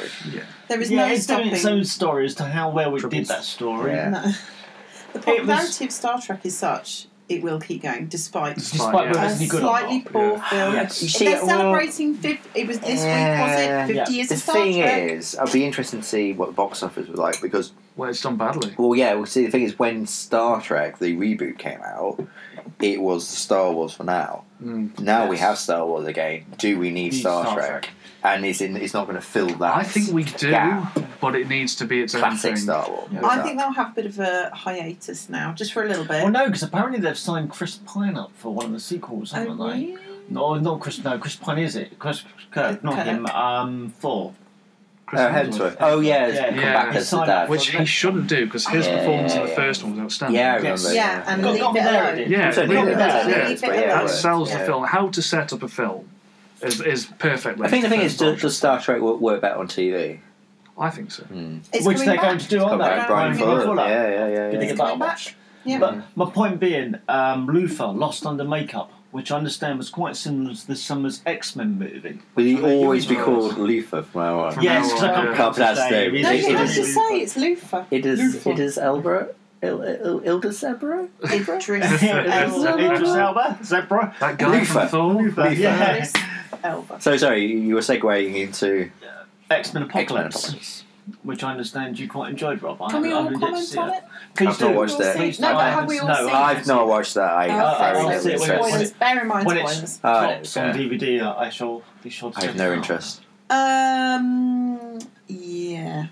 Speaker 2: There is
Speaker 1: yeah,
Speaker 2: no
Speaker 1: it's doing
Speaker 2: stopping.
Speaker 1: its own story as to how well it did
Speaker 4: Triples.
Speaker 1: that story.
Speaker 3: Yeah.
Speaker 2: No. The
Speaker 1: It was-
Speaker 2: popularity of Star Trek is such it will keep going despite
Speaker 1: Despite
Speaker 4: Fine,
Speaker 1: whether
Speaker 2: a
Speaker 1: it's any good or
Speaker 2: slightly
Speaker 1: not.
Speaker 2: poor
Speaker 4: Yeah.
Speaker 2: film.
Speaker 1: Yes.
Speaker 3: You
Speaker 2: If
Speaker 3: see,
Speaker 2: They're
Speaker 3: well-
Speaker 2: celebrating 50, it was this
Speaker 3: Yeah.
Speaker 2: week, was it? 50
Speaker 1: Yeah.
Speaker 2: years
Speaker 3: the
Speaker 2: of Star
Speaker 3: thing
Speaker 2: Trek.
Speaker 3: is, I'd be interested to see what the box office was like because,
Speaker 4: Well, it's done badly.
Speaker 3: well, yeah, well, see, the thing is, when Star Trek the reboot came out, it was Star Wars for now.
Speaker 4: Mm.
Speaker 3: Now we
Speaker 1: Yes.
Speaker 3: have Star Wars again. Do we need,
Speaker 1: Need
Speaker 3: Star,
Speaker 1: Star
Speaker 3: Trek? And it's in, it's not going to fill that.
Speaker 4: I think we do,
Speaker 3: Yeah.
Speaker 4: but it needs to be its own
Speaker 3: classic
Speaker 4: thing.
Speaker 3: Star Wars.
Speaker 4: Yeah.
Speaker 2: I think they'll have a bit of a hiatus now, just for a little bit.
Speaker 1: Well, no, because apparently they've signed Chris Pine up for one of the sequels, haven't
Speaker 2: Oh,
Speaker 1: they?
Speaker 2: really?
Speaker 1: No, not Chris. No, Chris Pine is it? Chris Kirk, not
Speaker 2: Kirk.
Speaker 1: him. Um, Thor.
Speaker 4: Chris
Speaker 3: Oh,
Speaker 4: Hemsworth.
Speaker 3: Hemsworth. Oh yeah,
Speaker 1: Yeah.
Speaker 3: come
Speaker 4: Yeah.
Speaker 3: back as the
Speaker 1: Simon-
Speaker 3: dad.
Speaker 4: Which he shouldn't do because his
Speaker 3: Yeah,
Speaker 4: performance
Speaker 3: yeah,
Speaker 4: in the
Speaker 3: yeah.
Speaker 4: first one was outstanding.
Speaker 3: yeah, I
Speaker 1: Yes.
Speaker 3: remember.
Speaker 2: Yeah, and
Speaker 1: Got,
Speaker 2: leave
Speaker 1: got me
Speaker 2: it
Speaker 1: there.
Speaker 2: alone.
Speaker 1: It did.
Speaker 4: Yeah,
Speaker 3: So
Speaker 4: leave
Speaker 1: got me
Speaker 4: it
Speaker 1: there.
Speaker 4: alone.
Speaker 1: Yeah.
Speaker 4: Yeah.
Speaker 2: Leave it alone.
Speaker 4: That
Speaker 2: Right.
Speaker 4: sells the
Speaker 3: Yeah.
Speaker 4: film. How to set up a film is is perfectly.
Speaker 3: I think the thing is, does,
Speaker 4: just.
Speaker 3: does Star Trek work, work better on TV?
Speaker 4: I think so.
Speaker 2: It's
Speaker 1: Which
Speaker 2: coming
Speaker 1: they're
Speaker 2: back.
Speaker 1: going to do, aren't
Speaker 3: Hmm. Come
Speaker 1: they?
Speaker 3: back, Brian
Speaker 2: Brian
Speaker 3: Fuller.
Speaker 1: Fuller.
Speaker 3: Yeah, yeah, yeah.
Speaker 1: Did they
Speaker 3: yeah.
Speaker 1: get
Speaker 2: It's
Speaker 1: that
Speaker 2: coming back.
Speaker 1: much?
Speaker 2: Yeah.
Speaker 1: But my point being, um, Luther lost under makeup, which I understand was quite similar to this summer's X Men movie.
Speaker 3: Will he
Speaker 1: Which I think
Speaker 3: always be
Speaker 1: was-
Speaker 3: called Luther from now on?
Speaker 4: Yeah.
Speaker 1: Yes, because I
Speaker 4: Yeah.
Speaker 1: can't pronounce
Speaker 3: Can't
Speaker 1: his
Speaker 3: pronounce
Speaker 1: name.
Speaker 3: it.
Speaker 2: no,
Speaker 3: It-
Speaker 2: you
Speaker 3: it
Speaker 2: have
Speaker 3: is-
Speaker 2: to say it's Lufa.
Speaker 3: It is.
Speaker 1: Luther.
Speaker 3: It is Elbra. Il, Il, Ilda Zebra?
Speaker 2: Idris
Speaker 1: Idris Idris
Speaker 2: Elba.
Speaker 1: Elba, Zebra.
Speaker 4: That guy
Speaker 3: Luther.
Speaker 4: from Thor.
Speaker 1: Luther, yeah.
Speaker 2: Idris Elba.
Speaker 3: So sorry, you- you were segueing into
Speaker 1: X Men Apocalypse,
Speaker 3: Apocalypse.
Speaker 1: which I understand you quite enjoyed, Rob. I
Speaker 2: Can we
Speaker 1: haven't- I
Speaker 2: all
Speaker 1: haven't yet
Speaker 2: comment
Speaker 1: seen
Speaker 2: on
Speaker 1: it.
Speaker 2: it?
Speaker 1: Please
Speaker 3: I've
Speaker 1: do.
Speaker 3: not watched
Speaker 2: We'll
Speaker 3: that.
Speaker 2: see.
Speaker 1: Please
Speaker 2: No,
Speaker 1: don't.
Speaker 2: but have we all
Speaker 1: No,
Speaker 2: seen
Speaker 1: I-
Speaker 2: it?
Speaker 3: I've not watched that. I have
Speaker 1: Uh,
Speaker 3: very
Speaker 1: I'll
Speaker 3: little
Speaker 1: see it when
Speaker 3: interest.
Speaker 1: it's-
Speaker 2: Spoilers, bear in mind
Speaker 1: When it's-
Speaker 2: spoilers.
Speaker 3: Oh,
Speaker 1: Drops on
Speaker 3: yeah.
Speaker 1: DVD. uh, I shall be sure to.
Speaker 3: I have
Speaker 1: check
Speaker 3: no
Speaker 1: it out.
Speaker 3: interest.
Speaker 2: Um, yeah.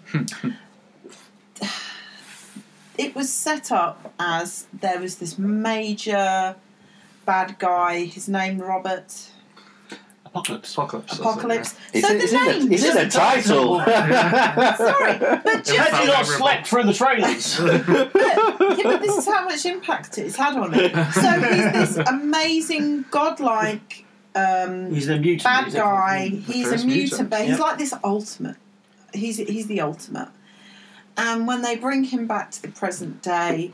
Speaker 2: it was set up as there was this major bad guy, his name Robert
Speaker 1: Apocalypse.
Speaker 4: Apocalypse.
Speaker 2: Apocalypse.
Speaker 3: Is
Speaker 2: so
Speaker 3: it, is
Speaker 2: the
Speaker 3: it,
Speaker 2: name.
Speaker 3: a, is it a
Speaker 1: Just a
Speaker 3: title?
Speaker 2: Sorry,
Speaker 4: It
Speaker 2: but
Speaker 4: was
Speaker 1: Had
Speaker 2: just
Speaker 1: you
Speaker 4: found
Speaker 1: not
Speaker 4: memorable.
Speaker 1: slept through the trailers?
Speaker 2: yeah, but this is how much impact it's had on me. So he's this amazing godlike um,
Speaker 1: He's a mutant.
Speaker 2: bad
Speaker 1: he's
Speaker 2: guy.
Speaker 1: definitely the
Speaker 2: He's a
Speaker 1: first
Speaker 2: mutant, but he's
Speaker 1: Yep.
Speaker 2: like this ultimate. He's he's the ultimate. And when they bring him back to the present day,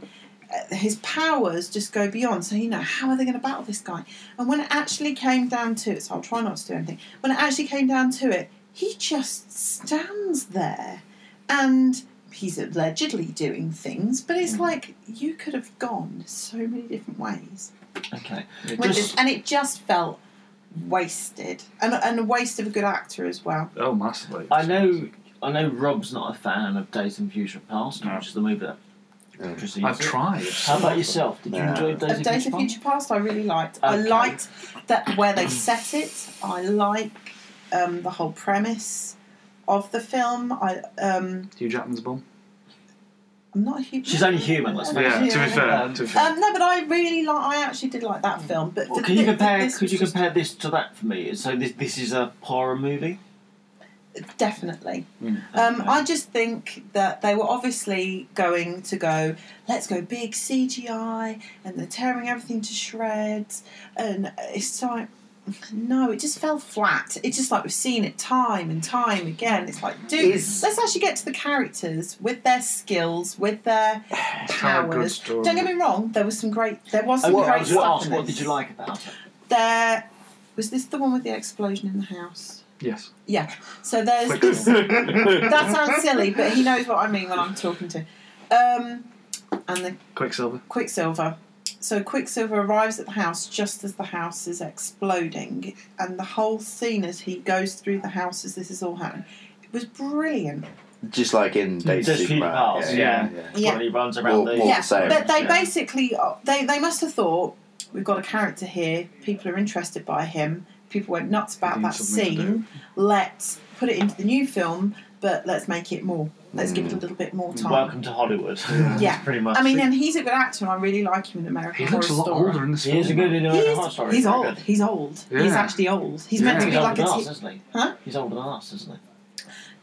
Speaker 2: uh, his powers just go beyond. So you know, how are they going to battle this guy? And when it actually came down to it, so I'll try not to do anything. When it actually came down to it, he just stands there, and he's allegedly doing things, but
Speaker 1: Mm.
Speaker 2: it's like you could have gone so many different ways
Speaker 1: Okay.
Speaker 2: with
Speaker 1: Just-
Speaker 2: this, and it just felt wasted, and and a waste of a good actor as well.
Speaker 4: Oh, massively.
Speaker 1: I know. I know Rob's not a fan of Days in Future Past,
Speaker 4: No.
Speaker 1: which is the movie that
Speaker 3: Mm.
Speaker 1: precedes
Speaker 4: I've
Speaker 1: it.
Speaker 4: tried.
Speaker 1: How about yourself? Did you
Speaker 3: No.
Speaker 1: enjoy Days
Speaker 2: Of
Speaker 1: of
Speaker 2: Days
Speaker 1: Future
Speaker 2: of
Speaker 1: Past?
Speaker 2: Future Past, I really liked. I
Speaker 1: Okay.
Speaker 2: liked that where they set it. I like um, the whole premise of the film. I um,
Speaker 4: Hugh Jackman's bum.
Speaker 2: I'm not a huge.
Speaker 1: She's only human, let's face
Speaker 4: Yeah,
Speaker 1: it.
Speaker 4: to be fair. To be fair.
Speaker 2: Um, no, but I really like. I actually did like that film. But
Speaker 1: Mm. Well,
Speaker 2: the-
Speaker 1: can you
Speaker 2: the-
Speaker 1: compare?
Speaker 2: this
Speaker 1: could
Speaker 2: was
Speaker 1: you
Speaker 2: just-
Speaker 1: compare this to that for me? So this this is a horror movie.
Speaker 2: Definitely.
Speaker 4: Mm.
Speaker 2: Um,
Speaker 1: Okay.
Speaker 2: I just think that they were obviously going to go, let's go big CGI, and they're tearing everything to shreds, and it's like, no, it just fell flat. It's just like we've seen it time and time again. It's like, dude,
Speaker 3: Is-
Speaker 2: let's actually get to the characters with their skills, with their
Speaker 4: Tell a good
Speaker 2: powers.
Speaker 4: story.
Speaker 2: Don't get me wrong, there was some great, there was some
Speaker 1: Okay, I
Speaker 2: great
Speaker 1: was
Speaker 2: stuff.
Speaker 1: going to ask,
Speaker 2: in
Speaker 1: Oh, what
Speaker 2: this.
Speaker 1: did you like about it?
Speaker 2: There was this the one with the explosion in the house.
Speaker 4: Yes.
Speaker 2: Yeah. So there's
Speaker 4: Quick.
Speaker 2: this that sounds silly, but he knows what I mean when I'm talking to. him. Um, and the
Speaker 4: Quicksilver.
Speaker 2: Quicksilver. So Quicksilver arrives at the house just as the house is exploding, and the whole scene as he goes through the house as this is all happening. It was brilliant.
Speaker 3: Just like in Days of
Speaker 1: Just
Speaker 3: Future
Speaker 1: Future
Speaker 3: Past.
Speaker 1: Past,
Speaker 3: Yeah, yeah.
Speaker 2: Yeah.
Speaker 1: When he runs around
Speaker 3: Well,
Speaker 1: the.
Speaker 3: All well-
Speaker 2: yeah,
Speaker 3: the same,
Speaker 2: but they
Speaker 1: yeah.
Speaker 2: basically uh, they they must have thought we've got a character here. People are interested by him. People went nuts about
Speaker 4: Need
Speaker 2: that
Speaker 4: something to
Speaker 2: scene. Let's put it into the new film, but let's make it more. Let's give it a
Speaker 4: Mm.
Speaker 2: little bit more time.
Speaker 1: Welcome to Hollywood.
Speaker 2: Yeah.
Speaker 1: That's pretty much.
Speaker 2: I mean,
Speaker 1: it.
Speaker 2: and he's a good actor, and I really like him in American
Speaker 4: He looks a
Speaker 2: Horror
Speaker 4: lot
Speaker 2: Story.
Speaker 4: older in this
Speaker 1: he is a
Speaker 4: film.
Speaker 1: good in
Speaker 2: He's,
Speaker 1: Horror Story.
Speaker 2: he's
Speaker 1: very
Speaker 2: old.
Speaker 1: good.
Speaker 2: He's old. He's
Speaker 4: Yeah.
Speaker 2: actually old. He's meant to
Speaker 4: Yeah.
Speaker 2: be
Speaker 1: He's older
Speaker 2: like
Speaker 1: than
Speaker 2: a
Speaker 1: us,
Speaker 2: t-
Speaker 1: isn't he?
Speaker 2: Huh?
Speaker 1: He's older than us, isn't he?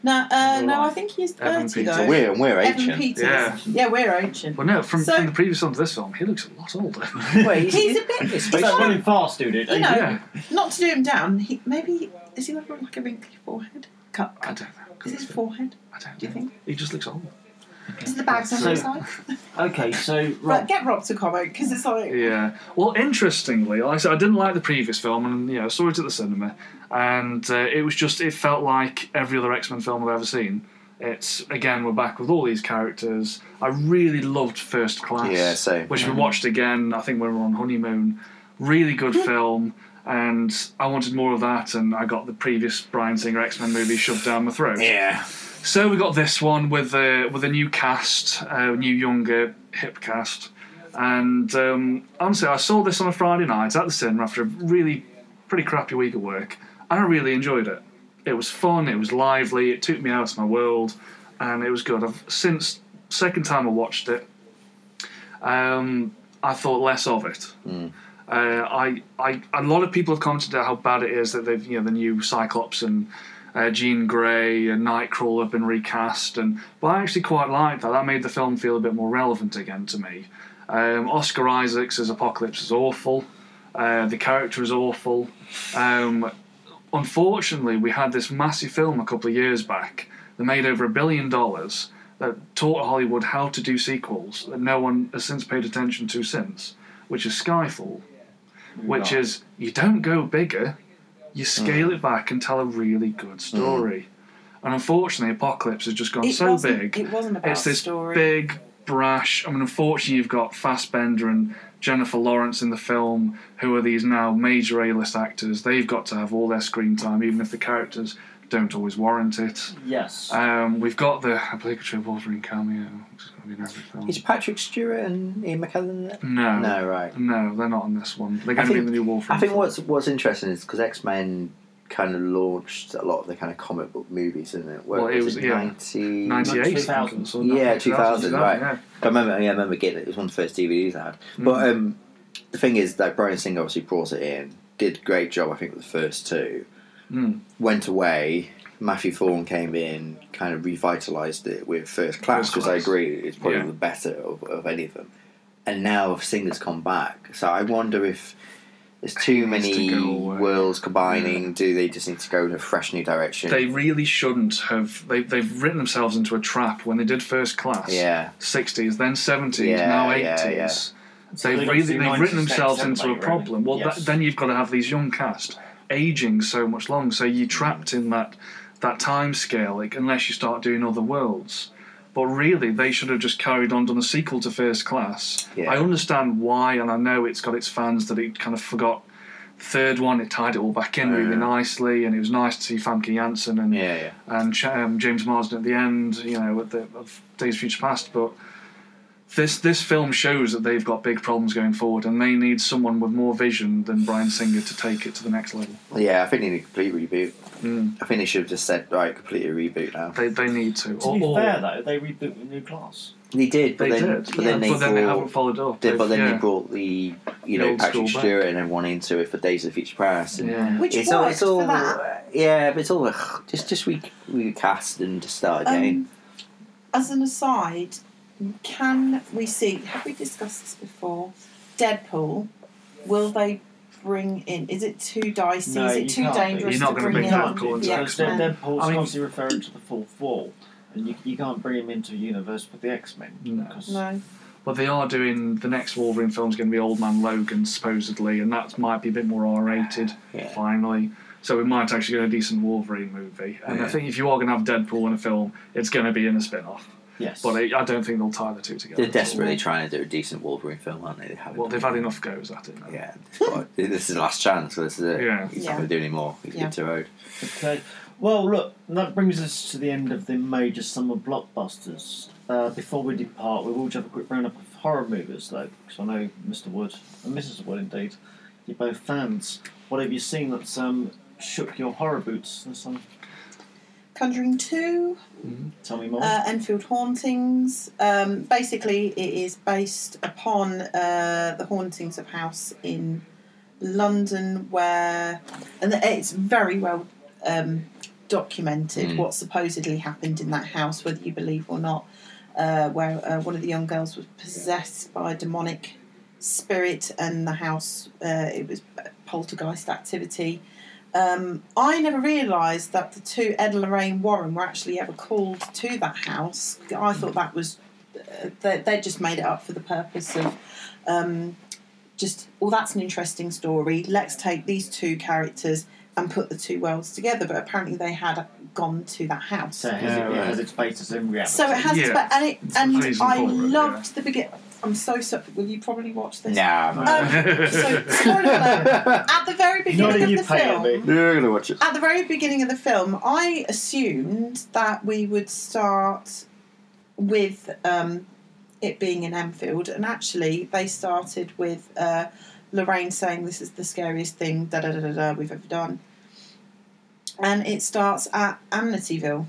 Speaker 2: no. Uh,
Speaker 1: He's
Speaker 2: no, I
Speaker 1: alive.
Speaker 2: think he's
Speaker 4: Evan
Speaker 2: thirty
Speaker 4: Peters.
Speaker 2: though.
Speaker 3: We're, we're
Speaker 2: Evan
Speaker 3: ancient.
Speaker 2: Peters.
Speaker 4: Yeah.
Speaker 2: Yeah, we're ancient.
Speaker 4: Well, no, from,
Speaker 2: So-
Speaker 4: from the previous film to this film, he looks a lot older.
Speaker 3: Wait,
Speaker 2: He's a bit.
Speaker 3: It's
Speaker 2: he's
Speaker 1: He's
Speaker 2: like-
Speaker 1: running fast, dude.
Speaker 2: you know,
Speaker 4: yeah.
Speaker 2: not to do him down. He maybe is he like, like a wrinkly forehead? Cut.
Speaker 4: I don't know.
Speaker 2: Is his forehead?
Speaker 4: I don't
Speaker 2: Do you
Speaker 4: know.
Speaker 2: think?
Speaker 4: He just looks old.
Speaker 2: Is the bags on
Speaker 1: So-
Speaker 2: his side?
Speaker 1: Okay, so
Speaker 2: Right,
Speaker 1: Rob,
Speaker 2: get Rob to comment because it's like
Speaker 4: Yeah. Well, interestingly, like I said, I didn't like the previous film, and you know, I saw it at the cinema, and uh, it was just it felt like every other X Men film I've ever seen. It's again, we're back with all these characters. I really loved First Class,
Speaker 3: Yeah, same. Mm-hmm.
Speaker 4: which we watched again. I think when we were on honeymoon. Really good film, and I wanted more of that. And I got the previous Brian Singer X Men movie shoved down my throat.
Speaker 3: Yeah.
Speaker 4: So we got this one with a with a new cast, a new younger hip cast, and um, honestly, I saw this on a Friday night at the cinema after a really pretty crappy week of work, and I really enjoyed it. It was fun, it was lively, it took me out of my world, and it was good. I've since second time I watched it, um, I thought less of it. Uh, I, I, a lot of people have commented on how bad it is that they've, you know, the new Cyclops and uh, Jean Grey and Nightcrawler have been recast, and but I actually quite liked that. That made the film feel a bit more relevant again to me. Um, Oscar Isaac's as Apocalypse is awful. Uh, the character is awful. Um, unfortunately, we had this massive film a couple of years back that made over a billion dollars that taught Hollywood how to do sequels that no one has since paid attention to since, which is Skyfall, which
Speaker 1: Right.
Speaker 4: is you don't go bigger, you scale it back and tell a really good story. And unfortunately, Apocalypse has just gone
Speaker 2: it
Speaker 4: so
Speaker 2: wasn't.
Speaker 4: big
Speaker 2: It wasn't about
Speaker 4: it's this
Speaker 2: story.
Speaker 4: big brash. I mean, unfortunately, you've got Fassbender and Jennifer Lawrence in the film, who are these now major A-list actors. They've got to have all their screen time, even if the characters don't always warrant it.
Speaker 3: Uh,
Speaker 1: yes.
Speaker 4: Um, we've got the obligatory Wolverine cameo. which is gonna be in every film.
Speaker 3: Is Patrick Stewart and Ian McKellen in it?
Speaker 4: No,
Speaker 3: No, right.
Speaker 4: no, they're not on this one. They're going
Speaker 3: I
Speaker 4: to be
Speaker 3: think-
Speaker 4: in the new Wolverine.
Speaker 3: I think
Speaker 4: film.
Speaker 3: what's what's interesting is because X Men kind of launched a lot of the kind of comic book movies, isn't it? Where
Speaker 4: Well, it was- yeah.
Speaker 3: 90...
Speaker 4: 98, I think it
Speaker 1: 2000.
Speaker 4: was, or
Speaker 3: Yeah,
Speaker 4: 2000,
Speaker 3: 2000, right.
Speaker 4: yeah.
Speaker 3: I remember, yeah, I remember getting it. It was one of the first DVDs I had.
Speaker 4: Mm.
Speaker 3: But um, the thing is that Brian Singer obviously brought it in, did a great job. I think with the first two,
Speaker 4: Mm.
Speaker 3: went away. Matthew Thorne came in, kind of revitalised it with First Class
Speaker 4: First
Speaker 3: because I
Speaker 4: Class.
Speaker 3: agree it's probably
Speaker 4: Yeah.
Speaker 3: the better of, of any of them. And now Singer's come back, so I wonder if There's too
Speaker 4: needs to
Speaker 3: many
Speaker 4: go away.
Speaker 3: worlds combining. Do they just need to go in a fresh new direction?
Speaker 4: They really shouldn't have. They, they've written themselves into a trap when they did first class.
Speaker 3: yeah.
Speaker 4: 60s, then 70s,
Speaker 3: Yeah,
Speaker 4: now 80s.
Speaker 3: yeah,
Speaker 1: So
Speaker 4: They've,
Speaker 1: they got
Speaker 4: really,
Speaker 1: to do
Speaker 4: they've
Speaker 1: 90s
Speaker 4: written themselves
Speaker 1: next,
Speaker 4: into a
Speaker 1: haven't they, really?
Speaker 4: problem. Well,
Speaker 1: Yes.
Speaker 4: that, then you've got to have these young cast aging so much long, so
Speaker 3: Hmm.
Speaker 4: you're trapped in that that time scale, like, unless you start doing other worlds. But really, they should have just carried on, done a sequel to First Class.
Speaker 3: Yeah.
Speaker 4: I understand why, and I know it's got its fans that it kind of forgot. Third one, it tied it all back in really
Speaker 3: Yeah.
Speaker 4: nicely, and it was nice to see Famke Janssen and
Speaker 3: Yeah, yeah.
Speaker 4: and Ch- um, James Marsden at the end, you know, at the, of Days of Future Past. But this this film shows that they've got big problems going forward, and they need someone with more vision than Brian Singer to take it to the next level.
Speaker 3: Yeah, I think they need a complete reboot.
Speaker 4: Mm.
Speaker 3: I think they should have just said, right, complete a reboot now.
Speaker 4: They they need to.
Speaker 1: To be fair, though, they reboot with new class.
Speaker 3: They did, but
Speaker 4: they
Speaker 3: then,
Speaker 4: did,
Speaker 3: But then they brought,
Speaker 4: haven't followed up.
Speaker 3: they-
Speaker 4: They've-
Speaker 3: but then
Speaker 4: yeah.
Speaker 3: they brought the you
Speaker 4: The
Speaker 3: know
Speaker 4: old
Speaker 3: Patrick
Speaker 4: school back.
Speaker 3: Stewart and everyone into it for Days of Future Past. And
Speaker 4: Yeah.
Speaker 2: Which
Speaker 3: it's
Speaker 2: worked
Speaker 3: all, it's all,
Speaker 2: for that.
Speaker 3: yeah, but it's all ugh, just just re- recast and just start again.
Speaker 2: Um, as an aside, can we see? Have we discussed this before? Deadpool. Will they bring in? Is it too dicey?
Speaker 1: No,
Speaker 2: is
Speaker 1: you
Speaker 2: it too
Speaker 1: can't do.
Speaker 2: dangerous
Speaker 4: You're not gonna
Speaker 2: to bring
Speaker 4: make
Speaker 2: in?
Speaker 4: that call into
Speaker 2: the
Speaker 1: Because
Speaker 4: X-Men.
Speaker 1: Deadpool's
Speaker 4: I mean-
Speaker 1: constantly referring to the fourth wall, and you, you can't bring him into a universe with the X Men.
Speaker 4: No.
Speaker 2: No.
Speaker 4: But they are doing the next Wolverine film's going to be Old Man Logan supposedly, and that might be a bit more R-rated.
Speaker 3: Yeah.
Speaker 4: Finally, so we might actually get a decent Wolverine movie. And I
Speaker 3: Yeah.
Speaker 4: think if you are going to have Deadpool in a film, it's going to be in a spin-off.
Speaker 1: Yes.
Speaker 4: But I, I don't think they'll tie the two together.
Speaker 3: They're
Speaker 4: at all.
Speaker 3: desperately trying to do a decent Wolverine film, aren't they? they haven't
Speaker 4: Well,
Speaker 3: done
Speaker 4: they've had enough goes at it.
Speaker 3: it.
Speaker 4: now.
Speaker 3: Yeah, they've got- this is the last chance. So this is it.
Speaker 4: Yeah.
Speaker 3: He's
Speaker 2: Yeah.
Speaker 3: not going to do any more. He's
Speaker 2: Yeah.
Speaker 3: good to road.
Speaker 1: Okay. Well, look, that brings us to the end of the major summer blockbusters. Uh, before we depart, we will just have a quick roundup of horror movies, though, because I know Mr. Wood and Mrs. Wood, indeed, you're both fans. What have you seen that's um, shook your horror boots this summer?
Speaker 2: Conjuring Two.
Speaker 1: Tell me more.
Speaker 2: Uh, Enfield Hauntings. Um, basically, it is based upon uh, the hauntings of house in London, where and it's very well um, documented
Speaker 3: Mm.
Speaker 2: what supposedly happened in that house, whether you believe or not. Uh, where uh, one of the young girls was possessed by a demonic spirit, and the house uh, it was poltergeist activity. Um, I never realised that the two Ed and Lorraine Warren were actually ever called to that house. I thought that was uh, they, they just made it up for the purpose of um, just well, that's an interesting story. Let's take these two characters and put the two worlds together. But apparently, they had gone to that house.
Speaker 1: so it has,
Speaker 3: Yeah,
Speaker 1: it,
Speaker 3: right.
Speaker 1: has its basis in reality.
Speaker 2: So it has,
Speaker 4: Yeah.
Speaker 2: but and it and
Speaker 4: amazing
Speaker 2: I
Speaker 4: forward, yeah.
Speaker 2: loved the beginning. I'm so sorry. Will you probably watch this?
Speaker 3: Nah.
Speaker 1: Um,
Speaker 3: man.
Speaker 2: So spoiler alert, at the very
Speaker 1: Not
Speaker 2: beginning
Speaker 1: that
Speaker 2: of
Speaker 1: you
Speaker 2: the
Speaker 1: pay
Speaker 2: film,
Speaker 1: me.
Speaker 3: You're going to watch it.
Speaker 2: at the very beginning of the film, I assumed that we would start with um, it being in Enfield, and actually they started with uh, Lorraine saying, "This is the scariest thing da da da da da we've ever done," and it starts at Amnityville,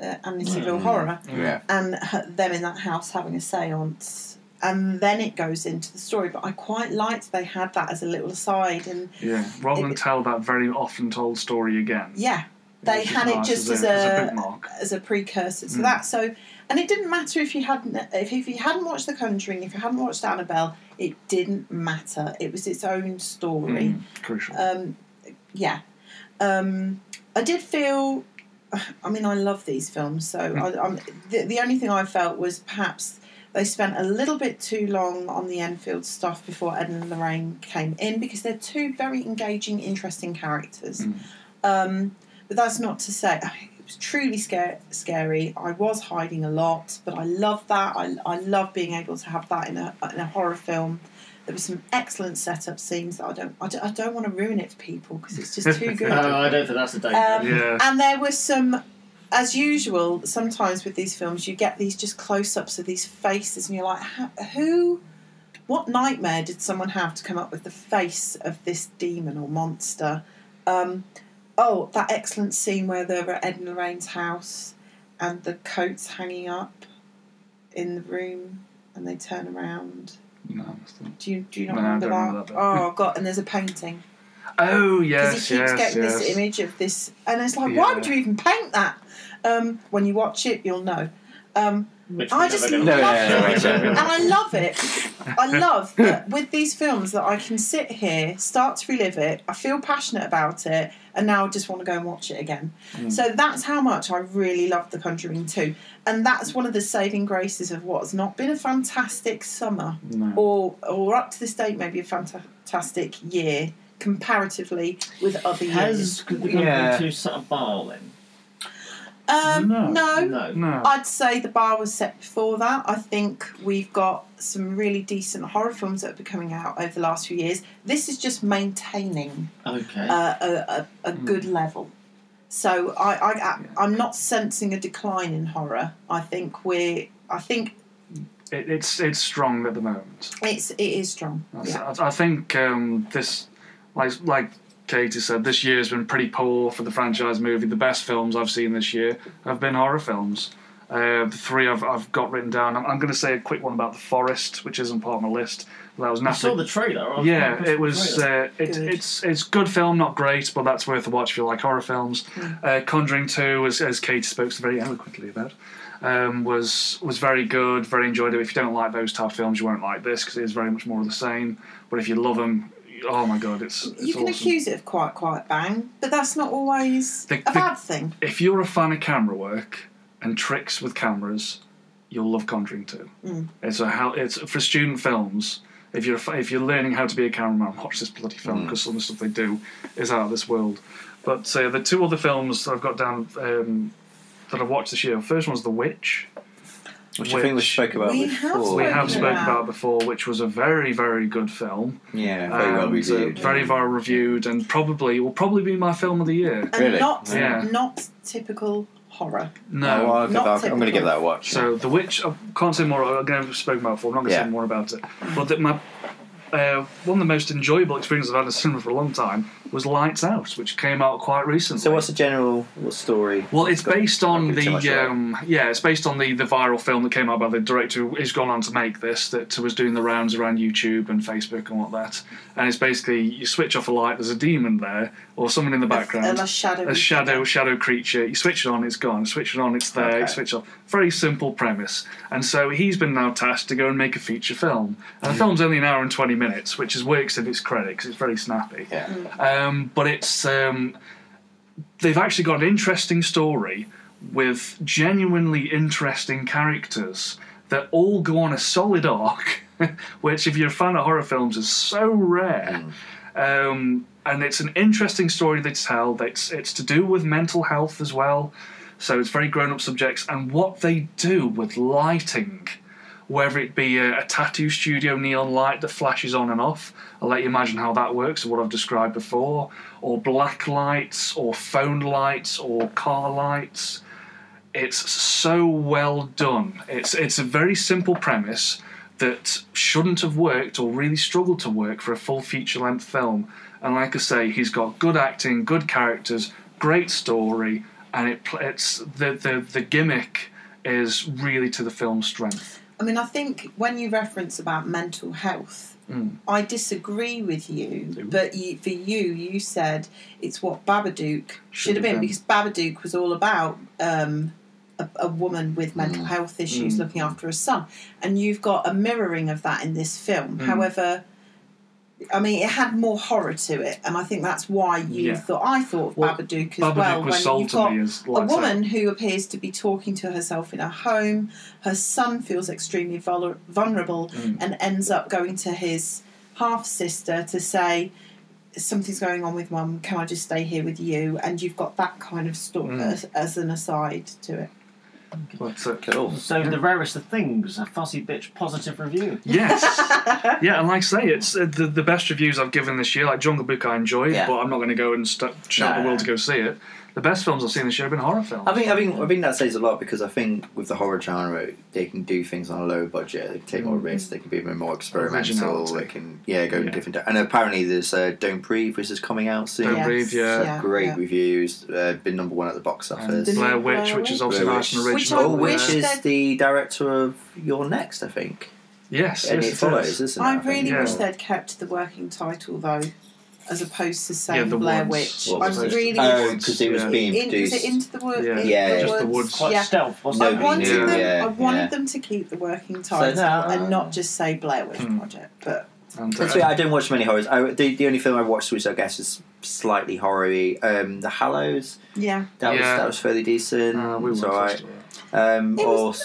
Speaker 2: uh, Amnityville
Speaker 3: Mm.
Speaker 2: Horror
Speaker 3: Yeah.
Speaker 2: and h- them in that house having a seance. And then it goes into the story, but I quite liked they had that as a little aside. And
Speaker 4: Yeah. Rather than
Speaker 2: It-
Speaker 4: tell that very often told story again.
Speaker 2: yeah, they
Speaker 4: It's
Speaker 2: had it
Speaker 4: nice
Speaker 2: just as a- Hmm.
Speaker 4: bookmark.
Speaker 2: as a precursor to
Speaker 4: Mm.
Speaker 2: that. So, and it didn't matter if you hadn't if, if you hadn't watched The Conjuring, if you hadn't watched Annabelle, it didn't matter. It was its own story.
Speaker 4: Mm, crucial.
Speaker 2: Um, yeah. Um, I did feel. I mean, I love these films, so I, I'm, the, the only thing I felt was perhaps they spent a little bit too long on the Enfield stuff before Ed and Lorraine came in because they're two very engaging, interesting characters.
Speaker 4: Mm.
Speaker 2: Um, but that's not to say it was truly scary. Scary. I was hiding a lot, but I love that. I, I love being able to have that in a in a horror film. There were some excellent setup scenes that I don't I don't, I don't want to ruin it for people because it's just too good.
Speaker 1: No, I don't think that's the danger.
Speaker 2: Um,
Speaker 4: yeah.
Speaker 2: And there were some, as usual, sometimes with these films, you get these just close ups of these faces, and you're like, "Ho- who, what nightmare did someone have to come up with the face of this demon or monster? Um, oh, that excellent scene where they're at Ed and Lorraine's house and the coat's hanging up in the room and they turn around.
Speaker 4: No, it's not-
Speaker 2: Do you, do you not
Speaker 4: No, I
Speaker 2: remember,
Speaker 4: don't remember
Speaker 2: that?
Speaker 4: that bit.
Speaker 2: Oh, God, and there's a painting
Speaker 4: oh
Speaker 2: because
Speaker 4: yes,
Speaker 2: he keeps
Speaker 4: yes,
Speaker 2: getting
Speaker 4: yes.
Speaker 2: this image of this, and it's like, why
Speaker 4: Yeah.
Speaker 2: would you even paint that? Um, when you watch it, you'll know. Um,
Speaker 1: Which
Speaker 2: I
Speaker 1: we're
Speaker 2: just
Speaker 1: never
Speaker 2: love
Speaker 1: gonna
Speaker 2: No, no,
Speaker 3: no, no,
Speaker 1: watch.
Speaker 3: no, no, no.
Speaker 2: And I love it. I love that with these films that I can sit here, start to relive it. I feel passionate about it, and now I just want to go and watch it again.
Speaker 4: Mm.
Speaker 2: So that's how much I really love The Conjuring 2. And that's one of the saving graces of what has not been a fantastic summer,
Speaker 5: No.
Speaker 2: or, or up to this date, maybe a fanta- fantastic year comparatively with other years.
Speaker 1: Has the
Speaker 5: Yeah.
Speaker 1: yeah. two set a bar then?
Speaker 2: Um,
Speaker 5: No.
Speaker 2: no,
Speaker 1: No.
Speaker 5: No.
Speaker 2: I'd say the bar was set before that. I think we've got some really decent horror films that have been coming out over the last few years. This is just maintaining
Speaker 1: Okay.
Speaker 2: uh, a,
Speaker 4: Hmm.
Speaker 2: a, a good level. So I, I, I I'm not sensing a decline in horror. I think we're I think
Speaker 4: It, it's it's strong at the moment.
Speaker 2: it's it is strong.
Speaker 4: That's-
Speaker 2: Yeah.
Speaker 4: I, I think um, this, like like Katie said, this year's been pretty poor for the franchise movie. The best films I've seen this year have been horror films. Uh, the three I've, I've got written down. I'm, I'm going to say a quick one about The Forest, which isn't part of my list. That was
Speaker 1: I saw
Speaker 4: Natalie.
Speaker 1: the trailer. I quite
Speaker 4: Yeah,
Speaker 1: impressed
Speaker 4: it
Speaker 1: with the
Speaker 4: was.
Speaker 1: trailer.
Speaker 4: Uh, it,
Speaker 2: Good.
Speaker 4: it's it's good film, not great, but that's worth a watch if you like horror films.
Speaker 2: Hmm.
Speaker 4: Uh, Conjuring Two, as as Katie spoke so very eloquently about, um, was was very good. Very enjoyed it. If you don't like those type of films, you won't like this because it is very much more of the same. But if you love them, oh my god, it's, it's
Speaker 2: You can
Speaker 4: awesome.
Speaker 2: accuse it of quite quiet bang, but that's not always
Speaker 4: The-
Speaker 2: a
Speaker 4: the-
Speaker 2: bad thing.
Speaker 4: if you're a fan of camera work and tricks with cameras, you'll love Conjuring Two. It's a how it's for student films. If you're a fa- if you're learning how to be a cameraman, watch this bloody
Speaker 3: Mm.
Speaker 4: film because some of the stuff they do is out of this world. But uh, the two other films that I've got down um, that I've watched this year, first one's The Witch.
Speaker 3: Which, I think we
Speaker 4: Which
Speaker 3: spoke about
Speaker 2: we have
Speaker 3: before.
Speaker 4: We
Speaker 2: spoken
Speaker 4: have spoken
Speaker 2: Yeah.
Speaker 4: about before, which was a very very good film,
Speaker 3: Yeah, very well
Speaker 4: And, uh,
Speaker 3: reviewed.
Speaker 4: very well reviewed, and probably will probably be my film of the year.
Speaker 2: And
Speaker 3: Really?
Speaker 2: not
Speaker 4: Yeah.
Speaker 2: not typical horror.
Speaker 4: No,
Speaker 3: Oh, I'll give
Speaker 2: Not
Speaker 3: that- I'm going to give that a watch.
Speaker 4: So the witch, I can't say more. I'm going to spoken about it before. I'm not going to
Speaker 3: Yeah.
Speaker 4: say more about it. But that my uh, one of the most enjoyable experiences I've had in cinema for a long time was Lights Out, which came out quite recently.
Speaker 3: So what's the general what's the story?
Speaker 4: well, it's
Speaker 3: Got-
Speaker 4: based on
Speaker 3: I'll give too much away.
Speaker 4: the um, yeah, it's based on the, the viral film that came out by the director who has gone on to make this that was doing the rounds around YouTube and Facebook and what that. And it's basically you switch off a light, there's a demon there or someone in the background,
Speaker 2: a shadow.
Speaker 4: a shadow shadow creature. You switch it on, it's gone. You switch it on, it's there. You
Speaker 3: Okay.
Speaker 4: switch off. Very simple premise. And so he's been now tasked to go and make a feature film. And the film's only an hour and twenty minutes, which is works in its credit 'cause it's very snappy.
Speaker 3: Yeah.
Speaker 4: Um, but it's um, they've actually got an interesting story with genuinely interesting characters that all go on a solid arc, which if you're a fan of horror films is so rare. Um, and it's an interesting story they tell. It's it's to do with mental health as well, so it's very grown up subjects and what they do with lighting whether it be a, a tattoo studio neon light that flashes on and off. I'll let you imagine how that works, what I've described before, or black lights, or phone lights, or car lights. It's so well done. It's it's a very simple premise that shouldn't have worked or really struggled to work for a full feature length film. And like I say, he's got good acting, good characters, great story, and it pl- it's the, the the gimmick is really to the film's strength.
Speaker 2: I mean, I think when you reference about mental health,
Speaker 4: Hmm.
Speaker 2: I disagree with you. But you, for you, you said it's what Babadook should,
Speaker 4: Should
Speaker 2: have
Speaker 4: have been.
Speaker 2: been because Babadook was all about um, a, a woman with mental
Speaker 4: Hmm.
Speaker 2: health issues looking after her son, and you've got a mirroring of that in this film.
Speaker 4: Hmm.
Speaker 2: However. I mean, it had more horror to it, and I think that's why you
Speaker 4: Yeah.
Speaker 2: thought I thought of
Speaker 4: Well,
Speaker 2: Babadook as
Speaker 4: Babadook
Speaker 2: well.
Speaker 4: was
Speaker 2: when
Speaker 4: sold
Speaker 2: you've
Speaker 4: to
Speaker 2: got
Speaker 4: me as
Speaker 2: a woman who appears to be talking to herself in her home. Her son feels extremely vul- vulnerable
Speaker 4: Mm.
Speaker 2: and ends up going to his half sister to say, Something's going on with mum, can I just stay here with you? And you've got that kind of story
Speaker 4: Mm.
Speaker 2: as, as an aside to it.
Speaker 4: But, uh,
Speaker 3: Cool.
Speaker 1: So the rarest of things, a fussy bitch positive review.
Speaker 4: yes, yeah, and like I say, it's uh, the, the best reviews I've given this year. Like Jungle Book, I enjoyed,
Speaker 3: Yeah.
Speaker 4: but I'm not going to go and st- shout
Speaker 3: No.
Speaker 4: the world to go see it. The best films I've seen this year have been horror films.
Speaker 3: I think I think I think that says a lot because I think with the horror genre they can do things on a low budget. They can take more risks. They can be a bit more experimental.
Speaker 4: Mm-hmm. Originality.
Speaker 3: They can yeah go
Speaker 4: Yeah.
Speaker 3: different. And apparently there's uh, Don't Breathe which is coming out soon.
Speaker 4: Don't Breathe, yeah.
Speaker 3: Great
Speaker 2: yeah.
Speaker 3: reviews. Uh, been number one at the box
Speaker 4: And
Speaker 3: office.
Speaker 2: Didn't
Speaker 4: Blair Witch,
Speaker 2: Blair
Speaker 4: which is obviously
Speaker 3: Blair
Speaker 4: nice and
Speaker 3: Witch.
Speaker 2: Which
Speaker 4: original.
Speaker 2: I
Speaker 3: Oh, which
Speaker 2: wish
Speaker 3: is
Speaker 2: that-
Speaker 3: the director of Your Next, I think.
Speaker 4: yes,
Speaker 3: and
Speaker 4: yes,
Speaker 3: it
Speaker 4: is.
Speaker 3: follows, isn't it?
Speaker 2: I
Speaker 3: think?
Speaker 2: really
Speaker 4: yeah.
Speaker 2: wish they'd kept the working title though. as opposed to saying
Speaker 4: the
Speaker 2: Blair
Speaker 4: woods.
Speaker 2: Witch.
Speaker 3: What
Speaker 2: I'm
Speaker 3: was
Speaker 4: it?
Speaker 2: really
Speaker 3: Oh, because it was
Speaker 4: Yeah.
Speaker 3: being
Speaker 2: in, is it
Speaker 3: produced.
Speaker 2: into the wood?
Speaker 4: Yeah.
Speaker 2: in
Speaker 3: Yeah.
Speaker 2: the
Speaker 3: Just
Speaker 1: the
Speaker 2: woods?
Speaker 1: woods. Quite
Speaker 2: Yeah.
Speaker 1: stealth, wasn't
Speaker 2: I
Speaker 1: it?
Speaker 3: Nobody
Speaker 2: wanted
Speaker 4: knew,
Speaker 2: them.
Speaker 3: yeah,
Speaker 2: I wanted
Speaker 3: yeah.
Speaker 2: them to keep the working titles
Speaker 1: now-
Speaker 2: and not just say Blair Witch
Speaker 4: Hmm.
Speaker 2: Project. But
Speaker 4: And, uh,
Speaker 3: That's why I don't watch many horrors. I, the, the only film I watched, which I guess is slightly horror um, The Hallows.
Speaker 2: yeah,
Speaker 3: That was
Speaker 4: Yeah.
Speaker 3: that was fairly decent.
Speaker 4: uh, we
Speaker 3: It's
Speaker 4: weren't
Speaker 3: alright.
Speaker 4: fussed about that.
Speaker 3: Um,
Speaker 2: It
Speaker 3: or
Speaker 2: was,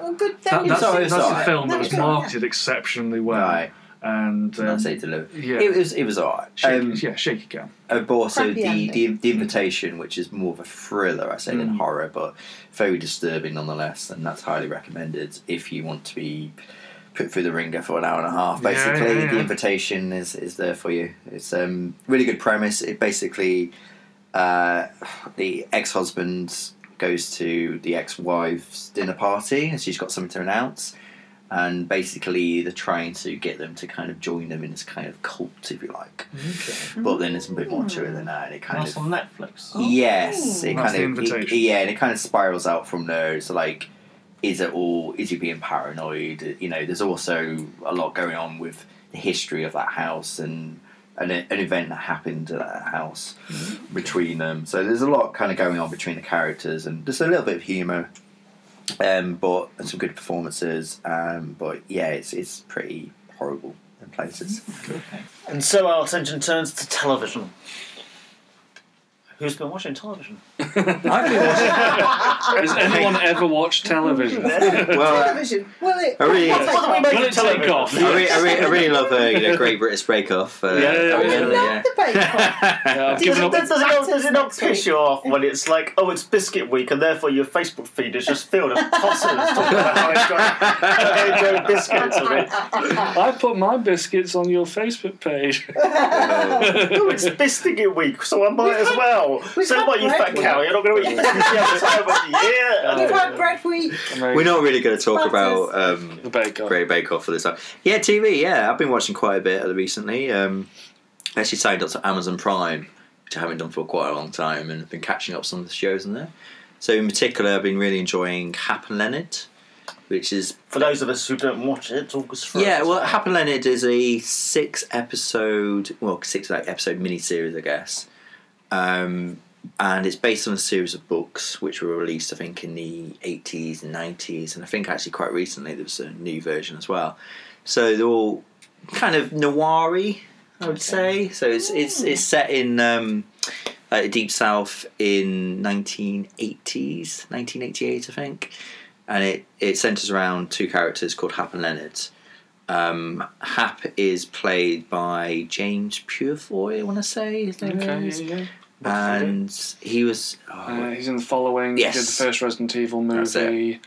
Speaker 2: uh, good.
Speaker 4: That-
Speaker 2: was
Speaker 4: that's
Speaker 3: alright,
Speaker 4: that's
Speaker 3: it's
Speaker 4: a film that was
Speaker 2: No, it alright.
Speaker 4: marketed exceptionally well,
Speaker 3: right,
Speaker 4: and um,
Speaker 3: that's it. Deliver.
Speaker 4: yeah,
Speaker 3: It was it was alright.
Speaker 4: shaky,
Speaker 3: Um,
Speaker 4: yeah, shaky cam.
Speaker 3: uh, but also
Speaker 2: Crappy
Speaker 3: the, the
Speaker 2: ending.
Speaker 3: the invitation, which is more of a thriller, I say, than
Speaker 4: Mm.
Speaker 3: horror, but very disturbing nonetheless, and that's highly recommended if you want to be put through the ringer for an hour and a half.
Speaker 4: Yeah,
Speaker 3: Basically,
Speaker 4: yeah, yeah.
Speaker 3: the invitation is is there for you. It's um really good premise. It basically uh, the ex husband goes to the ex wife's dinner party, and she's got something to announce. And basically, they're trying to get them to kind of join them in this kind of cult, if you like but then there's a bit more to it than that, and it kind
Speaker 1: That's
Speaker 3: of
Speaker 1: on Netflix.
Speaker 2: Oh.
Speaker 3: yes, it
Speaker 4: That's
Speaker 3: kind
Speaker 4: the
Speaker 3: of it-
Speaker 4: invitation.
Speaker 3: yeah, and it kind of spirals out from there. It's like, is it all? Is he being paranoid? You know, there's also a lot going on with the history of that house and an, an event that happened at that house
Speaker 4: Mm-hmm.
Speaker 3: between them. So there's a lot kind of going on between the characters, and just a little bit of humour. Um, but and some good performances. Um, but yeah, it's it's pretty horrible in places.
Speaker 1: And so our attention turns to television. Who's been watching television?
Speaker 3: I've been watching
Speaker 4: Has anyone ever watched television?
Speaker 3: well. uh,
Speaker 2: Television. Well, it.
Speaker 3: I really-
Speaker 2: Well,
Speaker 1: What do we
Speaker 2: I
Speaker 1: make
Speaker 4: Will
Speaker 1: of
Speaker 4: it
Speaker 1: television?
Speaker 4: take off?
Speaker 3: I really, I really, I really love uh, you know, Great British Break Off. Uh,
Speaker 4: Yeah, yeah,
Speaker 3: that was
Speaker 4: yeah.
Speaker 3: really,
Speaker 2: love the Bake Off.
Speaker 4: Yeah, I've
Speaker 1: Does,
Speaker 4: given up.
Speaker 1: does, does it not, does it not
Speaker 2: Next week.
Speaker 1: piss you off when it's like, oh, it's biscuit week, and therefore your Facebook feed is just filled with tossers talking about how I enjoy, how I enjoy biscuits and it.
Speaker 4: I put my biscuits on your Facebook page.
Speaker 3: uh,
Speaker 1: Oh, it's biscuit week, so I might as well.
Speaker 2: we've
Speaker 1: So
Speaker 2: had
Speaker 1: what, you
Speaker 2: bread
Speaker 1: fat
Speaker 2: week.
Speaker 1: cow? You're not going to eat biscuits the other time of the year.
Speaker 2: We've had bread week.
Speaker 3: we're not really going to talk about
Speaker 4: the
Speaker 3: um,
Speaker 4: Bake Off.
Speaker 3: Great Bake Off for this time. Yeah, TV. Yeah, I've been watching quite a bit recently. Um, I actually signed up to Amazon Prime, which I haven't done for quite a long time, and I've been catching up some of the shows in there. So in particular, I've been really enjoying Happen Leonard, which is
Speaker 1: For those of us who don't watch it, it's August 1st.
Speaker 3: Yeah, well, Happy Leonard is a six episode, well, six like episode miniseries, I guess. Um, and it's based on a series of books which were released, I think, in the 80s and 90s. And I think actually quite recently there was a new version as well. So they're all kind of noir I would say. So it's, it's, it's set in um, like the Deep South in 1980s, 1988, I think. And it, it centres around two characters called Hap and Leonard. Um, Hap is played by James Purefoy, I want to say his name
Speaker 4: Okay,
Speaker 3: is.
Speaker 4: yeah, yeah.
Speaker 3: And he was.
Speaker 4: Uh,
Speaker 3: Oh,
Speaker 4: he's in the following.
Speaker 3: Yes.
Speaker 4: He did the first Resident Evil
Speaker 3: That's it.
Speaker 4: movie.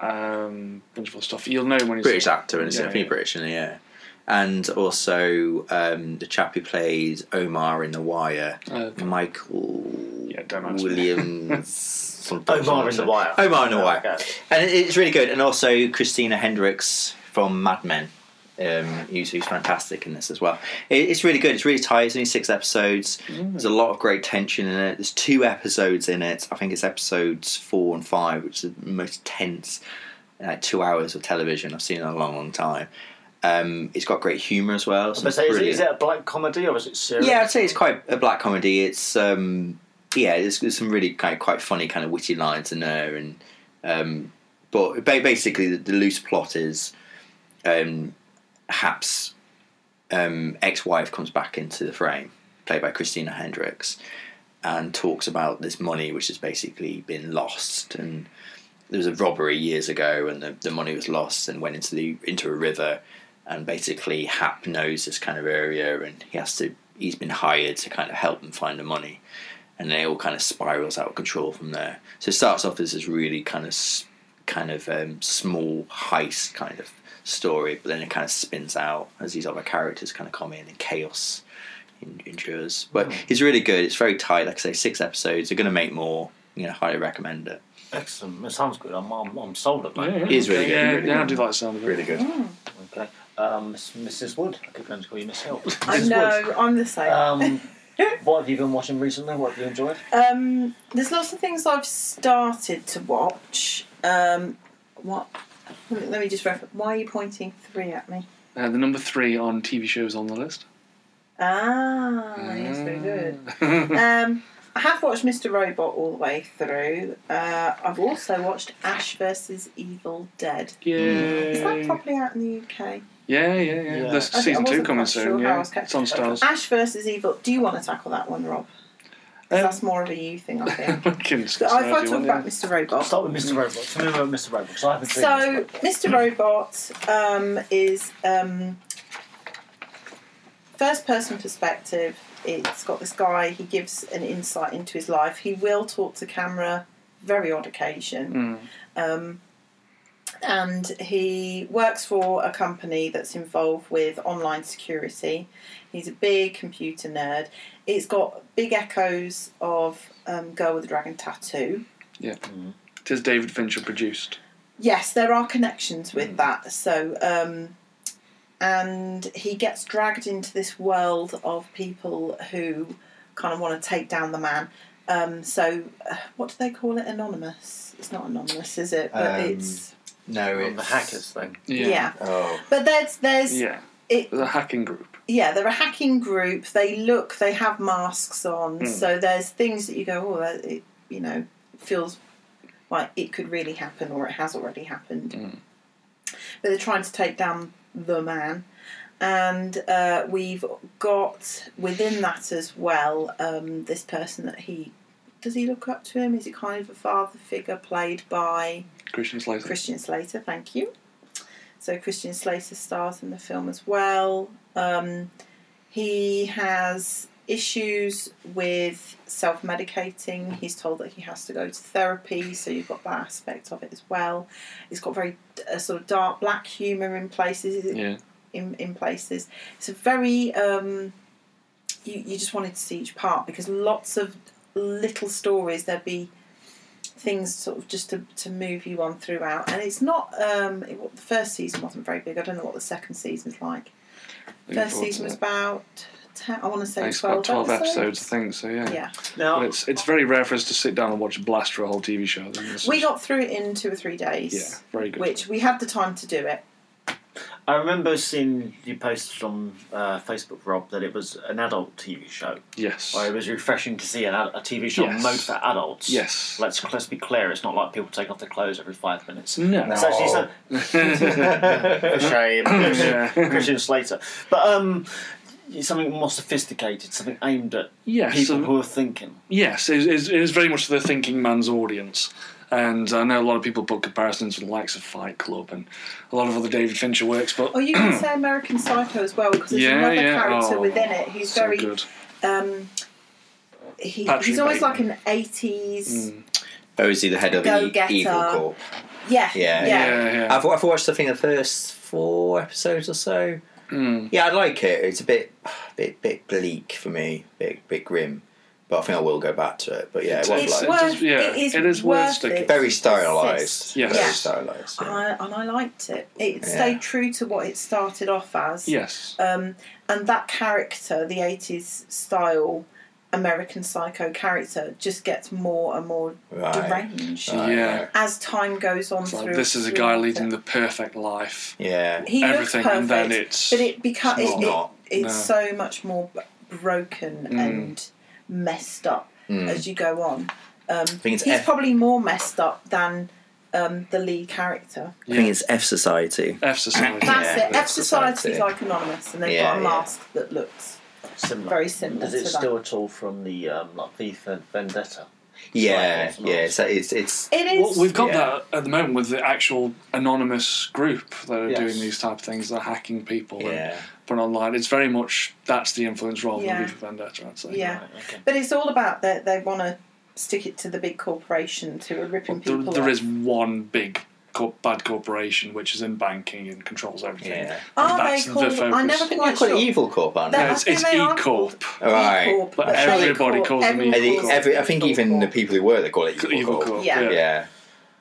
Speaker 4: Um, wonderful stuff. You'll know when he's
Speaker 3: British actor, and he's
Speaker 4: Yeah,
Speaker 3: definitely
Speaker 4: yeah.
Speaker 3: British, and yeah. And also um, the chap who plays Omar in The Wire,
Speaker 4: Uh,
Speaker 3: Michael
Speaker 4: Yeah, don't ask me.
Speaker 3: Williams. something or
Speaker 1: Omar in the
Speaker 3: other.
Speaker 1: Wire.
Speaker 3: Omar in The Wire.
Speaker 1: Okay.
Speaker 3: And it- it's really good. And also Christina Hendricks from Mad Men, um, who's, who's fantastic in this as well. It, it's really good. It's really tight. It's only six episodes.
Speaker 1: Mm.
Speaker 3: There's a lot of great tension in it. There's two episodes in it. I think it's episodes four and five, which is the most tense like two hours of television I've seen in a long, long time. Um, it's got great humour as well. So
Speaker 1: But
Speaker 3: it's
Speaker 1: say, is, it,
Speaker 3: brilliant.
Speaker 1: is it a black comedy or is it serious?
Speaker 3: Yeah, I'd say it's quite a black comedy. It's um, yeah, there's, there's some really kind of quite funny, kind of witty lines in there, and um, but ba- basically the, the loose plot is um, Hap's um, ex-wife comes back into the frame, played by Christina Hendricks, and talks about this money which has basically been lost and. There was a robbery years ago, and the, the money was lost and went into the into a river and basically Hap knows this kind of area and he has to he's been hired to kind of help them find the money and then it all kind of spirals out of control from there so it starts off as this really kind of s- kind of um, small heist kind of story but then it kind of spins out as these other characters kind of come in and chaos en- endures but it's really good it's very tight like I say six episodes they're going to make more you know highly recommend it
Speaker 1: Excellent. It sounds good. I'm, I'm, I'm sold at that.
Speaker 4: yeah.
Speaker 3: It is really good,
Speaker 4: Yeah,
Speaker 3: really
Speaker 4: yeah, I
Speaker 3: good.
Speaker 4: do like the sound of it.
Speaker 3: good
Speaker 1: Okay. Um, Miss- Mrs. Wood. I keep going to call you Miss Hill.
Speaker 2: I
Speaker 1: Mrs.
Speaker 2: know. I'm the same.
Speaker 1: Wood. Um, what have you been watching recently? What have you enjoyed?
Speaker 2: Um, there's lots of things I've started to watch. Um, what? Let me, let me just refer. Why are you pointing three at me?
Speaker 4: Uh, the number three on TV shows on the list.
Speaker 2: Ah, yes,
Speaker 4: Mm.
Speaker 2: very good.
Speaker 4: Uh,
Speaker 2: Um, I have watched Mr. Robot all the way through. Uh, I've also watched Ash versus Evil Dead. Is that
Speaker 4: yeah.
Speaker 2: properly out in the UK?
Speaker 4: yeah, yeah, yeah,
Speaker 1: Yeah.
Speaker 4: There's
Speaker 2: I- I
Speaker 4: season two
Speaker 2: wasn't
Speaker 4: coming
Speaker 2: quite
Speaker 4: soon.
Speaker 2: sure how I
Speaker 4: yeah,
Speaker 2: was catching
Speaker 4: it's on
Speaker 2: up.
Speaker 4: Stars.
Speaker 2: Ash versus Evil. Do you want to tackle that one, Rob? 'Cause
Speaker 4: Um,
Speaker 2: that's more of a you thing, I think.
Speaker 4: we can discuss that
Speaker 2: But if
Speaker 4: if
Speaker 2: I
Speaker 4: you
Speaker 2: talk
Speaker 4: want,
Speaker 2: about
Speaker 4: yeah.
Speaker 2: Mr.
Speaker 3: Oh.
Speaker 5: I'll
Speaker 2: Robot,
Speaker 5: start with Mr. Robot. Tell me about Mr. Robot. 'cause I haven't seen
Speaker 2: so Mr. Robot um, is um, first person perspective. It's got this guy. He gives an insight into his life. He will talk to camera, very odd occasion.
Speaker 4: Mm.
Speaker 2: Um, and he works for a company that's involved with online security. He's a big computer nerd. It's got big echoes of um, Girl with the Dragon Tattoo.
Speaker 4: It is David Fincher produced.
Speaker 2: Yes, there are connections
Speaker 3: Hmm.
Speaker 2: with that. So, um, and he gets dragged into this world of people who kind of want to take down the man. Um, so, uh, what do they call it? Anonymous. It's not anonymous, is it? But
Speaker 3: Um,
Speaker 2: it's
Speaker 3: No,
Speaker 5: On the
Speaker 3: it's
Speaker 5: hackers thing.
Speaker 2: yeah.
Speaker 3: Oh,
Speaker 2: But there's there's
Speaker 4: Yeah,
Speaker 2: it
Speaker 4: the hacking group.
Speaker 2: yeah, they're a hacking group. They look, they have masks on.
Speaker 4: Mm.
Speaker 2: So there's things that you go, oh, that, it, you know, feels like it could really happen or it has already happened.
Speaker 4: Mm.
Speaker 2: But they're trying to take down the man. And uh, we've got within that as well um, this person that he does he look up to him? Is he kind of a father figure played by
Speaker 4: Christian Slater.
Speaker 2: Christian Slater, thank you. So Christian Slater stars in the film as well. Um, he has issues with self-medicating. He's told that he has to go to therapy, so you've got that aspect of it as well. He's got very uh, sort of dark black humour in places.
Speaker 4: Yeah.
Speaker 2: In, in places, it's a very um, you, you just wanted to see each part because lots of little stories there'd be things sort of just to, to move you on throughout and it's not um it, wa- the first season wasn't very big i don't know what the second season's like
Speaker 4: Looking
Speaker 2: first
Speaker 4: forward to
Speaker 2: season was
Speaker 4: that.
Speaker 2: about 10 i want to say
Speaker 4: uh, It's
Speaker 2: 12,
Speaker 4: about 12
Speaker 2: episodes,
Speaker 4: episodes, I think, so yeah.
Speaker 2: yeah
Speaker 4: But
Speaker 1: Now,
Speaker 4: it's, it's very rare for us to sit down and watch a blast for a whole TV show. then. This
Speaker 2: we
Speaker 4: is-
Speaker 2: got through it in two or three days
Speaker 4: Yeah, very good.
Speaker 2: which we had the time to do it
Speaker 5: I remember seeing you posted on uh, Facebook, Rob, that it was an adult TV show.
Speaker 4: Yes.
Speaker 5: Or it was refreshing to see an ad- a TV show
Speaker 4: Yes.
Speaker 5: made for adults.
Speaker 4: Yes.
Speaker 5: Let's, let's be clear, it's not like people take off their clothes every five minutes.
Speaker 4: No.
Speaker 5: It's actually some- For shame.
Speaker 4: yeah.
Speaker 5: Christian Slater. But um, something more sophisticated, something aimed at
Speaker 4: Yes,
Speaker 5: people
Speaker 4: um,
Speaker 5: who are thinking.
Speaker 4: yes, it is, it is very much the thinking man's audience. And I know a lot of people put comparisons with the likes of Fight Club and a lot of other David Fincher works, but
Speaker 2: or you can say american psycho as well because Oh, there's
Speaker 4: yeah,
Speaker 2: another
Speaker 4: yeah,
Speaker 2: character
Speaker 4: oh,
Speaker 2: within it who's
Speaker 4: so
Speaker 2: very
Speaker 4: good.
Speaker 2: um he,
Speaker 4: Patrick
Speaker 2: he's always like
Speaker 4: Bateman.
Speaker 2: an 80s
Speaker 3: oh, is he the head of
Speaker 2: Go
Speaker 3: the
Speaker 2: Getter.
Speaker 3: evil corp?
Speaker 2: yeah
Speaker 3: Yeah,
Speaker 4: Yeah,
Speaker 2: yeah,
Speaker 4: yeah.
Speaker 3: I've, I've watched I think the first four episodes or so.
Speaker 4: Mm.
Speaker 3: Yeah, I like it. It's a bit, bit, bit bleak for me, bit, bit grim. But I think I will go back to it. But yeah, it was
Speaker 2: It's
Speaker 3: like
Speaker 4: worth-
Speaker 2: worth,
Speaker 4: yeah,
Speaker 2: it is
Speaker 4: it is worth sticking.
Speaker 2: it.
Speaker 3: very
Speaker 2: Persist.
Speaker 3: stylized.
Speaker 4: Yes.
Speaker 3: Very
Speaker 2: Yeah.
Speaker 3: stylized. yeah.
Speaker 2: I, and I liked it. It
Speaker 3: Yeah.
Speaker 2: stayed true to what it started off as.
Speaker 4: Yes.
Speaker 2: Um, and that character, the 80s style American psycho character, just gets more and more
Speaker 3: Right.
Speaker 2: deranged
Speaker 3: Right.
Speaker 4: Yeah.
Speaker 2: as time goes on
Speaker 4: It's like,
Speaker 2: through.
Speaker 4: this is a
Speaker 2: through
Speaker 4: guy
Speaker 2: the-
Speaker 4: leading the perfect life.
Speaker 3: Yeah.
Speaker 2: he
Speaker 4: everything,
Speaker 2: looks perfect,
Speaker 4: and then it's.
Speaker 2: but it becomes
Speaker 4: it's
Speaker 2: it,
Speaker 3: not.
Speaker 2: it- it's
Speaker 4: No.
Speaker 2: so much more b- broken and messed up
Speaker 3: Mm.
Speaker 2: as you go on. Um,
Speaker 3: think it's
Speaker 2: he's
Speaker 3: F-
Speaker 2: probably more messed up than um, the lead character.
Speaker 3: I think it's F Society.
Speaker 4: F Society.
Speaker 2: That's
Speaker 3: Yeah,
Speaker 2: it. F
Speaker 3: that's
Speaker 2: Society's
Speaker 3: society.
Speaker 2: like Anonymous, and they've
Speaker 3: Yeah,
Speaker 2: got
Speaker 3: yeah.
Speaker 2: a mask that looks
Speaker 5: Similar.
Speaker 2: very similar
Speaker 5: Is it
Speaker 2: to that.
Speaker 5: still at all from the um, like V for Vendetta?
Speaker 3: Yeah,
Speaker 5: Right,
Speaker 3: yeah. It's it's, it's
Speaker 2: it
Speaker 4: Well,
Speaker 2: is.
Speaker 4: we've got
Speaker 3: Yeah.
Speaker 4: that at the moment with the actual anonymous group that are
Speaker 5: Yes.
Speaker 4: doing these type of things. They're hacking people and
Speaker 3: yeah.
Speaker 4: putting online. It's very much that's the influence rather
Speaker 2: Yeah.
Speaker 4: than V for Vendetta, I'd say.
Speaker 2: Yeah.
Speaker 5: Right, okay.
Speaker 2: but it's all about that they want to stick it to the big corporations who are ripping
Speaker 4: There,
Speaker 2: people.
Speaker 4: there
Speaker 2: off.
Speaker 4: is one big cor- bad corporation which is in banking and controls everything.
Speaker 3: Yeah.
Speaker 2: Are
Speaker 4: And that's
Speaker 2: they
Speaker 4: the
Speaker 2: called- I
Speaker 4: focus.
Speaker 2: never
Speaker 4: No,
Speaker 3: Didn't you call it
Speaker 2: sure.
Speaker 3: Evil Corp, aren't they?
Speaker 2: They're- I
Speaker 4: it's
Speaker 2: think
Speaker 4: it's
Speaker 2: they
Speaker 4: E
Speaker 2: are
Speaker 4: Corp.
Speaker 3: Right.
Speaker 2: E-Corp,
Speaker 4: But
Speaker 2: they
Speaker 4: everybody
Speaker 2: call-
Speaker 4: calls them
Speaker 2: everyone
Speaker 4: E-Corp.
Speaker 3: And the-
Speaker 2: calls them
Speaker 3: every, I think
Speaker 2: Evil
Speaker 3: even the
Speaker 2: Corp.
Speaker 3: people who work they call it Evil,
Speaker 4: Evil
Speaker 3: Corp.
Speaker 4: Corp.
Speaker 2: Yeah.
Speaker 4: Yeah.
Speaker 3: Yeah.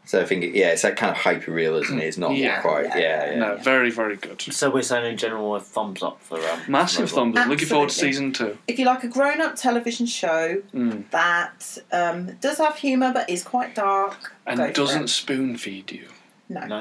Speaker 3: So I think yeah, it's that kind of hyper realism. It's not
Speaker 4: Yeah.
Speaker 3: quite yeah. yeah,
Speaker 4: No, very, very good.
Speaker 5: So we're saying in general a thumbs up for um,
Speaker 4: Massive
Speaker 5: Robot.
Speaker 4: thumbs up. Looking forward to
Speaker 2: Absolutely.
Speaker 4: season two.
Speaker 2: If you like a grown-up television show
Speaker 4: Mm.
Speaker 2: that um, does have humour but is quite dark
Speaker 4: And
Speaker 2: go for
Speaker 4: doesn't
Speaker 2: it.
Speaker 4: spoon feed you.
Speaker 2: no.
Speaker 5: No.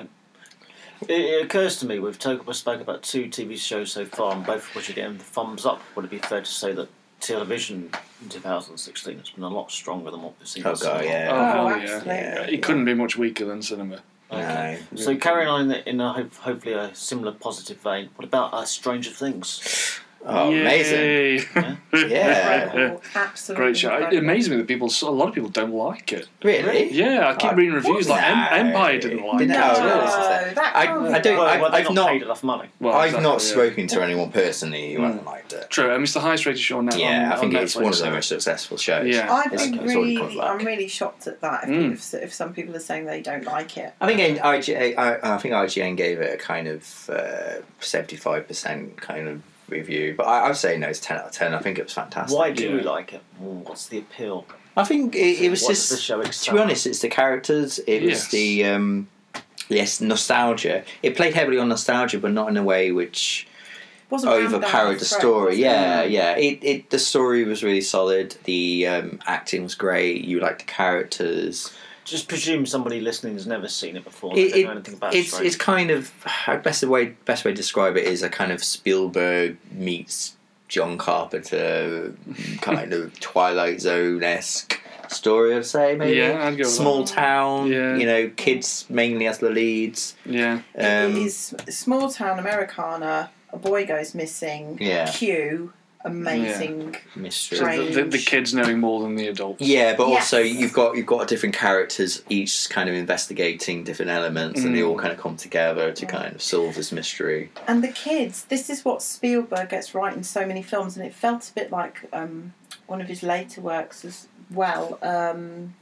Speaker 1: It, it occurs to me we've talk, we spoke about two TV shows so far, and both of which are getting the thumbs up. Would it be fair to say that television in 2016 has been a lot stronger than what we've seen? in
Speaker 3: Oh, God,
Speaker 1: cinema?
Speaker 3: yeah.
Speaker 4: Oh,
Speaker 2: Oh,
Speaker 4: hell yeah.
Speaker 2: absolutely.
Speaker 4: It couldn't be much weaker than cinema.
Speaker 1: Okay.
Speaker 3: No.
Speaker 1: So carrying on in, the, in a, ho- hopefully a similar positive vein, what about uh, Stranger Things?
Speaker 3: Oh, amazing.
Speaker 4: Yay.
Speaker 1: Yeah.
Speaker 3: Yeah.
Speaker 2: Incredible, Oh, Absolutely.
Speaker 4: Great show. It
Speaker 2: incredible.
Speaker 4: amazes me that people, a lot of people don't like it.
Speaker 3: Really?
Speaker 4: Yeah, I keep
Speaker 3: Oh,
Speaker 4: reading reviews like
Speaker 3: no.
Speaker 4: em- Empire didn't like
Speaker 3: Didn't
Speaker 4: it.
Speaker 2: No,
Speaker 3: No, really, it's
Speaker 2: Oh, that
Speaker 3: just
Speaker 2: can't
Speaker 3: I-
Speaker 2: be
Speaker 3: I don't-
Speaker 2: right.
Speaker 1: well, well, they've not,
Speaker 3: I've not-
Speaker 1: paid enough money.
Speaker 4: Well,
Speaker 3: I've
Speaker 4: exactly,
Speaker 3: not
Speaker 4: yeah.
Speaker 3: spoken to anyone personally who hasn't liked it.
Speaker 4: True, I mean, it's the highest rated show on net.
Speaker 3: Yeah,
Speaker 4: on,
Speaker 3: I think
Speaker 4: on
Speaker 3: it's one of
Speaker 4: Netflix,
Speaker 3: the
Speaker 4: so-
Speaker 3: most successful shows.
Speaker 4: Yeah.
Speaker 2: I've
Speaker 3: It's-
Speaker 2: been
Speaker 3: it's already
Speaker 2: really,
Speaker 3: come back.
Speaker 2: I'm really shocked at that. If,
Speaker 4: Mm.
Speaker 2: if, if some people are saying they don't like it,
Speaker 3: I think in IGN, I, I think IGN gave it a kind of uh, seventy-five percent kind of review, but I, I'd say no, it's ten out of ten. I think it was fantastic.
Speaker 1: Why do we
Speaker 4: Yeah.
Speaker 1: like it? Mm, What's the appeal?
Speaker 3: I think it, it was
Speaker 1: What does
Speaker 3: just
Speaker 1: the show
Speaker 3: to
Speaker 1: excel
Speaker 3: be
Speaker 1: at?
Speaker 3: honest, it's the characters. It
Speaker 4: Yes.
Speaker 3: was the um, yes nostalgia. It played heavily on nostalgia, but not in a way which
Speaker 2: wasn't rammed down
Speaker 3: overpowered
Speaker 2: our
Speaker 3: the
Speaker 2: throat,
Speaker 3: story.
Speaker 2: was it?
Speaker 3: Yeah, yeah. It, it the story was really solid. The um, acting was great. You liked the characters.
Speaker 1: Just presume somebody listening has never seen it before. and
Speaker 3: It,
Speaker 1: they don't know
Speaker 3: it-
Speaker 1: anything about
Speaker 3: it's
Speaker 1: Stranger
Speaker 3: it's kind of best the way best way to describe it is a kind of Spielberg meets John Carpenter kind of Twilight Zone esque story. I'd say maybe
Speaker 4: Yeah, I'd go with
Speaker 3: small
Speaker 2: that.
Speaker 3: town.
Speaker 4: Yeah.
Speaker 3: You know, kids mainly as the leads.
Speaker 4: Yeah.
Speaker 3: Um,
Speaker 2: it is small town Americana. A boy goes missing.
Speaker 3: Yeah.
Speaker 2: Q. Amazing.
Speaker 3: mystery.
Speaker 4: So the, the, the kids knowing more than the adults.
Speaker 3: Yeah, but
Speaker 2: Yes.
Speaker 3: also you've got you've got different characters, each kind of investigating different elements, and they
Speaker 4: Mm.
Speaker 3: all kind of come together to kind of solve this mystery.
Speaker 2: And the kids. This is what Spielberg gets right in so many films, and it felt a bit like um, one of his later works as well. Um,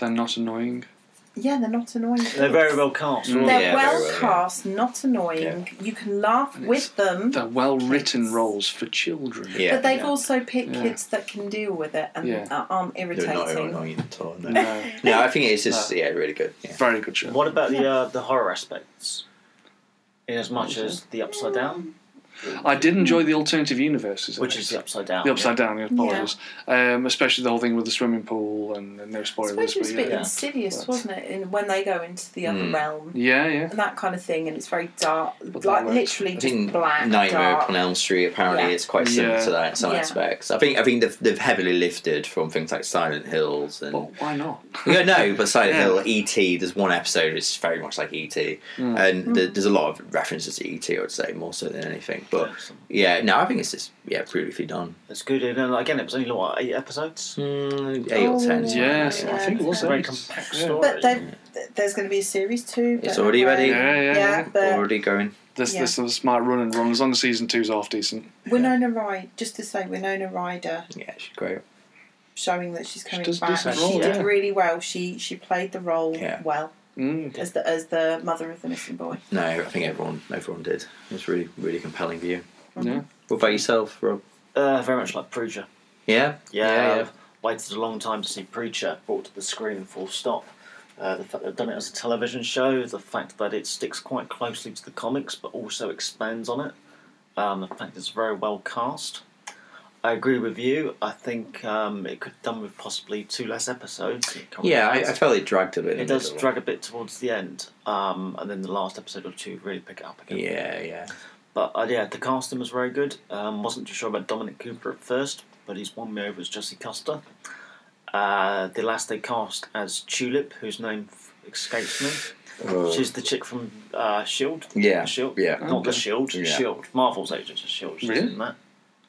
Speaker 4: They're not annoying.
Speaker 2: yeah, they're not annoying.
Speaker 1: Things. They're
Speaker 2: kids.
Speaker 1: very well cast.
Speaker 4: Mm.
Speaker 2: They're
Speaker 3: Yeah,
Speaker 2: well
Speaker 3: very well, yeah.
Speaker 2: cast, not annoying. You can laugh
Speaker 4: And it's-
Speaker 2: with them.
Speaker 4: They're well written
Speaker 2: Kids.
Speaker 4: roles for children.
Speaker 3: Yeah,
Speaker 2: but they've
Speaker 4: Yeah.
Speaker 2: also picked
Speaker 4: Yeah.
Speaker 2: kids that can deal with it and
Speaker 4: Yeah.
Speaker 2: uh, aren't irritating.
Speaker 3: they're not annoying at all. No.
Speaker 4: No.
Speaker 3: no, I think it's just yeah, really good. Yeah.
Speaker 4: Very good show.
Speaker 1: What about the uh, the horror aspects? In as much as the Upside Down,
Speaker 4: I did enjoy the alternative universes. in
Speaker 1: which
Speaker 4: it.
Speaker 3: uh,
Speaker 1: is the Upside Down.
Speaker 4: The upside down, yeah,
Speaker 2: Yeah.
Speaker 4: apologies. Um, especially the whole thing with the swimming pool and, and no
Speaker 2: I
Speaker 4: spoilers.
Speaker 2: suppose it was a
Speaker 4: but
Speaker 2: bit
Speaker 1: yeah.
Speaker 2: insidious,
Speaker 4: That's-
Speaker 2: wasn't it? In, when they go into the other
Speaker 3: Hmm.
Speaker 2: realm
Speaker 4: yeah. yeah, yeah.
Speaker 2: and that kind of thing, and it's very dark,
Speaker 4: that
Speaker 2: like
Speaker 4: works.
Speaker 2: literally
Speaker 3: I
Speaker 2: just
Speaker 3: think
Speaker 2: black,
Speaker 3: Nightmare
Speaker 2: dark.
Speaker 3: on Elm Street apparently
Speaker 2: Yeah.
Speaker 3: it's quite similar
Speaker 4: Yeah.
Speaker 3: to that in some
Speaker 2: Yeah.
Speaker 3: aspects. I think I think they've, they've heavily lifted from things like Silent Hills and
Speaker 4: Well, why not?
Speaker 3: Yeah, no, but Silent
Speaker 4: Oh. Yeah.
Speaker 3: Hill, E.T. There's one episode that's very much like E.T.
Speaker 4: Mm.
Speaker 3: and th-
Speaker 2: Mm.
Speaker 3: there's a lot of references to E.T. I would say more so than anything. But yeah, no, I think it's just yeah, beautifully done.
Speaker 1: It's good. And then, again, it was only what eight episodes.
Speaker 3: Mm, eight or
Speaker 2: Oh,
Speaker 3: ten. something like
Speaker 4: Yes,
Speaker 3: that,
Speaker 4: I think it was
Speaker 1: Very
Speaker 4: eight.
Speaker 1: compact
Speaker 4: Yeah.
Speaker 1: story.
Speaker 2: But they've, th- there's going to be a series too.
Speaker 3: It's
Speaker 2: but-
Speaker 3: already ready.
Speaker 4: Yeah, yeah,
Speaker 2: Yeah,
Speaker 4: yeah.
Speaker 2: but
Speaker 3: Already going.
Speaker 4: This,
Speaker 2: Yeah.
Speaker 4: this, this might run and run as long as season two's half decent.
Speaker 2: Winona Ryder, just to say, Winona Ryder
Speaker 3: Yeah, she's great.
Speaker 2: showing that she's coming
Speaker 4: does
Speaker 2: back.
Speaker 4: decent
Speaker 2: She
Speaker 4: role,
Speaker 2: did
Speaker 4: yeah.
Speaker 2: really well. She she played the role
Speaker 3: Yeah.
Speaker 2: well
Speaker 4: Mm.
Speaker 2: as the as the mother of the missing boy.
Speaker 3: No, I think everyone everyone did. It's really really compelling view.
Speaker 2: Mm-hmm.
Speaker 4: Yeah.
Speaker 3: What about yourself, Rob?
Speaker 1: Uh, very much like Preacher.
Speaker 3: Yeah,
Speaker 1: Yeah,
Speaker 3: yeah.
Speaker 1: I've waited a long time to see Preacher brought to the screen full stop. Uh, the fact they've done it as a television show, the fact that it sticks quite closely to the comics but also expands on it, um, the fact it's very well cast. I agree with you. I think um, it could have done with possibly two less episodes. It can't-
Speaker 3: Yeah, I, I felt it dragged a bit. in
Speaker 1: it
Speaker 3: the
Speaker 1: does
Speaker 3: middle.
Speaker 1: drag a bit towards the end, um, and then the last episode or two really pick it up again.
Speaker 3: Yeah, yeah.
Speaker 1: But uh, yeah, the casting was very good. Um, wasn't too sure about Dominic Cooper at first, but he's won me over as Jesse Custer. Uh, the last they cast as Tulip, whose name f- escapes me.
Speaker 3: Oh.
Speaker 1: She's the chick from uh, Shield.
Speaker 3: yeah,
Speaker 1: The Shield.
Speaker 3: yeah.
Speaker 1: Not the Shield.
Speaker 3: Yeah.
Speaker 1: Shield. E Marvel's agent is Shield. E She's
Speaker 4: Really?
Speaker 1: in that.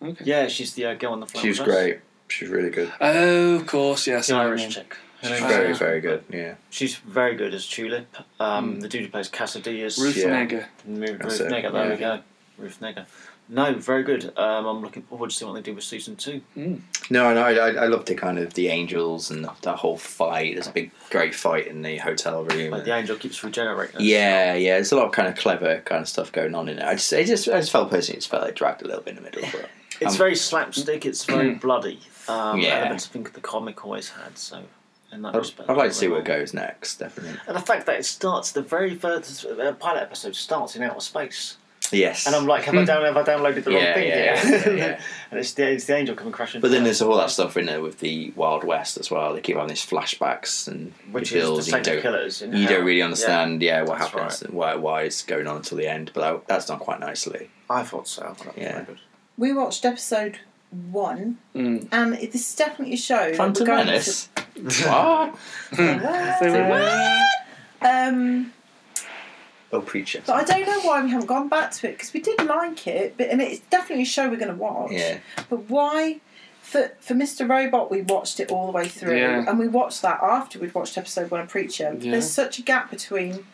Speaker 4: Okay.
Speaker 1: Yeah, she's the uh, girl on the flower.
Speaker 3: She's
Speaker 1: dress.
Speaker 3: great. She's really good.
Speaker 4: Oh, of course, yes.
Speaker 1: The Irish
Speaker 4: Yeah.
Speaker 1: chick.
Speaker 3: She's
Speaker 4: Uh,
Speaker 3: very very good. Yeah,
Speaker 1: She's very good as Tulip.
Speaker 4: Hmm.
Speaker 1: Um, The dude who plays Cassidy is
Speaker 4: Ruth
Speaker 3: Yeah.
Speaker 4: Negger.
Speaker 1: Ruth
Speaker 3: That's it,
Speaker 1: Negger, there we
Speaker 4: yeah.
Speaker 1: go. Ruth Negger. No, very good. Um, I'm looking forward to see what they do with season two.
Speaker 3: No, no, I, I I loved the kind of the angels and that whole fight. There's a big, great fight in the hotel room.
Speaker 1: Like the angel keeps regenerating.
Speaker 3: yeah, yeah. There's a lot of kind of clever kind of stuff going on in it. I just, I just, I just felt personally, it just felt like dragged a little bit in the middle. But
Speaker 1: It's
Speaker 3: Um,
Speaker 1: very slapstick. It's very bloody. Um,
Speaker 3: Yeah.
Speaker 1: Elements I think the comic always had. So in that
Speaker 3: I'd,
Speaker 1: respect,
Speaker 3: I'd like to see where it goes next. Definitely.
Speaker 1: And the fact that it starts the very first uh, pilot episode starts in outer space.
Speaker 3: Yes.
Speaker 5: And I'm like, have I down? Have I downloaded the wrong
Speaker 3: Hmm. Yeah,
Speaker 5: thing
Speaker 3: yeah,
Speaker 5: here?
Speaker 3: yeah, yeah.
Speaker 5: and it's the, it's the angel coming crashing.
Speaker 3: But then
Speaker 5: down,
Speaker 3: there's all that stuff in there with the Wild West as well. They keep having these flashbacks and
Speaker 5: which
Speaker 3: the
Speaker 5: is
Speaker 3: bills
Speaker 5: the
Speaker 3: you
Speaker 5: same
Speaker 3: don't,
Speaker 5: killers. in
Speaker 3: you
Speaker 5: hell.
Speaker 3: don't really understand, yeah, what
Speaker 5: That's
Speaker 3: happens, and why why it's going on until the end. But that, that's done quite nicely.
Speaker 5: Yeah. I thought so. I thought that was
Speaker 3: Yeah.
Speaker 5: very good.
Speaker 2: We watched episode one,
Speaker 4: Mm.
Speaker 2: and it, this is definitely a show. that
Speaker 3: Phantom
Speaker 2: we're going
Speaker 3: Menace. what?
Speaker 2: To, um,
Speaker 3: Oh, preacher.
Speaker 2: but I don't know why we haven't gone back to it because we did like it, but and it's definitely a show we're going to watch.
Speaker 3: Yeah.
Speaker 2: But why? For, for Mr. Robot, we watched it all the way through,
Speaker 4: Yeah.
Speaker 2: and we watched that after we'd watched episode one of Preacher.
Speaker 4: Yeah.
Speaker 2: There's such a gap between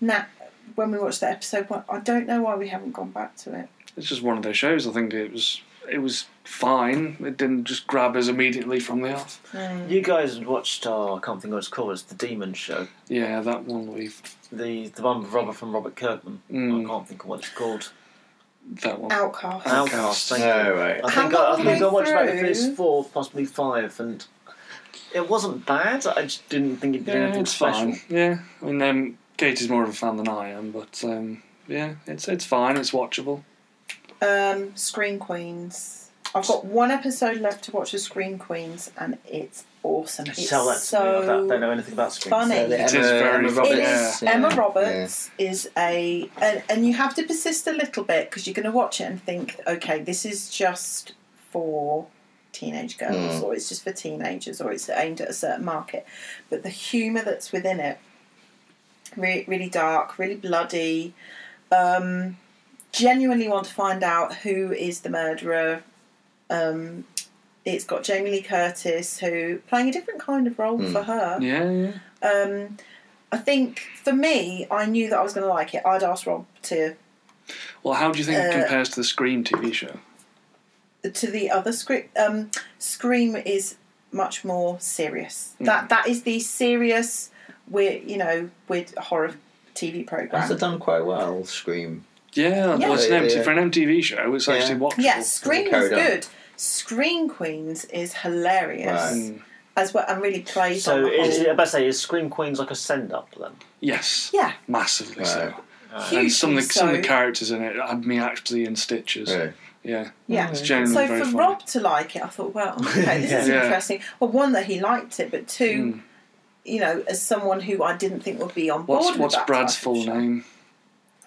Speaker 2: that when we watched that episode one. I don't know why we haven't gone back to it.
Speaker 4: It's just one of those shows. I think it was it was fine. It didn't just grab us immediately from the off.
Speaker 5: You guys watched? Oh, I can't think what it's called. It's the Demon Show.
Speaker 4: Yeah, that one we've
Speaker 5: The the one with Robert from Robert Kirkman.
Speaker 4: Mm. Oh,
Speaker 5: I can't think of what it's called.
Speaker 4: that one.
Speaker 2: Outcast.
Speaker 5: Outcast. Thank you.
Speaker 3: No, right.
Speaker 5: I
Speaker 2: How
Speaker 5: think
Speaker 2: about
Speaker 5: I, I think I
Speaker 2: halfway
Speaker 5: watched about the
Speaker 2: through?
Speaker 5: first four, possibly five, and it wasn't bad. I just didn't think it did
Speaker 4: Yeah,
Speaker 5: anything
Speaker 4: it's
Speaker 5: special.
Speaker 4: fine. Yeah, I mean, um, Kate is more of a fan than I am, but um, yeah, it's it's fine. It's watchable.
Speaker 2: Um, Screen Queens. I've got one episode left to watch of Screen Queens, and it's awesome. It's
Speaker 5: Tell that to
Speaker 2: so
Speaker 5: me. I don't, don't know anything about screens.
Speaker 2: funny.
Speaker 3: So the
Speaker 2: It
Speaker 4: is very
Speaker 2: It
Speaker 4: Roberts,
Speaker 2: is Emma Roberts is a, and, and you have to persist a little bit because you're going to watch it and think, okay, this is just for teenage girls,
Speaker 3: Mm.
Speaker 2: or it's just for teenagers, or it's aimed at a certain market. But the humour that's within it, re- really dark, really bloody. Um, genuinely want to find out who is the murderer. Um, it's got Jamie Lee Curtis, who playing a different kind of role
Speaker 3: Mm.
Speaker 2: for her.
Speaker 4: Yeah, yeah.
Speaker 2: Um, I think for me, I knew that I was going to like it. I'd asked Rob to
Speaker 4: Well, how do you think it
Speaker 2: Uh,
Speaker 4: compares to the Scream TV show?
Speaker 2: to the other script. Um, Scream is much more serious.
Speaker 4: Mm.
Speaker 2: That that is the serious, we're you know, with horror TV program.
Speaker 3: That's done quite well. Scream.
Speaker 4: Yeah,
Speaker 2: Yeah.
Speaker 4: well, it's an
Speaker 3: Yeah,
Speaker 4: empty,
Speaker 3: yeah.
Speaker 4: for an MTV show. It's
Speaker 3: Yeah.
Speaker 4: actually watchable.
Speaker 2: yeah, Scream is
Speaker 3: Carried on.
Speaker 2: good. Scream Queens is hilarious
Speaker 3: Right.
Speaker 4: Mm.
Speaker 2: as well, and really plays on
Speaker 5: So,
Speaker 2: the
Speaker 5: is,
Speaker 2: whole.
Speaker 5: I best say, is Scream Queens like a send up then?
Speaker 4: Yes,
Speaker 2: Yeah,
Speaker 4: massively so.
Speaker 2: hugely
Speaker 4: And some of the some of the
Speaker 2: so.
Speaker 4: characters in it had me actually in stitches.
Speaker 3: Really?
Speaker 4: Yeah,
Speaker 2: Yeah.
Speaker 4: it's generally
Speaker 2: So
Speaker 4: very
Speaker 2: for
Speaker 4: funny.
Speaker 2: Rob to like it, I thought, well, okay, this is
Speaker 4: Yeah.
Speaker 2: interesting. Well, one that he liked it, but two,
Speaker 4: Mm.
Speaker 2: you know, as someone who I didn't think would be on board.
Speaker 4: what's
Speaker 2: with
Speaker 4: what's
Speaker 2: that
Speaker 4: Brad's
Speaker 2: type of
Speaker 4: full
Speaker 2: show.
Speaker 4: name?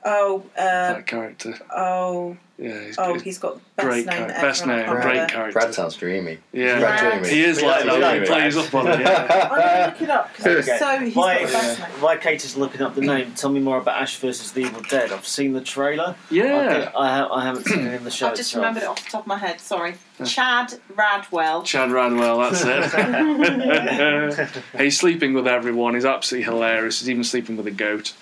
Speaker 2: Oh, uh,
Speaker 4: that character.
Speaker 2: oh,
Speaker 4: Yeah, he's,
Speaker 2: oh,
Speaker 4: he's
Speaker 2: he's got the best
Speaker 4: great
Speaker 2: name
Speaker 4: character.
Speaker 2: ever.
Speaker 4: Best
Speaker 2: and I
Speaker 4: name,
Speaker 2: can't
Speaker 4: great
Speaker 2: remember.
Speaker 4: character.
Speaker 3: Brad sounds dreamy.
Speaker 4: yeah,
Speaker 3: Brad
Speaker 2: Brad.
Speaker 3: dreamy.
Speaker 4: he is
Speaker 5: We
Speaker 4: like
Speaker 5: like- we
Speaker 4: that. He
Speaker 5: like
Speaker 4: plays
Speaker 5: Brad.
Speaker 4: up on it. Yeah.
Speaker 2: I'm gonna look it up 'cause it's
Speaker 5: Okay.
Speaker 2: so he's
Speaker 5: Why-
Speaker 2: got the best name.
Speaker 5: While Kate is looking up the name, tell me more about Ash versus the Evil Dead. I've seen the trailer. I,
Speaker 4: yeah.
Speaker 5: think- I, ha- I haven't seen it in the show.
Speaker 2: I've just
Speaker 5: itself.
Speaker 2: remembered it off the top of my head. Sorry, Chad Radwell.
Speaker 4: Chad Radwell, that's it. he's sleeping with everyone. He's absolutely hilarious. He's even sleeping with a goat.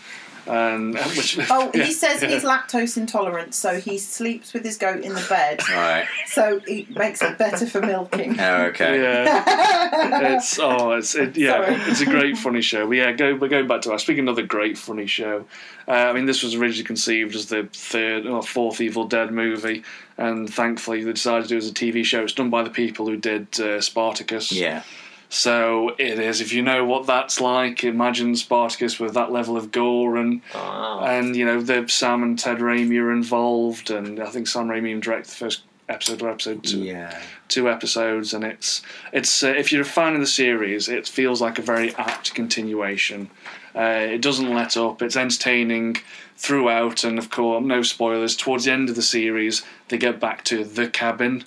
Speaker 4: And which,
Speaker 2: Oh,
Speaker 4: yeah,
Speaker 2: he says
Speaker 4: yeah.
Speaker 2: he's lactose intolerant, so he sleeps with his goat in the bed,
Speaker 3: Right.
Speaker 2: so it makes it better for milking.
Speaker 3: Oh, okay.
Speaker 4: Yeah, it's oh, it's it, yeah,
Speaker 2: Sorry.
Speaker 4: it's a great funny show. But yeah, go we're going back to I speak another great funny show. Uh, I mean, this was originally conceived as the third or fourth Evil Dead movie, and thankfully they decided to do it as a TV show. It's done by the people who did uh, Spartacus.
Speaker 3: Yeah.
Speaker 4: So it is. If you know what that's like, imagine Spartacus with that level of gore and
Speaker 1: Oh.
Speaker 5: Wow.
Speaker 4: and you know the Sam and Ted Raimi are involved, and I think Sam Raimi even directed the first episode or episode two,
Speaker 3: Yeah.
Speaker 4: two episodes, and it's it's uh, if you're a fan of the series, it feels like a very apt continuation. Uh, it doesn't let up. It's entertaining throughout, and of course, no spoilers. Towards the end of the series, they get back to the cabin,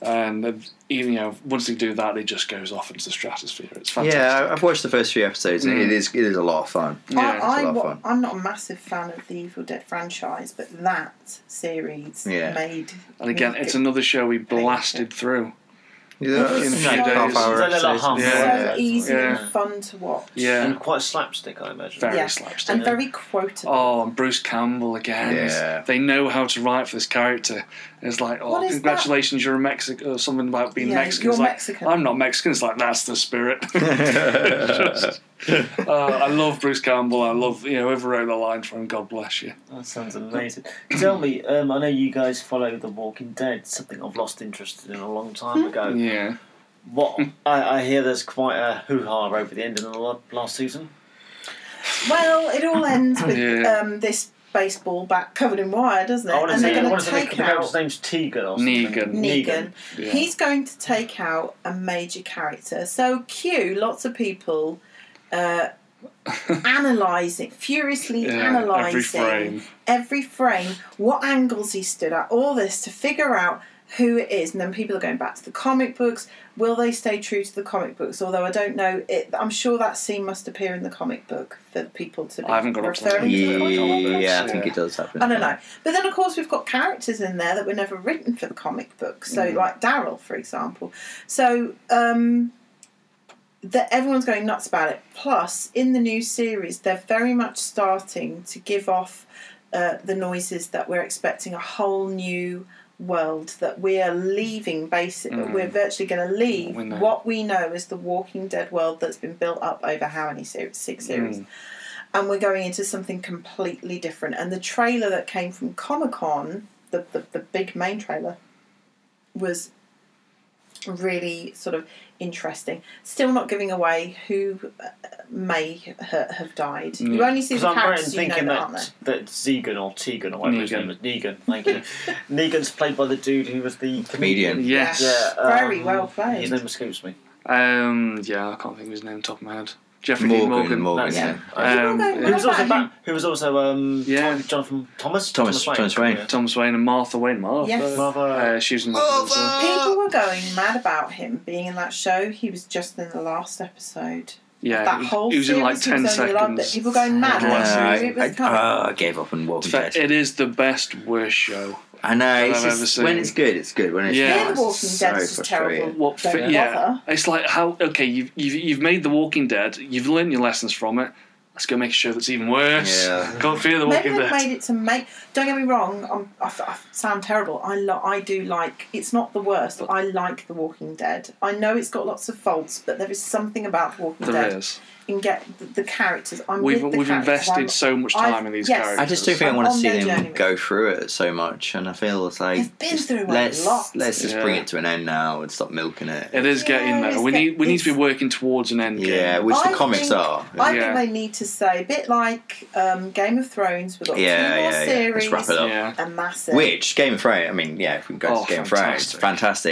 Speaker 4: and uh, even you know once they do that, it just goes off into the stratosphere. It's fantastic.
Speaker 3: Yeah, I- I've watched the first few episodes. and It is it is a lot of fun.
Speaker 4: Yeah,
Speaker 3: it's a
Speaker 2: I, I
Speaker 3: lot of
Speaker 2: wa-
Speaker 3: fun.
Speaker 2: I'm not a massive fan of the Evil Dead franchise, but that series
Speaker 3: Yeah.
Speaker 2: made.
Speaker 4: And again,
Speaker 2: me
Speaker 4: it's
Speaker 2: think
Speaker 4: another show we blasted through.
Speaker 3: Yeah,
Speaker 2: In a
Speaker 3: it's
Speaker 2: few
Speaker 3: like
Speaker 2: days.
Speaker 3: half-hour
Speaker 5: It's a little
Speaker 3: episodes.
Speaker 5: half-hour.
Speaker 2: so
Speaker 4: Yeah.
Speaker 2: easy
Speaker 4: Yeah.
Speaker 2: and fun to watch.
Speaker 4: Yeah.
Speaker 5: And quite slapstick, I imagine.
Speaker 4: Very
Speaker 2: Yeah.
Speaker 4: slapstick.
Speaker 2: and very quotable.
Speaker 4: Oh, and Bruce Campbell again. It's-
Speaker 3: Yeah.
Speaker 4: They know how to write for this character. It's like, oh,
Speaker 2: What is
Speaker 4: congratulations, you're a Mexican, or something about being
Speaker 2: Yeah,
Speaker 4: Mexican.
Speaker 2: you're
Speaker 4: It's like,
Speaker 2: Mexican.
Speaker 4: I'm not Mexican. It's like, that's the spirit. Just- uh, I love Bruce Campbell. I love, you know, whoever wrote the line for him, God bless you.
Speaker 5: That sounds amazing. Tell me, um, I know you guys follow The Walking Dead, something I've lost interest in a long time
Speaker 1: Uh,
Speaker 5: ago.
Speaker 4: Yeah.
Speaker 5: What I, I hear there's quite a hoo ha over the end of the la- last season.
Speaker 2: Well, it all ends with
Speaker 4: Yeah.
Speaker 2: um, this baseball bat covered in wire, doesn't it?
Speaker 5: I want to
Speaker 2: and
Speaker 5: see.
Speaker 2: they're
Speaker 5: I
Speaker 2: going
Speaker 5: want
Speaker 2: to
Speaker 5: to see the
Speaker 2: take
Speaker 5: character's
Speaker 2: out
Speaker 5: name's Tegan or something.
Speaker 4: Negan.
Speaker 2: Negan.
Speaker 4: Yeah.
Speaker 2: He's going to take out a major character. So Q, lots of people uh, analysing, furiously
Speaker 4: Yeah,
Speaker 2: analysing
Speaker 4: every frame.
Speaker 2: every frame, what angles he stood at, all this to figure out who it is. And then people are going back to the comic books. Will they stay true to the comic books? Although I don't know, it, I'm sure that scene must appear in the comic book for people to be
Speaker 4: I haven't got up to that
Speaker 2: referring to the comic
Speaker 3: Yeah,
Speaker 2: books.
Speaker 3: I think it does happen.
Speaker 2: I don't know. But then, of course, we've got characters in there that were never written for the comic book. So, like Daryl, for example. So, um, that everyone's going nuts about it. Plus, in the new series, they're very much starting to give off uh, the noises that we're expecting a whole new world that we are leaving basic we're virtually going to leave
Speaker 4: We know.
Speaker 2: what we know as the walking dead world that's been built up over how many series six series and we're going into something completely different. And the trailer that came from Comic Con, the, the, the big main trailer, was really sort of interesting. Still not giving away who uh, may ha- have died. You only see
Speaker 5: Because
Speaker 2: the
Speaker 5: I'm right in
Speaker 2: characters you know
Speaker 5: thinking
Speaker 2: that aren't there.
Speaker 5: that, that Zegan or Tegan or whatever his
Speaker 4: Negan.
Speaker 5: name is, Negan, thank you. Negan's played by the dude who was the
Speaker 3: Comedian.
Speaker 4: Yes.
Speaker 5: Yeah, um,
Speaker 2: Very well played.
Speaker 5: His name escapes me.
Speaker 4: Um, yeah, I can't think of his name on top of my head. Jeffrey
Speaker 3: Morgan,
Speaker 4: Dean Morgan.
Speaker 3: Morgan,
Speaker 5: That's
Speaker 3: yeah.
Speaker 5: him.
Speaker 4: Um,
Speaker 2: Morgan,
Speaker 5: Who
Speaker 4: yeah.
Speaker 5: was also,
Speaker 2: about him?
Speaker 5: Bat- who was also um,
Speaker 4: Yeah.
Speaker 5: Tom- Jonathan Thomas?
Speaker 3: Thomas- Thomas Wayne.
Speaker 5: yeah.
Speaker 4: Thomas Wayne and Martha Wayne. Martha.
Speaker 2: Yes.
Speaker 5: Martha.
Speaker 4: Uh, she was in
Speaker 3: Martha!
Speaker 4: Martha.
Speaker 2: People were going mad about him being in that show. He was just in the last episode.
Speaker 4: Yeah.
Speaker 2: that
Speaker 4: he-
Speaker 2: whole
Speaker 4: he was in like
Speaker 2: series, he
Speaker 4: ten
Speaker 2: was only allowed that-
Speaker 4: seconds.
Speaker 2: People going mad.
Speaker 4: Yeah,
Speaker 2: about it.
Speaker 3: I,
Speaker 2: It was
Speaker 3: I,
Speaker 2: kind of-
Speaker 3: uh, I gave up on Walking
Speaker 4: In fact,
Speaker 3: Dead.
Speaker 4: it is the best worst show.
Speaker 3: I know. It's
Speaker 4: I've ever
Speaker 3: just,
Speaker 4: seen.
Speaker 3: when it's good, it's good. When it's
Speaker 4: Yeah.
Speaker 3: not,
Speaker 4: Yeah, The
Speaker 3: it's
Speaker 2: Walking
Speaker 3: so
Speaker 2: Dead is just terrible.
Speaker 3: frustrating.
Speaker 4: What?
Speaker 2: Don't
Speaker 4: Fi- yeah.
Speaker 2: bother.
Speaker 4: It's like how okay you've, you've you've made The Walking Dead. You've learned your lessons from it. Let's go make a show that's even worse.
Speaker 3: Yeah.
Speaker 4: Can't fear The
Speaker 2: Maybe
Speaker 4: Walking
Speaker 2: they've
Speaker 4: Dead.
Speaker 2: made it to make. Don't get me wrong. I'm, I, I sound terrible. I lo- I do like. It's not the worst. I like The Walking Dead. I know it's got lots of faults, but there is something about The Walking
Speaker 4: there
Speaker 2: Dead.
Speaker 4: is.
Speaker 2: And get the, the characters. I'm
Speaker 4: We've
Speaker 2: with the
Speaker 4: we've
Speaker 2: characters.
Speaker 4: invested
Speaker 2: I'm-
Speaker 4: so much
Speaker 2: I've-
Speaker 4: time in these
Speaker 2: yes.
Speaker 4: characters.
Speaker 3: I just don't think I
Speaker 2: I'm
Speaker 3: want to
Speaker 2: on
Speaker 3: see
Speaker 2: their
Speaker 3: them
Speaker 2: journey.
Speaker 3: go through it so much, and I feel it's like
Speaker 2: They've been
Speaker 3: just
Speaker 2: through a
Speaker 3: let's
Speaker 2: lot.
Speaker 3: let's just bring
Speaker 4: Yeah.
Speaker 3: it to an end now and stop milking it.
Speaker 4: It is getting
Speaker 2: Yeah,
Speaker 4: there.
Speaker 2: it's
Speaker 4: We
Speaker 2: get-
Speaker 4: need we need to be
Speaker 2: it's-
Speaker 4: working towards an end. game.
Speaker 3: yeah, which
Speaker 2: I
Speaker 3: the comics
Speaker 2: think-
Speaker 3: are.
Speaker 2: I
Speaker 4: Yeah.
Speaker 2: think they need to say a bit like um, Game of Thrones. We've got
Speaker 3: yeah,
Speaker 2: two more
Speaker 3: yeah, yeah.
Speaker 2: series.
Speaker 3: Let's wrap it up.
Speaker 4: Yeah.
Speaker 2: A massive.
Speaker 3: Which Game of Thrones? I mean, yeah, if we go
Speaker 4: Oh,
Speaker 3: to Game of Thrones, it's
Speaker 4: fantastic.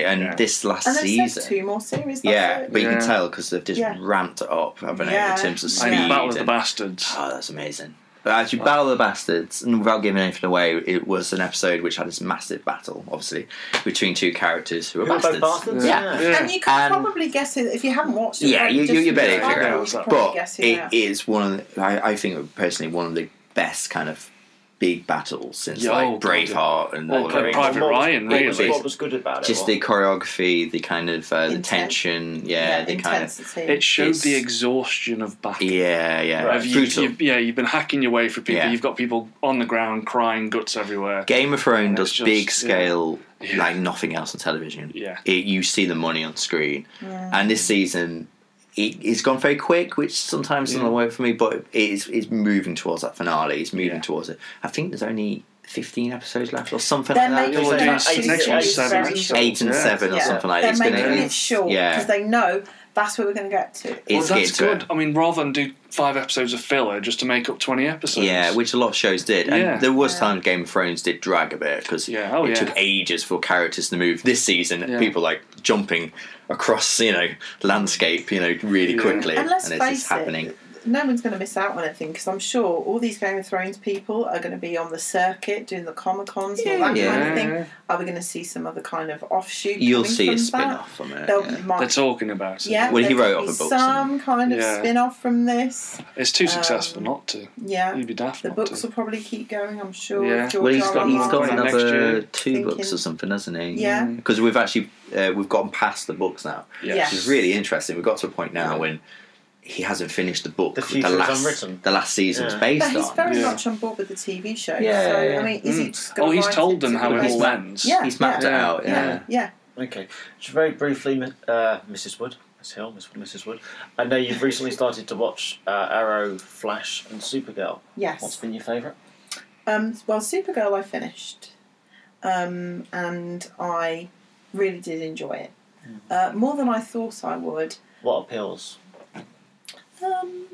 Speaker 3: fantastic. And
Speaker 4: Yeah.
Speaker 3: this last
Speaker 2: And there's
Speaker 3: season,
Speaker 2: said two more series. that's
Speaker 3: yeah,
Speaker 2: it.
Speaker 3: but you
Speaker 4: Yeah.
Speaker 3: can tell because they've just
Speaker 2: Yeah.
Speaker 3: ramped it up, haven't they?
Speaker 2: Yeah.
Speaker 3: In terms of speed.
Speaker 4: And
Speaker 2: Yeah.
Speaker 4: Battle of the
Speaker 3: and-
Speaker 4: Bastards.
Speaker 3: Oh, that's amazing. But actually, Battle of the Bastards, and without giving anything away, it was an episode which had this massive battle, obviously, between two characters who are
Speaker 5: Who are both
Speaker 3: bastards.
Speaker 5: bastards?
Speaker 3: Yeah.
Speaker 4: Yeah.
Speaker 2: And you can
Speaker 3: And-
Speaker 2: probably guess it if you haven't watched it.
Speaker 3: Yeah,
Speaker 2: right,
Speaker 3: you-
Speaker 2: just
Speaker 3: you- you
Speaker 2: from
Speaker 3: better
Speaker 2: the
Speaker 3: figure
Speaker 2: title,
Speaker 3: it
Speaker 2: you
Speaker 4: out.
Speaker 2: can probably
Speaker 3: But
Speaker 2: guess who they are.
Speaker 3: it is one of the, I, I think personally one of the best kind of big battles since
Speaker 4: Yeah, oh,
Speaker 3: like
Speaker 4: God,
Speaker 3: Braveheart and
Speaker 4: Well,
Speaker 3: Lord of the Rings.
Speaker 4: Private
Speaker 5: What was-
Speaker 4: Ryan,
Speaker 5: what was-
Speaker 3: really.
Speaker 5: What was good about it?
Speaker 3: Just
Speaker 5: was-
Speaker 3: the choreography, the kind of uh, the
Speaker 2: Intent.
Speaker 3: tension, yeah, the kind of
Speaker 2: intensity.
Speaker 4: It showed
Speaker 3: It's-
Speaker 4: the exhaustion of battle.
Speaker 3: yeah, yeah,
Speaker 5: Right.
Speaker 4: You,
Speaker 3: brutal.
Speaker 4: you've, yeah, you've been hacking your way through people.
Speaker 3: Yeah.
Speaker 4: You've got people on the ground crying, guts everywhere.
Speaker 3: Game of Thrones
Speaker 4: And
Speaker 3: does
Speaker 4: it's just-
Speaker 3: big scale
Speaker 4: yeah.
Speaker 3: like nothing else on television.
Speaker 4: Yeah.
Speaker 3: It, you see the money on screen. And this season, it, it's gone very quick, which sometimes is
Speaker 4: Yeah.
Speaker 3: not work for me, but it's, it's moving towards that finale. It's moving
Speaker 4: Yeah.
Speaker 3: towards it. I think there's only 15 episodes left or something
Speaker 2: They're
Speaker 3: like
Speaker 2: making
Speaker 3: that.
Speaker 4: We'll
Speaker 2: it
Speaker 4: do
Speaker 2: that
Speaker 4: s- next
Speaker 2: season
Speaker 4: one's
Speaker 2: is
Speaker 4: seven.
Speaker 2: very
Speaker 4: so-
Speaker 2: short.
Speaker 3: Eight and
Speaker 4: yeah.
Speaker 3: seven or
Speaker 2: Yeah.
Speaker 3: something like
Speaker 2: They're
Speaker 3: that. It's
Speaker 2: making
Speaker 3: gonna,
Speaker 2: it short
Speaker 3: yeah.
Speaker 2: because they know that's where we're going to get to.
Speaker 4: Well,
Speaker 3: It's
Speaker 4: that's
Speaker 3: getting to it.
Speaker 4: good. I mean, rather than do five episodes of filler just to make up 20 episodes.
Speaker 3: Yeah, which a lot of shows did, and
Speaker 4: Yeah.
Speaker 3: there was
Speaker 2: Yeah.
Speaker 3: time Game of Thrones did drag a bit because
Speaker 4: Yeah, oh
Speaker 3: it
Speaker 4: yeah.
Speaker 3: took ages for characters to move. This season,
Speaker 4: Yeah.
Speaker 3: people like jumping across, you know, landscape, you know, really
Speaker 4: Yeah.
Speaker 3: quickly,
Speaker 2: And let's
Speaker 3: it's
Speaker 2: face
Speaker 3: just happening.
Speaker 2: it, no one's going to miss out on anything because I'm sure all these Game of Thrones people are going to be on the circuit doing the Comic Cons and all that
Speaker 3: Yeah.
Speaker 2: kind of thing. Are we going to see some other kind of offshoot?
Speaker 3: You'll
Speaker 2: coming
Speaker 3: see a
Speaker 2: from
Speaker 3: spin
Speaker 2: that?
Speaker 3: off from it.
Speaker 2: There'll
Speaker 3: yeah.
Speaker 2: might-
Speaker 4: They're talking about it.
Speaker 2: yeah,
Speaker 3: Well, he
Speaker 2: there could
Speaker 3: wrote
Speaker 2: be
Speaker 3: off a book,
Speaker 2: Some kind of
Speaker 4: Yeah.
Speaker 2: spin off from this.
Speaker 4: It's too
Speaker 2: Um,
Speaker 4: successful not to.
Speaker 2: Yeah.
Speaker 4: You'd be daft
Speaker 2: The
Speaker 4: not
Speaker 2: books
Speaker 4: to.
Speaker 2: will probably keep going, I'm sure.
Speaker 4: Yeah.
Speaker 2: George
Speaker 3: Well, he's
Speaker 2: R.
Speaker 3: got
Speaker 2: R.
Speaker 3: he's
Speaker 4: Right.
Speaker 3: got
Speaker 2: Martin.
Speaker 4: Next
Speaker 3: another
Speaker 4: year. Mm.
Speaker 3: two books
Speaker 2: Thinking-
Speaker 3: or something, hasn't he?
Speaker 2: Yeah.
Speaker 3: Because we've actually uh, we've gotten past the books now,
Speaker 4: Yeah.
Speaker 2: Yeah.
Speaker 3: which is really interesting. We've got to a point now
Speaker 4: Yeah.
Speaker 3: when he hasn't finished the book.
Speaker 5: The
Speaker 3: that
Speaker 5: future is
Speaker 3: last
Speaker 5: unwritten.
Speaker 3: the last season's
Speaker 5: Yeah.
Speaker 3: based
Speaker 2: But he's
Speaker 3: on.
Speaker 2: very
Speaker 4: Yeah.
Speaker 2: much on board with the TV show.
Speaker 3: Yeah,
Speaker 2: so,
Speaker 3: yeah, yeah.
Speaker 2: I mean, is he
Speaker 4: Mm.
Speaker 2: just gonna
Speaker 4: Oh, he's
Speaker 2: write
Speaker 4: told
Speaker 2: it
Speaker 4: them
Speaker 2: to
Speaker 4: how
Speaker 2: the
Speaker 4: it all
Speaker 2: best-
Speaker 4: ends.
Speaker 2: Yeah,
Speaker 3: He's mapped it
Speaker 4: yeah.
Speaker 3: out.
Speaker 2: Yeah, yeah.
Speaker 5: Okay, just very briefly, mi- uh, Mrs. Wood, Miss Hill, Miss Wood, Mrs. Wood. I know you've recently started to watch uh, Arrow, Flash, and Supergirl. What's
Speaker 2: Yes.
Speaker 5: been your favourite?
Speaker 2: Um, well, Supergirl I finished. Um, and I really did enjoy it.
Speaker 4: Mm.
Speaker 2: Uh, more than I thought I would.
Speaker 5: What appeals?
Speaker 2: Um,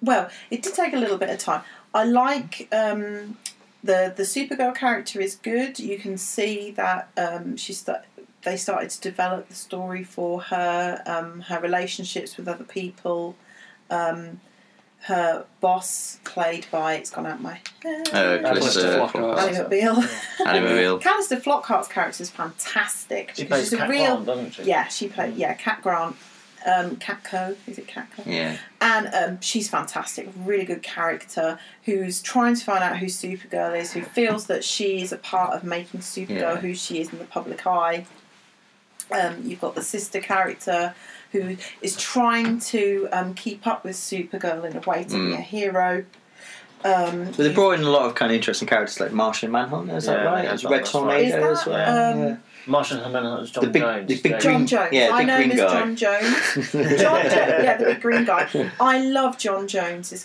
Speaker 2: well, it did take a little bit of time. I like um, the the Supergirl character is good. You can see that um, she sta- they started to develop the story for her, um, her relationships with other people, um, her boss played by it's gone out my head.
Speaker 3: Uh, Calista
Speaker 4: Flockhart.
Speaker 3: Flockhart.
Speaker 2: Annie Beale.
Speaker 3: Animal
Speaker 2: Callister Flockhart's character is fantastic.
Speaker 5: She
Speaker 2: because
Speaker 5: plays
Speaker 2: she's a
Speaker 5: Cat
Speaker 2: real
Speaker 5: Grant, doesn't she?
Speaker 2: yeah, she played yeah Cat Grant, um, Cat Co. Is it Cat Co?
Speaker 3: Yeah.
Speaker 2: And um, she's fantastic, really good character who's trying to find out who Supergirl is, who feels that she is a part of making Supergirl
Speaker 3: Yeah.
Speaker 2: who she is in the public eye. Um, you've got the sister character who is trying to um, keep up with Supergirl in a way to be
Speaker 3: Mm.
Speaker 2: a hero. Um,
Speaker 3: But they brought in a lot of kind of interesting characters like Martian Manhunter, is
Speaker 5: Yeah,
Speaker 3: that right?
Speaker 5: yeah,
Speaker 3: It's
Speaker 5: that-
Speaker 3: Red
Speaker 5: that's
Speaker 3: Tornado
Speaker 2: right.
Speaker 3: as well.
Speaker 2: Um,
Speaker 5: Martian Jimenez, John
Speaker 3: The big-
Speaker 5: Jones.
Speaker 3: the big
Speaker 5: yeah.
Speaker 2: John
Speaker 3: green-
Speaker 2: Jones.
Speaker 3: yeah, the
Speaker 2: I know him
Speaker 3: green
Speaker 2: as
Speaker 3: guy.
Speaker 2: John Jones.
Speaker 3: yeah.
Speaker 2: John Jones, yeah, the big green guy. I love John Jones's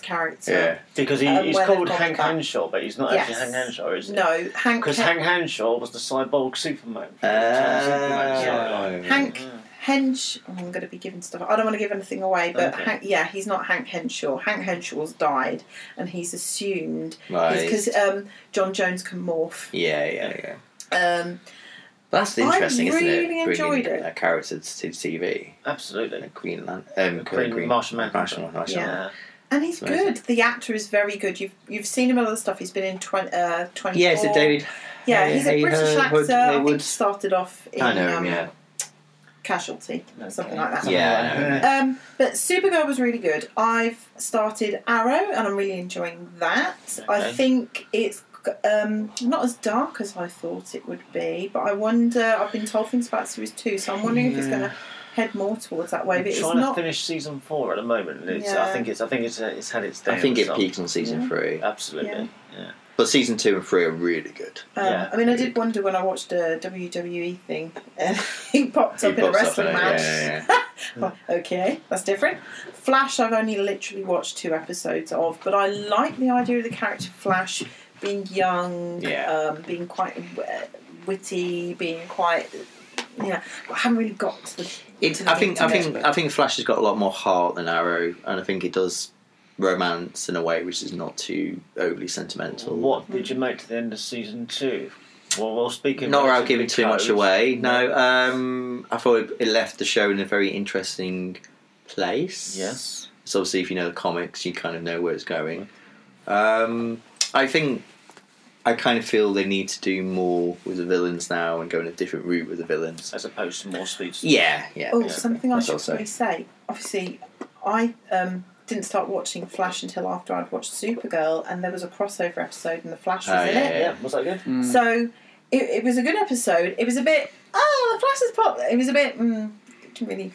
Speaker 2: character.
Speaker 3: Yeah.
Speaker 5: Because he,
Speaker 3: Uh,
Speaker 2: Um,
Speaker 5: he's
Speaker 2: where
Speaker 5: called
Speaker 2: they've
Speaker 5: Hank
Speaker 2: gone back.
Speaker 5: Henshaw, but he's not
Speaker 2: Yes.
Speaker 5: actually Hank Henshaw, is he?
Speaker 2: No, Hank.
Speaker 5: Because Hank Henshaw was the cyborg Superman.
Speaker 3: Oh.
Speaker 5: Superman, sorry.
Speaker 3: Uh,
Speaker 2: Hank
Speaker 5: Yeah.
Speaker 2: Hench. oh, I'm going to be giving stuff. I don't want to give anything away, but
Speaker 5: Okay.
Speaker 2: Hank, yeah, he's not Hank Henshaw. Hank Henshaw's died, and he's assumed
Speaker 3: Right.
Speaker 2: because um, John Jones can morph.
Speaker 3: Yeah, yeah, yeah.
Speaker 2: Um,
Speaker 3: That's
Speaker 2: I
Speaker 3: interesting, isn't it?
Speaker 2: really
Speaker 3: Bringing
Speaker 2: enjoyed it.
Speaker 3: a character to TV.
Speaker 5: Absolutely.
Speaker 3: Green Lantern. Um,
Speaker 5: Green-
Speaker 3: Green
Speaker 5: Martian Manhunter.
Speaker 3: Martian Manhunter.
Speaker 2: Yeah.
Speaker 5: Yeah.
Speaker 2: and he's
Speaker 3: Amazing.
Speaker 2: good. The actor is very good. You've you've seen him in other stuff. He's been in twenty. Uh, twenty.
Speaker 3: Yeah, is it David?
Speaker 2: Yeah, he's a
Speaker 3: Hey-
Speaker 2: British
Speaker 3: Hey-
Speaker 2: actor.
Speaker 3: Wood-
Speaker 2: I think he
Speaker 3: Haywood?
Speaker 2: started off in
Speaker 3: I know him,
Speaker 2: um,
Speaker 3: yeah.
Speaker 2: Casualty, something like that.
Speaker 3: Yeah, I know him.
Speaker 2: Um, but Supergirl was really good. I've started Arrow, and I'm really enjoying that. I
Speaker 5: Okay.
Speaker 2: think it's um, not as dark as I thought it would be, but I wonder. I've been told things about series two, so I'm wondering if it's
Speaker 3: Yeah.
Speaker 2: going to head more towards that way.
Speaker 5: I'm
Speaker 2: But it's
Speaker 5: trying to
Speaker 2: not.
Speaker 5: finish season four at the moment. and It's, I
Speaker 2: Yeah.
Speaker 5: think it's. I think it's. uh, It's had its day.
Speaker 3: I think it peaked on season
Speaker 2: Yeah.
Speaker 3: three.
Speaker 5: Absolutely.
Speaker 2: Yeah.
Speaker 3: But season two and three are really good.
Speaker 2: Um,
Speaker 5: yeah.
Speaker 2: I mean, I did wonder when I watched a WWE E thing, and he popped
Speaker 3: He
Speaker 2: up in a
Speaker 3: pops up
Speaker 2: wrestling
Speaker 3: in it,
Speaker 2: match.
Speaker 3: yeah,
Speaker 2: Well, okay, that's different. Flash, I've only literally watched two episodes of, but I like the idea of the character Flash being young,
Speaker 3: Yeah.
Speaker 2: um, being quite uh, witty, being quite. Yeah, but I haven't really got to the.
Speaker 3: It,
Speaker 2: to the
Speaker 3: I think I
Speaker 2: meat of
Speaker 3: think
Speaker 2: it.
Speaker 3: I think Flash has got a lot more heart than Arrow, and I think it does romance in a way which is not too overly sentimental.
Speaker 5: What
Speaker 2: Hmm.
Speaker 5: did you make to the end of season two? Well, well speaking.
Speaker 3: Not
Speaker 5: of
Speaker 3: without
Speaker 5: relatively
Speaker 3: giving too much
Speaker 5: close-
Speaker 3: away. No, um, I thought it left the show in a very interesting place.
Speaker 5: Yes.
Speaker 3: So obviously, if you know the comics, you kind of know where it's going. Um, I think I kind of feel they need to do more with the villains now and go in a different route with the villains.
Speaker 5: As opposed to more speed.
Speaker 3: Yeah, yeah.
Speaker 2: Oh,
Speaker 5: Yeah,
Speaker 2: something I
Speaker 3: that's
Speaker 2: should
Speaker 3: also-
Speaker 2: probably say. Obviously, I um, didn't start watching Flash until after I'd watched Supergirl, and there was a crossover episode, and the Flash was
Speaker 3: Oh,
Speaker 2: in
Speaker 3: yeah,
Speaker 2: it.
Speaker 5: Yeah. Was that good?
Speaker 3: Mm.
Speaker 2: So it, it was a good episode. It was a bit. Oh, the Flash is pop. It was a bit. Mm, didn't really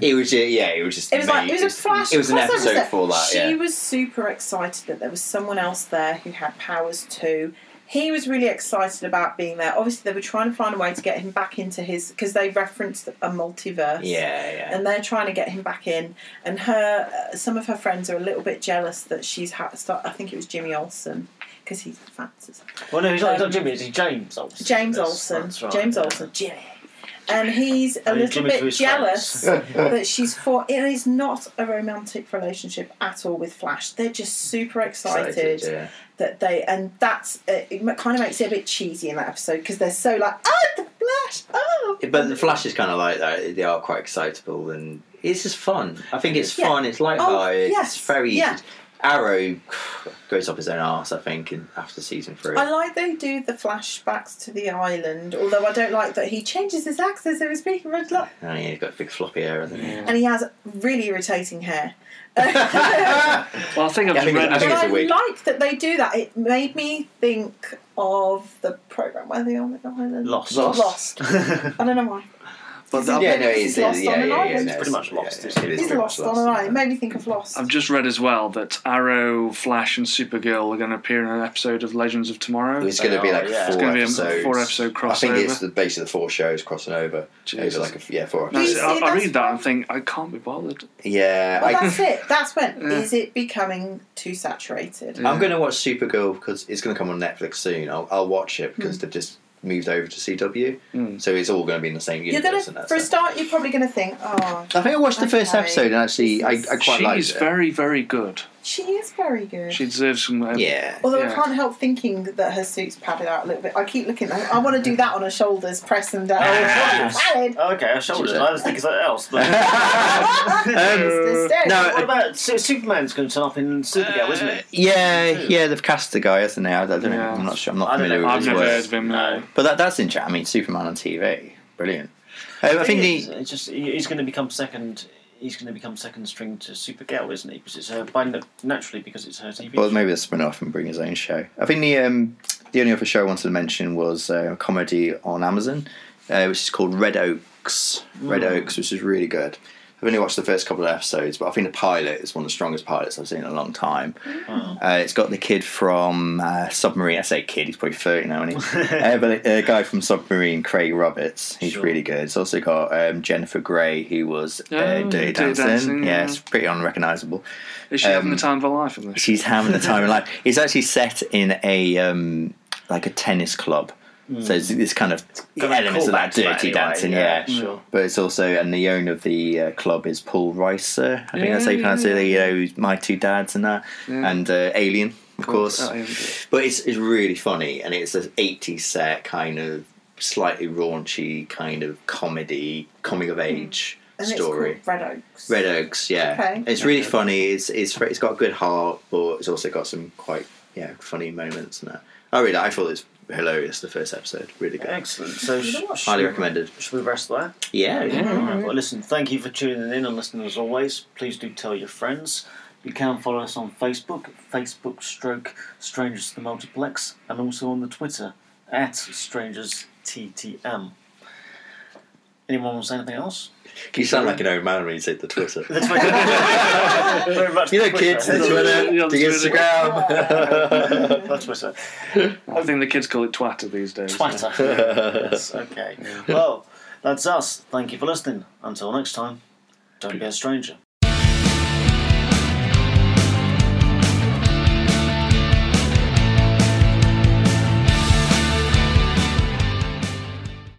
Speaker 3: It was just, yeah, it was just.
Speaker 2: It was like
Speaker 3: amazing.
Speaker 2: it was a flash.
Speaker 3: It was an
Speaker 2: crossover
Speaker 3: episode
Speaker 2: set.
Speaker 3: for that.
Speaker 2: She
Speaker 3: yeah.
Speaker 2: was super excited that there was someone else there who had powers too. He was really excited about being there. Obviously, they were trying to find a way to get him back into his because they referenced a multiverse.
Speaker 3: Yeah, yeah.
Speaker 2: And they're trying to get him back in, and her, uh, some of her friends are a little bit jealous that she's had. Start, I think it was Jimmy Olsen because he's fancy.
Speaker 5: Well, no, he's not, he's not
Speaker 2: Um,
Speaker 5: Jimmy. It's James Olsen.
Speaker 2: James
Speaker 5: That's-
Speaker 2: Olsen.
Speaker 5: that's right,
Speaker 2: James
Speaker 5: yeah.
Speaker 2: Olsen. Jimmy. And he's a
Speaker 5: And he's
Speaker 2: little
Speaker 5: Jimmy to
Speaker 2: bit
Speaker 5: his
Speaker 2: jealous that she's for. It is not a romantic relationship at all with Flash. They're just super excited,
Speaker 3: yeah.
Speaker 2: that they, and that's uh, it. ma- Kind of makes it a bit cheesy in that episode because they're so like, oh, the Flash, oh.
Speaker 3: But the Flash is kind of like that. They are quite excitable, and it's just fun. I think it's
Speaker 2: Yeah. Oh,
Speaker 3: fun. It's lighthearted.
Speaker 2: yes,
Speaker 3: It's very.
Speaker 2: yeah.
Speaker 3: Arrow goes up his own arse, I think, in, after season three.
Speaker 2: I like they do the flashbacks to the island, although I don't like that he changes his accent so he's speaking red lot,
Speaker 3: Oh, yeah, he's got big floppy hair, hasn't he?
Speaker 2: and he has really irritating hair.
Speaker 4: Well, I think I've
Speaker 3: Yeah,
Speaker 4: just read.
Speaker 3: I think- I think
Speaker 2: but
Speaker 3: it's a
Speaker 2: I
Speaker 3: wig.
Speaker 2: like that they do that. It made me think of the program where they on the island.
Speaker 5: Lost.
Speaker 3: Lost.
Speaker 2: I don't know why.
Speaker 4: But
Speaker 2: Yeah,
Speaker 4: I've,
Speaker 2: no, he's lost on an island.
Speaker 3: no,
Speaker 5: Pretty much lost,
Speaker 3: yeah,
Speaker 5: isn't
Speaker 3: it
Speaker 5: he?
Speaker 3: is
Speaker 2: He's
Speaker 3: pretty
Speaker 2: lost,
Speaker 3: much
Speaker 2: on an
Speaker 3: yeah.
Speaker 2: island. It made me think of Lost.
Speaker 4: I've just read as well that Arrow, Flash, and Supergirl are going to appear in an episode of Legends of Tomorrow.
Speaker 3: It's going to
Speaker 5: They
Speaker 3: be
Speaker 5: are,
Speaker 3: like
Speaker 5: yeah. It's
Speaker 3: four
Speaker 4: gonna be a
Speaker 3: episodes.
Speaker 4: four-episode
Speaker 3: I think it's
Speaker 4: crossover.
Speaker 3: the base of the four shows crossing over.
Speaker 4: Jesus.
Speaker 3: Over like a f- yeah, four
Speaker 4: And I,
Speaker 2: Please
Speaker 3: episodes.
Speaker 4: see-
Speaker 2: say
Speaker 4: I, I
Speaker 2: that's
Speaker 4: read that
Speaker 2: fine.
Speaker 4: and think I can't be bothered.
Speaker 3: Yeah,
Speaker 2: well,
Speaker 3: I-
Speaker 2: that's it. That's when is
Speaker 4: Yeah.
Speaker 2: it becoming too saturated?
Speaker 4: Yeah.
Speaker 3: I'm going to watch Supergirl because it's going to come on Netflix soon. I'll, I'll watch it because they've just moved over to CW,
Speaker 4: Mm.
Speaker 3: so it's all going to be in the same
Speaker 2: You're
Speaker 3: universe.
Speaker 2: gonna,
Speaker 3: and that's
Speaker 2: for a start, you're probably gonna think, oh,
Speaker 3: I think I watched the first
Speaker 2: Okay.
Speaker 3: episode and actually I, I quite
Speaker 4: She's
Speaker 3: liked it.
Speaker 4: very, very good.
Speaker 2: She is very good.
Speaker 4: She deserves some. Uh,
Speaker 3: yeah.
Speaker 2: Although I
Speaker 4: Yeah.
Speaker 2: can't help thinking that her suit's padded out a little bit. I keep looking. I, I want to do that on her shoulders, press them down.
Speaker 1: Yes.
Speaker 2: Padded.
Speaker 5: Oh,
Speaker 1: Okay, I shall.
Speaker 3: Sure.
Speaker 1: I was thinking something else. But
Speaker 2: It's hysterical.
Speaker 3: Um, Uh, no,
Speaker 1: what about Su- Superman's going to turn up in Supergirl, isn't he?
Speaker 3: Yeah,
Speaker 1: Two.
Speaker 3: yeah, they've cast the guy, hasn't they? I don't know.
Speaker 4: Yeah.
Speaker 3: I'm not sure. I'm not
Speaker 1: I don't
Speaker 3: familiar
Speaker 1: know.
Speaker 3: with
Speaker 4: I've
Speaker 3: his
Speaker 4: never
Speaker 3: work.
Speaker 4: heard of him.
Speaker 1: No.
Speaker 4: No.
Speaker 3: But that, that's interesting. I mean, Superman on TV, brilliant. Um, I think
Speaker 1: he's,
Speaker 3: the
Speaker 1: it's just he- he's going to become second. He's going to become second string to Supergirl, isn't he? Because it's her by na- naturally because it's her TV.
Speaker 3: well,
Speaker 1: show.
Speaker 3: maybe they'll spin off and bring his own show. I think the um, the only other show I wanted to mention was uh, a comedy on Amazon, uh, which is called Red Oaks. Red Oaks, which is really good. I've only watched the first couple of episodes, but I think the pilot is one of the strongest pilots I've seen in a long time. Uh, it's got the kid from uh, Submarine. I say kid, he's probably 30 now, isn't he? uh, but a, a guy from Submarine, Craig Roberts. He's
Speaker 1: Sure.
Speaker 3: really good. It's also got um, Jennifer Grey, who was uh,
Speaker 4: Oh,
Speaker 3: Dirty
Speaker 4: Dirty
Speaker 3: Dancing.
Speaker 4: Dancing,
Speaker 3: yeah,
Speaker 4: yeah.
Speaker 3: it's pretty unrecognisable.
Speaker 4: Is she having the
Speaker 3: Um,
Speaker 4: time of her life in this?
Speaker 3: She's having the time of life. It's actually set in a um, like a tennis club. So it's this kind of
Speaker 1: Got that
Speaker 3: elements of that
Speaker 1: callback to that
Speaker 3: dirty
Speaker 1: anyway,
Speaker 3: dancing, yeah.
Speaker 1: yeah, sure.
Speaker 3: But it's also and the owner of the uh, club is Paul Reiser. I think that's how you pronounce it. You know, my two dads and that,
Speaker 4: Yeah.
Speaker 3: and uh, Alien, of course.
Speaker 4: Oh, yeah.
Speaker 3: But it's, it's really funny, and it's an 80s set kind of slightly raunchy kind of comedy, coming of age
Speaker 2: And it's
Speaker 3: story.
Speaker 2: called Red Oaks.
Speaker 3: Red Oaks, yeah.
Speaker 2: Okay.
Speaker 3: It's really funny. It's, it's it's got a good heart, but it's also got some quite yeah funny moments and that. I really I thought it was hilarious the first episode. Really good.
Speaker 1: excellent. So sh- sh-
Speaker 3: Highly recommended.
Speaker 1: Should we rest there?
Speaker 3: Yeah.
Speaker 1: Alright, Well, listen, thank you for tuning in and listening as always. Please do tell your friends. You can follow us on Facebook, Facebook stroke Strangers to the Multiplex, and also on the Twitter at Strangers TTM. Anyone want to say anything else?
Speaker 3: You sound like an old man when you say the Twitter.
Speaker 1: That's very good. Very much
Speaker 3: you know,
Speaker 1: Twitter.
Speaker 3: kids, the Twitter,
Speaker 4: Yeah, the
Speaker 3: the
Speaker 4: Twitter.
Speaker 3: Instagram.
Speaker 1: That's Twitter.
Speaker 4: I think the kids call it Twitter these days.
Speaker 1: Twitter. Yes, okay. Well, that's us. Thank you for listening. Until next time, don't be a stranger.